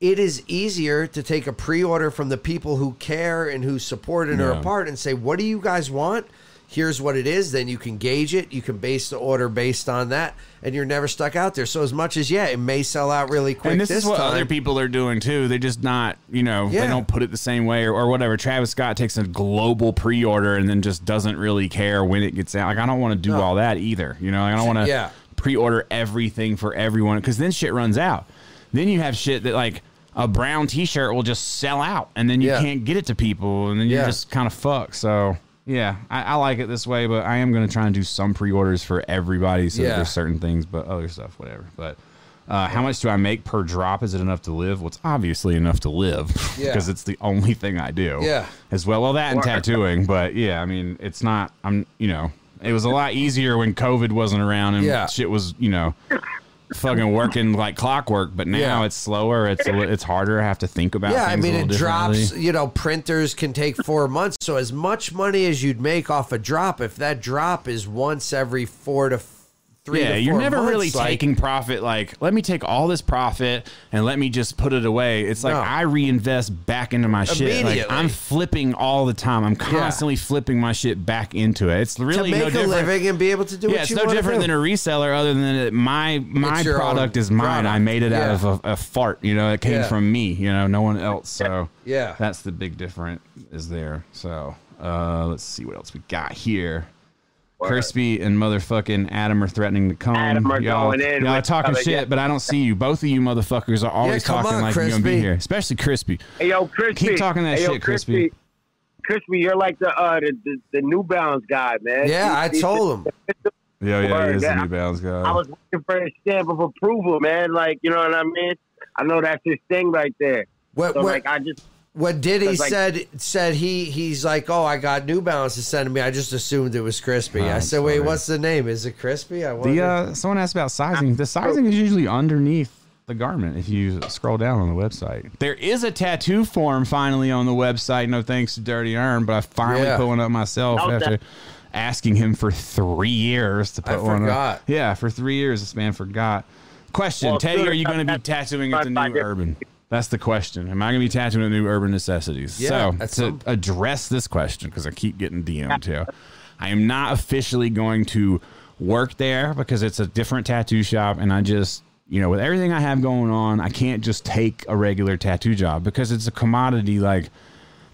Speaker 1: it is easier to take a pre-order from the people who care and who support and are
Speaker 2: Yeah.
Speaker 1: a part, and say, what do you guys want? here's what it is. Then you can gauge it. You can base the order based on that, and you're never stuck out there. So as much as yeah, it may sell out really quick.
Speaker 2: and this, is what
Speaker 1: time,
Speaker 2: other people are doing too. They're just not, you know,
Speaker 1: Yeah.
Speaker 2: they don't put it the same way or, or whatever. Travis Scott takes a global pre-order and then just doesn't really care when it gets out. Like I don't want to do all that either. You know, Like, I don't want to
Speaker 1: Yeah.
Speaker 2: pre-order everything for everyone because then shit runs out. Then you have shit that like a brown T-shirt will just sell out, and then you
Speaker 1: Yeah.
Speaker 2: can't get it to people, and then you're
Speaker 1: Yeah.
Speaker 2: just kind of fucked. So. Yeah, I, I like it this way, but I am going to try and do some pre-orders for everybody so that
Speaker 1: Yeah.
Speaker 2: there's certain things, but other stuff, whatever. But uh, how much do I make per drop? Is it enough to live? Well, it's obviously enough to live
Speaker 1: Yeah.
Speaker 2: because it's the only thing I do.
Speaker 1: Yeah.
Speaker 2: As well, well, that and tattooing. But yeah, I mean, it's not, I'm, you know, it was a lot easier when COVID wasn't around and
Speaker 1: Yeah.
Speaker 2: shit was, you know, fucking working like clockwork. But now
Speaker 1: Yeah.
Speaker 2: it's slower. It's a, li- it's harder. I have to think about
Speaker 1: Yeah, I
Speaker 2: things a
Speaker 1: mean, it
Speaker 2: little
Speaker 1: drops.
Speaker 2: differently.
Speaker 1: You know, printers can take four months. So as much money as you'd make off a drop, if that drop is once every four to f- three,
Speaker 2: Yeah,
Speaker 1: to
Speaker 2: you're
Speaker 1: four
Speaker 2: never
Speaker 1: months,
Speaker 2: really
Speaker 1: like-
Speaker 2: taking profit. Like, let me take all this profit and let me just put it away. It's like
Speaker 1: No.
Speaker 2: I reinvest back into my shit. Like,
Speaker 1: Immediately.
Speaker 2: I'm flipping all the time. I'm constantly flipping my shit back into it. It's
Speaker 1: to
Speaker 2: really
Speaker 1: make
Speaker 2: no
Speaker 1: a
Speaker 2: different.
Speaker 1: living and be able to do
Speaker 2: yeah,
Speaker 1: what
Speaker 2: it's
Speaker 1: you
Speaker 2: no
Speaker 1: want
Speaker 2: different
Speaker 1: to
Speaker 2: than a
Speaker 1: do.
Speaker 2: reseller, other than that my my
Speaker 1: It's your
Speaker 2: product
Speaker 1: own
Speaker 2: is mine.
Speaker 1: product.
Speaker 2: I made it
Speaker 1: Yeah.
Speaker 2: out of a, a fart. You know, it came
Speaker 1: Yeah.
Speaker 2: from me. You know, no one else. So
Speaker 1: Yeah.
Speaker 2: that's the big difference is there. So uh, let's see what else we got here. Crispy and motherfucking Adam are threatening to come.
Speaker 3: Adam are
Speaker 2: y'all,
Speaker 3: going in
Speaker 2: Y'all are
Speaker 3: with
Speaker 2: talking
Speaker 3: other-
Speaker 2: shit,
Speaker 3: yeah.
Speaker 2: but I don't see you. Both of you motherfuckers are always
Speaker 1: come
Speaker 2: talking
Speaker 1: on,
Speaker 2: like you're gonna be
Speaker 1: Crispy.
Speaker 2: here, especially Crispy.
Speaker 3: Hey yo, Crispy.
Speaker 2: Keep talking that
Speaker 3: hey, yo,
Speaker 2: shit, Crispy.
Speaker 3: Crispy, you're like the uh the, the, the New Balance guy, man.
Speaker 1: Yeah,
Speaker 3: You-
Speaker 1: I
Speaker 3: you-
Speaker 1: told him.
Speaker 2: Yeah, yeah,
Speaker 3: Word,
Speaker 2: he is the
Speaker 3: yeah.
Speaker 2: new balance guy.
Speaker 3: I was waiting for his stamp of approval, man. Like, you know what I mean? I know that's his thing right there.
Speaker 1: What,
Speaker 3: So
Speaker 1: what,
Speaker 3: like I just
Speaker 1: what Diddy
Speaker 3: like-
Speaker 1: said said he he's like, oh, I got New Balance to send to me. I just assumed it was Crispy. I
Speaker 2: Oh, I'm
Speaker 1: said, wait,
Speaker 2: sorry.
Speaker 1: what's the name? Is it Crispy? I
Speaker 2: The
Speaker 1: wonder.
Speaker 2: uh, someone asked about sizing. The sizing is usually underneath the garment if you scroll down on the website. There is a tattoo form finally on the website. No thanks to Dirty Earn, but I finally
Speaker 1: Yeah.
Speaker 2: put one up myself
Speaker 3: How's
Speaker 2: after
Speaker 3: that?
Speaker 2: asking him for three years to put
Speaker 1: I
Speaker 2: one
Speaker 1: forgot.
Speaker 2: up. Yeah, for three years this man forgot. Question:
Speaker 3: Well,
Speaker 2: Teddy,
Speaker 3: sure,
Speaker 2: are you going to be
Speaker 3: that's-
Speaker 2: tattooing at the
Speaker 3: that's-
Speaker 2: new Urban? That's the question. Am I going to be tattooing at the new Urban Necessities?
Speaker 1: Yeah,
Speaker 2: so
Speaker 1: at
Speaker 2: to
Speaker 1: some-
Speaker 2: address this question because I keep getting DM'd here. I am not officially going to work there because it's a different tattoo shop, and I just, you know, with everything I have going on, I can't just take a regular tattoo job because it's a commodity. Like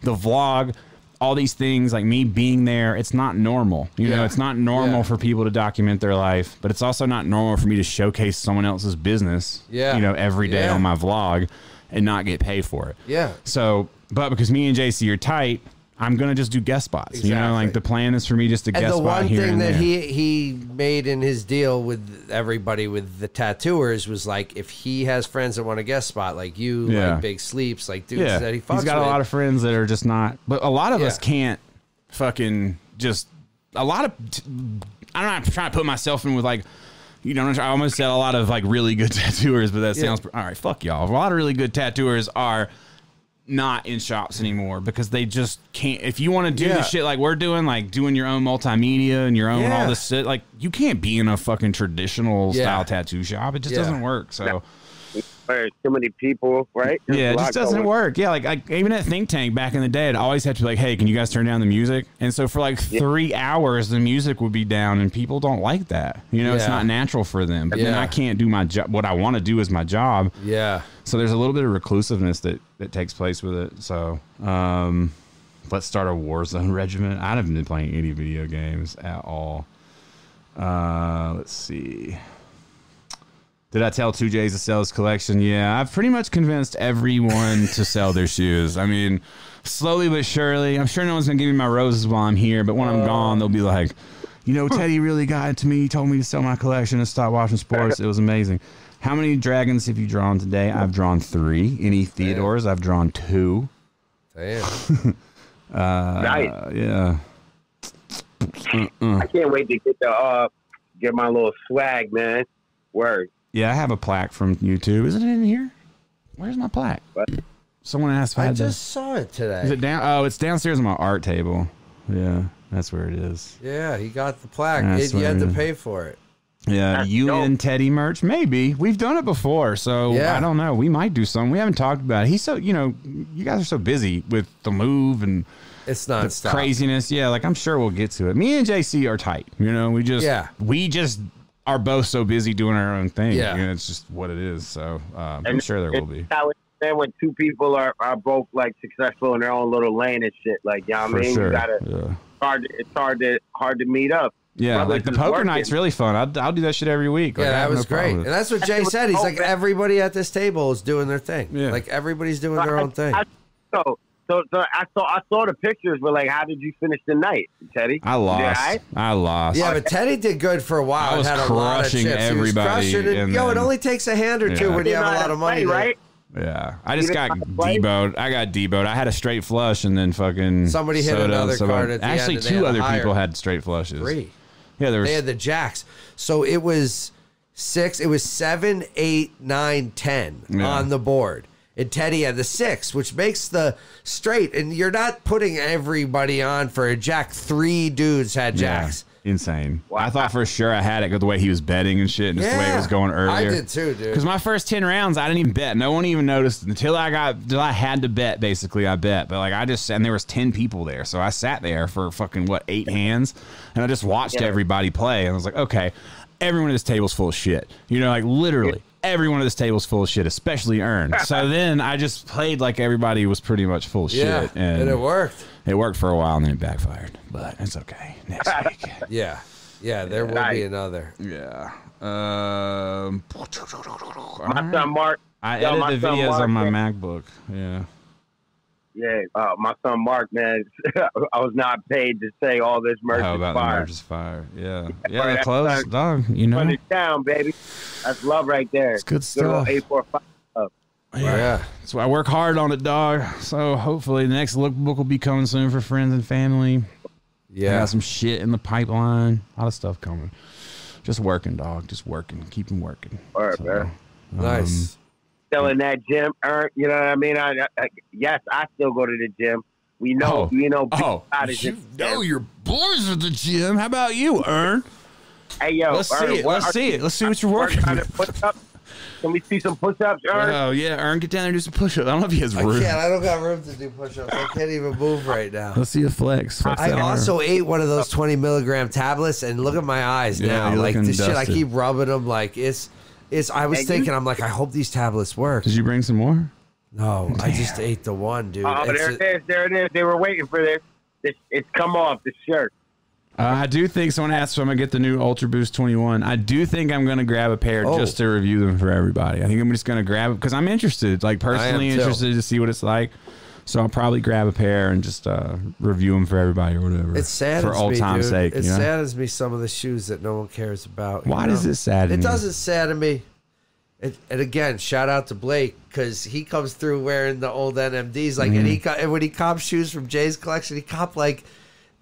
Speaker 2: the vlog, all these things, like me being there, it's not normal. You know,
Speaker 1: Yeah.
Speaker 2: it's not normal
Speaker 1: Yeah.
Speaker 2: for people to document their life, but it's also not normal for me to showcase someone else's business.
Speaker 1: Yeah.
Speaker 2: you know, every day
Speaker 1: Yeah.
Speaker 2: on my vlog and not get paid for it.
Speaker 1: Yeah.
Speaker 2: So, but because me and JC are tight, I'm gonna just do guest spots. You know,
Speaker 1: Exactly.
Speaker 2: like the plan is for me just to
Speaker 1: and
Speaker 2: guest
Speaker 1: the
Speaker 2: spot
Speaker 1: one
Speaker 2: here
Speaker 1: thing
Speaker 2: and
Speaker 1: that
Speaker 2: there.
Speaker 1: he he made in his deal with everybody with the tattooers was like, if he has friends that want a guest spot, like you,
Speaker 2: Yeah.
Speaker 1: like Big Sleeps, like dudes
Speaker 2: yeah,
Speaker 1: that he fucks
Speaker 2: has got a
Speaker 1: with,
Speaker 2: lot of friends that are just not. But a lot of us
Speaker 1: Yeah.
Speaker 2: can't fucking just. A lot of t- I'm not trying to put myself in with like. You know, I almost said a lot of like really good tattooers, but that sounds all right. Fuck y'all. A lot of really good tattooers are not in shops anymore because they just can't. If you want to do
Speaker 1: Yeah.
Speaker 2: the shit like we're doing, like doing your own multimedia and your own
Speaker 1: Yeah.
Speaker 2: all this shit, like you can't be in a fucking traditional
Speaker 1: Yeah.
Speaker 2: style tattoo shop. It just
Speaker 1: Yeah.
Speaker 2: doesn't work. So
Speaker 3: or too many people, right? There's
Speaker 2: yeah,
Speaker 3: a
Speaker 2: it
Speaker 3: lot
Speaker 2: just doesn't
Speaker 3: going-
Speaker 2: work. Yeah, like, like even at Think Tank back in the day, I'd always have to be like, hey, can you guys turn down the music? And so for like three hours, the music would be down, and people don't like that. You know, it's
Speaker 1: Yeah.
Speaker 2: not natural for them. But then
Speaker 1: Yeah.
Speaker 2: I can't do my job. What I want to do is my job.
Speaker 1: yeah,
Speaker 2: So there's a little bit of reclusiveness that that takes place with it. So um, let's start a Warzone regiment. I haven't been playing any video games at all. Uh, let's see. Did I tell Two J's to sell his collection? Yeah, I've pretty much convinced everyone to sell their shoes. I mean, slowly but surely. I'm sure no one's gonna give me my roses while I'm here, but when I'm gone, they'll be like, you know, Teddy really got into me. He told me to sell my collection and stop watching sports. It was amazing. How many dragons have you drawn today? I've drawn three. Any Theodores? I've drawn two.
Speaker 1: damn.
Speaker 3: Nice.
Speaker 2: Uh, yeah. Uh.
Speaker 3: I can't wait to get the uh get my little swag, man. Word.
Speaker 2: Yeah, I have a plaque from YouTube. Is it in here? Where's my plaque?
Speaker 3: What?
Speaker 2: Someone asked if I,
Speaker 1: I
Speaker 2: had
Speaker 1: just saw it today.
Speaker 2: this. Is it down? Oh, it's downstairs on my art table. Yeah, that's where it is.
Speaker 1: Yeah, he got the plaque.
Speaker 2: Yeah, I
Speaker 1: It- you
Speaker 2: swear
Speaker 1: had
Speaker 2: to
Speaker 1: to
Speaker 2: God.
Speaker 1: pay for it.
Speaker 2: Yeah,
Speaker 3: That's
Speaker 2: you
Speaker 3: dope.
Speaker 2: and Teddy merch, maybe we've done it before, so
Speaker 1: Yeah.
Speaker 2: I don't know. We might do some. We haven't talked about it. He's so you know, you guys are so busy with the move and
Speaker 1: It's nonstop.
Speaker 2: craziness. Yeah, like I'm sure we'll get to it. Me and JC are tight. You know, we just
Speaker 1: Yeah.
Speaker 2: we just are both so busy doing our own thing.
Speaker 1: Yeah.
Speaker 2: You know, it's just what it is. So uh, I'm sure there will be
Speaker 3: It's how it's been when two people are, are both like successful in their own little lane and shit. Like, you know what I
Speaker 2: for
Speaker 3: mean?
Speaker 2: sure.
Speaker 3: You gotta
Speaker 2: yeah.
Speaker 3: hard. to- It's hard to hard to meet up.
Speaker 2: Yeah,
Speaker 3: Brothers
Speaker 2: like the
Speaker 3: is
Speaker 2: poker
Speaker 3: working.
Speaker 2: night's really fun. I'll, I'll do that shit every week. Like,
Speaker 1: Yeah,
Speaker 2: I
Speaker 1: that
Speaker 2: have no
Speaker 1: was great.
Speaker 2: problem
Speaker 1: And
Speaker 2: with it.
Speaker 1: that's what Jay said. He's like, everybody at this table is doing their thing.
Speaker 2: Yeah.
Speaker 1: Like, everybody's doing their own thing.
Speaker 3: I, so, so, so I saw I saw the pictures, but like, how did you finish the night, Teddy?
Speaker 2: I lost.
Speaker 3: Yeah, I-
Speaker 2: I lost.
Speaker 1: Yeah, but Teddy did good for a while.
Speaker 2: I
Speaker 1: and
Speaker 2: was
Speaker 1: had a lot of
Speaker 2: crushing
Speaker 1: chips. He was
Speaker 2: everybody,
Speaker 1: crushing it.
Speaker 2: and
Speaker 1: Yo, it
Speaker 2: then-
Speaker 1: only takes a hand or two
Speaker 2: Yeah.
Speaker 1: when you have a lot of money. to-
Speaker 3: right?
Speaker 2: Yeah, I just
Speaker 3: You
Speaker 2: got
Speaker 3: didn't play?
Speaker 2: deboed. I got deboed. I had a straight flush, and then fucking
Speaker 1: Somebody hit
Speaker 2: Soto,
Speaker 1: another
Speaker 2: somebody-
Speaker 1: card at the end,
Speaker 2: actually,
Speaker 1: and they
Speaker 2: two
Speaker 1: had a
Speaker 2: other
Speaker 1: higher-
Speaker 2: people had straight flushes.
Speaker 1: Three.
Speaker 2: Yeah, there was.
Speaker 1: They had the jacks. So it was six. It was seven, eight, nine, ten
Speaker 2: Yeah.
Speaker 1: on the board. And Teddy had the six, which makes the straight. And you're not putting everybody on for a jack. Three dudes had
Speaker 2: yeah,
Speaker 1: jacks.
Speaker 2: insane. I thought for sure I had it because the way he was betting and shit, and just the way it was going earlier.
Speaker 1: I did too, dude.
Speaker 2: Because my first ten rounds, I didn't even bet. No one even noticed until I got until I had to bet. Basically, I bet, but like I just and there was ten people there, so I sat there for fucking what eight hands, and I just watched everybody play, and I was like, okay, everyone at this table's full of shit. You know, like literally. Everyone at this table's full of shit, especially Earn. so then I just played like everybody was pretty much full of
Speaker 1: yeah,
Speaker 2: shit,
Speaker 1: and, it worked.
Speaker 2: It worked for a while, and then it backfired. But it's okay. Next week.
Speaker 1: Yeah, yeah. There will be
Speaker 3: Right.
Speaker 1: another.
Speaker 2: Yeah. Um.
Speaker 3: My son Mark.
Speaker 2: I
Speaker 3: yo, my
Speaker 2: edit the
Speaker 3: son
Speaker 2: videos
Speaker 3: Mark,
Speaker 2: on my
Speaker 3: man.
Speaker 2: MacBook. Yeah.
Speaker 3: Yeah, uh, my son Mark, man. I was not paid to say all this merch
Speaker 2: How about
Speaker 3: is
Speaker 2: the
Speaker 3: fire.
Speaker 2: merge is fire? Yeah.
Speaker 3: right,
Speaker 2: Yeah. The
Speaker 3: that's
Speaker 2: clothes,
Speaker 3: fine.
Speaker 2: dog. You know.
Speaker 3: Run it down, baby. That's love right there.
Speaker 2: It's good stuff.
Speaker 3: Eight four five.
Speaker 1: Yeah.
Speaker 2: So I work hard on it, dog. So hopefully the next lookbook will be coming soon for friends and family. I
Speaker 1: Yeah.
Speaker 2: got some shit in the pipeline. A lot of stuff coming. Just working, dog. Just working. Keep 'em working.
Speaker 3: All right, man.
Speaker 2: Um,
Speaker 1: Nice.
Speaker 3: Still in that gym, er, you know what I mean? I, I, yes, I still go to the gym. We know,
Speaker 2: Oh.
Speaker 3: you know, Big
Speaker 2: Oh,
Speaker 3: Scott is
Speaker 2: you
Speaker 3: in the
Speaker 2: know
Speaker 3: gym.
Speaker 2: your boys at the gym. How about you, Ern?
Speaker 3: Hey, yo,
Speaker 2: Let's
Speaker 3: er,
Speaker 2: see it.
Speaker 3: what
Speaker 2: Let's
Speaker 3: are-
Speaker 2: see it. Let's see what you're working
Speaker 3: Work on
Speaker 2: with.
Speaker 3: it. Push-ups. Can we see some push-ups, Ern?
Speaker 2: Oh yeah, Ern, get down there and do some push-ups. I don't know if he has
Speaker 1: I
Speaker 2: room.
Speaker 1: can't. I don't got room to do push-ups. I can't even move right now.
Speaker 2: Let's see a flex. Flex
Speaker 1: I
Speaker 2: that arm.
Speaker 1: also ate one of those 20 milligram tablets, and look at my eyes
Speaker 2: Yeah,
Speaker 1: now.
Speaker 2: you're
Speaker 1: Like
Speaker 2: looking
Speaker 1: this shit, I
Speaker 2: dusted.
Speaker 1: keep rubbing them. Like it's, it's. I was
Speaker 3: Hey, you-
Speaker 1: thinking, I'm like, I hope these tablets work.
Speaker 2: Did you bring some more?
Speaker 1: No, I just ate the one, dude.
Speaker 3: Oh,
Speaker 1: It's
Speaker 3: there
Speaker 1: a-
Speaker 3: it is. There it is. They were waiting for this. This it's come off the shirt.
Speaker 2: Uh, I do think someone asked if I'm gonna get the new Ultra Boost 21. I do think I'm gonna grab a pair
Speaker 1: Oh.
Speaker 2: just to review them for everybody. I think I'm just gonna grab it because I'm interested, like personally
Speaker 1: too.
Speaker 2: interested to see what it's like. So I'll probably grab a pair and just uh, review them for everybody or whatever.
Speaker 1: It saddens
Speaker 2: for old
Speaker 1: me,
Speaker 2: time's
Speaker 1: dude.
Speaker 2: sake.
Speaker 1: It
Speaker 2: you know?
Speaker 1: saddens me some of the shoes that no one cares about. you
Speaker 2: Why does
Speaker 1: know?
Speaker 2: it sadden
Speaker 1: It
Speaker 2: you?
Speaker 1: doesn't sadden me. It, and again, shout out to Blake because he comes through wearing the old NMDs. Like, and he
Speaker 2: Mm-hmm.
Speaker 1: co- and when he copped shoes from Jay's collection, he copped like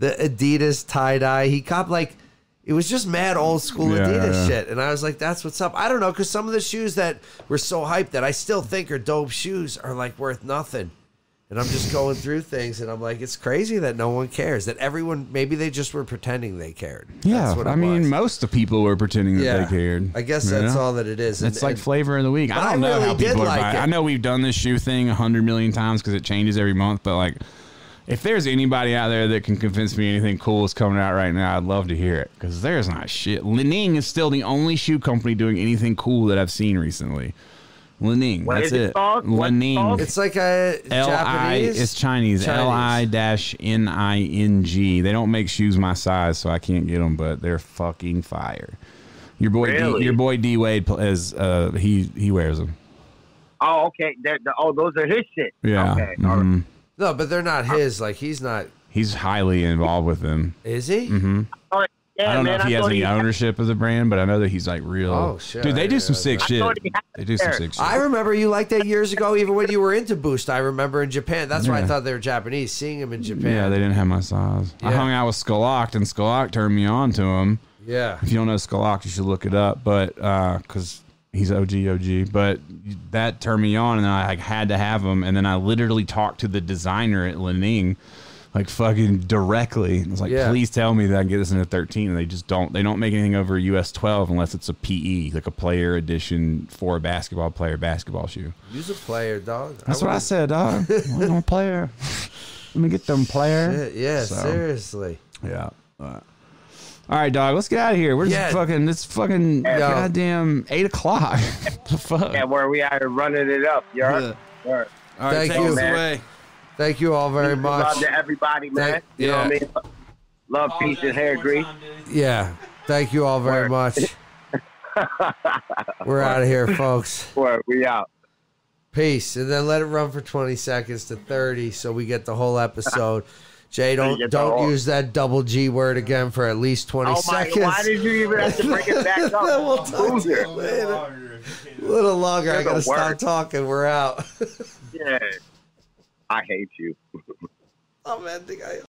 Speaker 1: the Adidas tie dye. He copped like it was just mad old school
Speaker 2: Yeah,
Speaker 1: Adidas
Speaker 2: yeah, yeah.
Speaker 1: shit. And I was like, that's what's up. I don't know because some of the shoes that were so hyped that I still think are dope shoes are like worth nothing. And I'm just going through things, and I'm like, it's crazy that no one cares. That everyone, maybe they just were pretending they cared.
Speaker 2: Yeah,
Speaker 1: that's what it
Speaker 2: I mean,
Speaker 1: was.
Speaker 2: most of the people were pretending that they cared.
Speaker 1: I guess
Speaker 2: you
Speaker 1: that's
Speaker 2: know?
Speaker 1: all that it is.
Speaker 2: It's like flavor of the week.
Speaker 1: But
Speaker 2: I don't
Speaker 1: I
Speaker 2: know
Speaker 1: really
Speaker 2: how
Speaker 1: did
Speaker 2: people are
Speaker 1: like
Speaker 2: buying.
Speaker 1: it.
Speaker 2: I know we've done this shoe thing a hundred million times because it changes every month. But like, if there's anybody out there that can convince me anything cool is coming out right now, I'd love to hear it because there's not shit. Lining is still the only shoe company doing anything cool that I've seen recently. Lining,
Speaker 3: What
Speaker 2: that's
Speaker 3: is it called? What's it
Speaker 2: Lining.
Speaker 3: called?
Speaker 1: it's like a
Speaker 2: L I
Speaker 1: Japanese.
Speaker 2: it's Chinese.
Speaker 1: Chinese.
Speaker 2: L I dash N I N G. They don't make shoes my size, so I can't get them. But they're fucking fire. Your boy, D,
Speaker 3: Really?
Speaker 2: your boy D Wade pl- is uh, he he wears them.
Speaker 3: Oh, okay. That, the, oh, those are his shit.
Speaker 2: Yeah,
Speaker 3: Okay.
Speaker 2: Mhm.
Speaker 3: All right.
Speaker 1: No, but they're not his. Like he's not.
Speaker 2: he's highly involved with them.
Speaker 1: Is he?
Speaker 2: Mm-hmm.
Speaker 3: All right. Oh, Yeah,
Speaker 2: I don't
Speaker 3: man,
Speaker 2: know if he
Speaker 3: I
Speaker 2: has
Speaker 3: thought
Speaker 2: any
Speaker 3: he,
Speaker 2: ownership of the brand, but I know that he's like real.
Speaker 1: Oh, shit,
Speaker 2: dude!
Speaker 1: I
Speaker 2: They do
Speaker 1: didn't
Speaker 2: some sick
Speaker 1: realize
Speaker 2: shit.
Speaker 3: thought he had
Speaker 2: They do some
Speaker 3: hair.
Speaker 2: sick shit.
Speaker 1: I remember you liked that years ago, even when you were into Boost. I remember in Japan. That's why I
Speaker 2: Yeah.
Speaker 1: thought they were Japanese. Seeing him in Japan.
Speaker 2: yeah, they didn't have my size. I
Speaker 1: Yeah.
Speaker 2: hung out with Skolak, and Skolak turned me on to him.
Speaker 1: Yeah.
Speaker 2: If you don't know Skolak, you should look it up. But because he's OG, OG. But that turned me on, and I like, had to have him. And then I literally talked to the designer at Lening like fucking directly. And it's like,
Speaker 1: Yeah.
Speaker 2: please tell me that I can get this into 13. And they just don't. They don't make anything over US 12 unless it's a PE, like a player edition for a basketball player basketball shoe.
Speaker 1: Use a player, dog.
Speaker 2: That's what I
Speaker 1: wouldn't-
Speaker 2: said, dog. I'm a player. Let me get them player.
Speaker 1: Yeah,
Speaker 2: So,
Speaker 1: seriously.
Speaker 2: Yeah. Uh, All right, dog. Let's get out of here. We're just
Speaker 1: Yeah.
Speaker 2: fucking. It's fucking
Speaker 1: Yeah.
Speaker 2: goddamn eight o'clock. the fuck.
Speaker 3: Yeah, where we are running it up. You all right? All right.
Speaker 4: All right,
Speaker 1: Thank
Speaker 4: take
Speaker 1: you.
Speaker 4: us
Speaker 3: Man.
Speaker 4: away.
Speaker 1: Thank you all very
Speaker 3: Love
Speaker 1: much.
Speaker 3: to everybody, man.
Speaker 1: Thank-
Speaker 3: you know what I
Speaker 1: yeah.
Speaker 3: mean? Love, peace, and hair, grease.
Speaker 1: Yeah. Thank you all very
Speaker 3: Word.
Speaker 1: much. We're out of here, folks.
Speaker 3: Word. We out.
Speaker 1: Peace. And then let it run for 20 seconds to 30 so we get the whole episode. Jay, don't
Speaker 3: get the
Speaker 1: don't
Speaker 3: whole-
Speaker 1: use that double G word again for at least 20
Speaker 3: Oh my!
Speaker 1: seconds.
Speaker 3: Why did you even have to bring it back up?
Speaker 1: Then we'll talk to you
Speaker 3: Loser.
Speaker 1: later. A little longer. I
Speaker 3: You're the
Speaker 1: gotta stop
Speaker 3: worst.
Speaker 1: talking. We're out.
Speaker 3: Yeah. I hate you.
Speaker 1: I'm ending. I-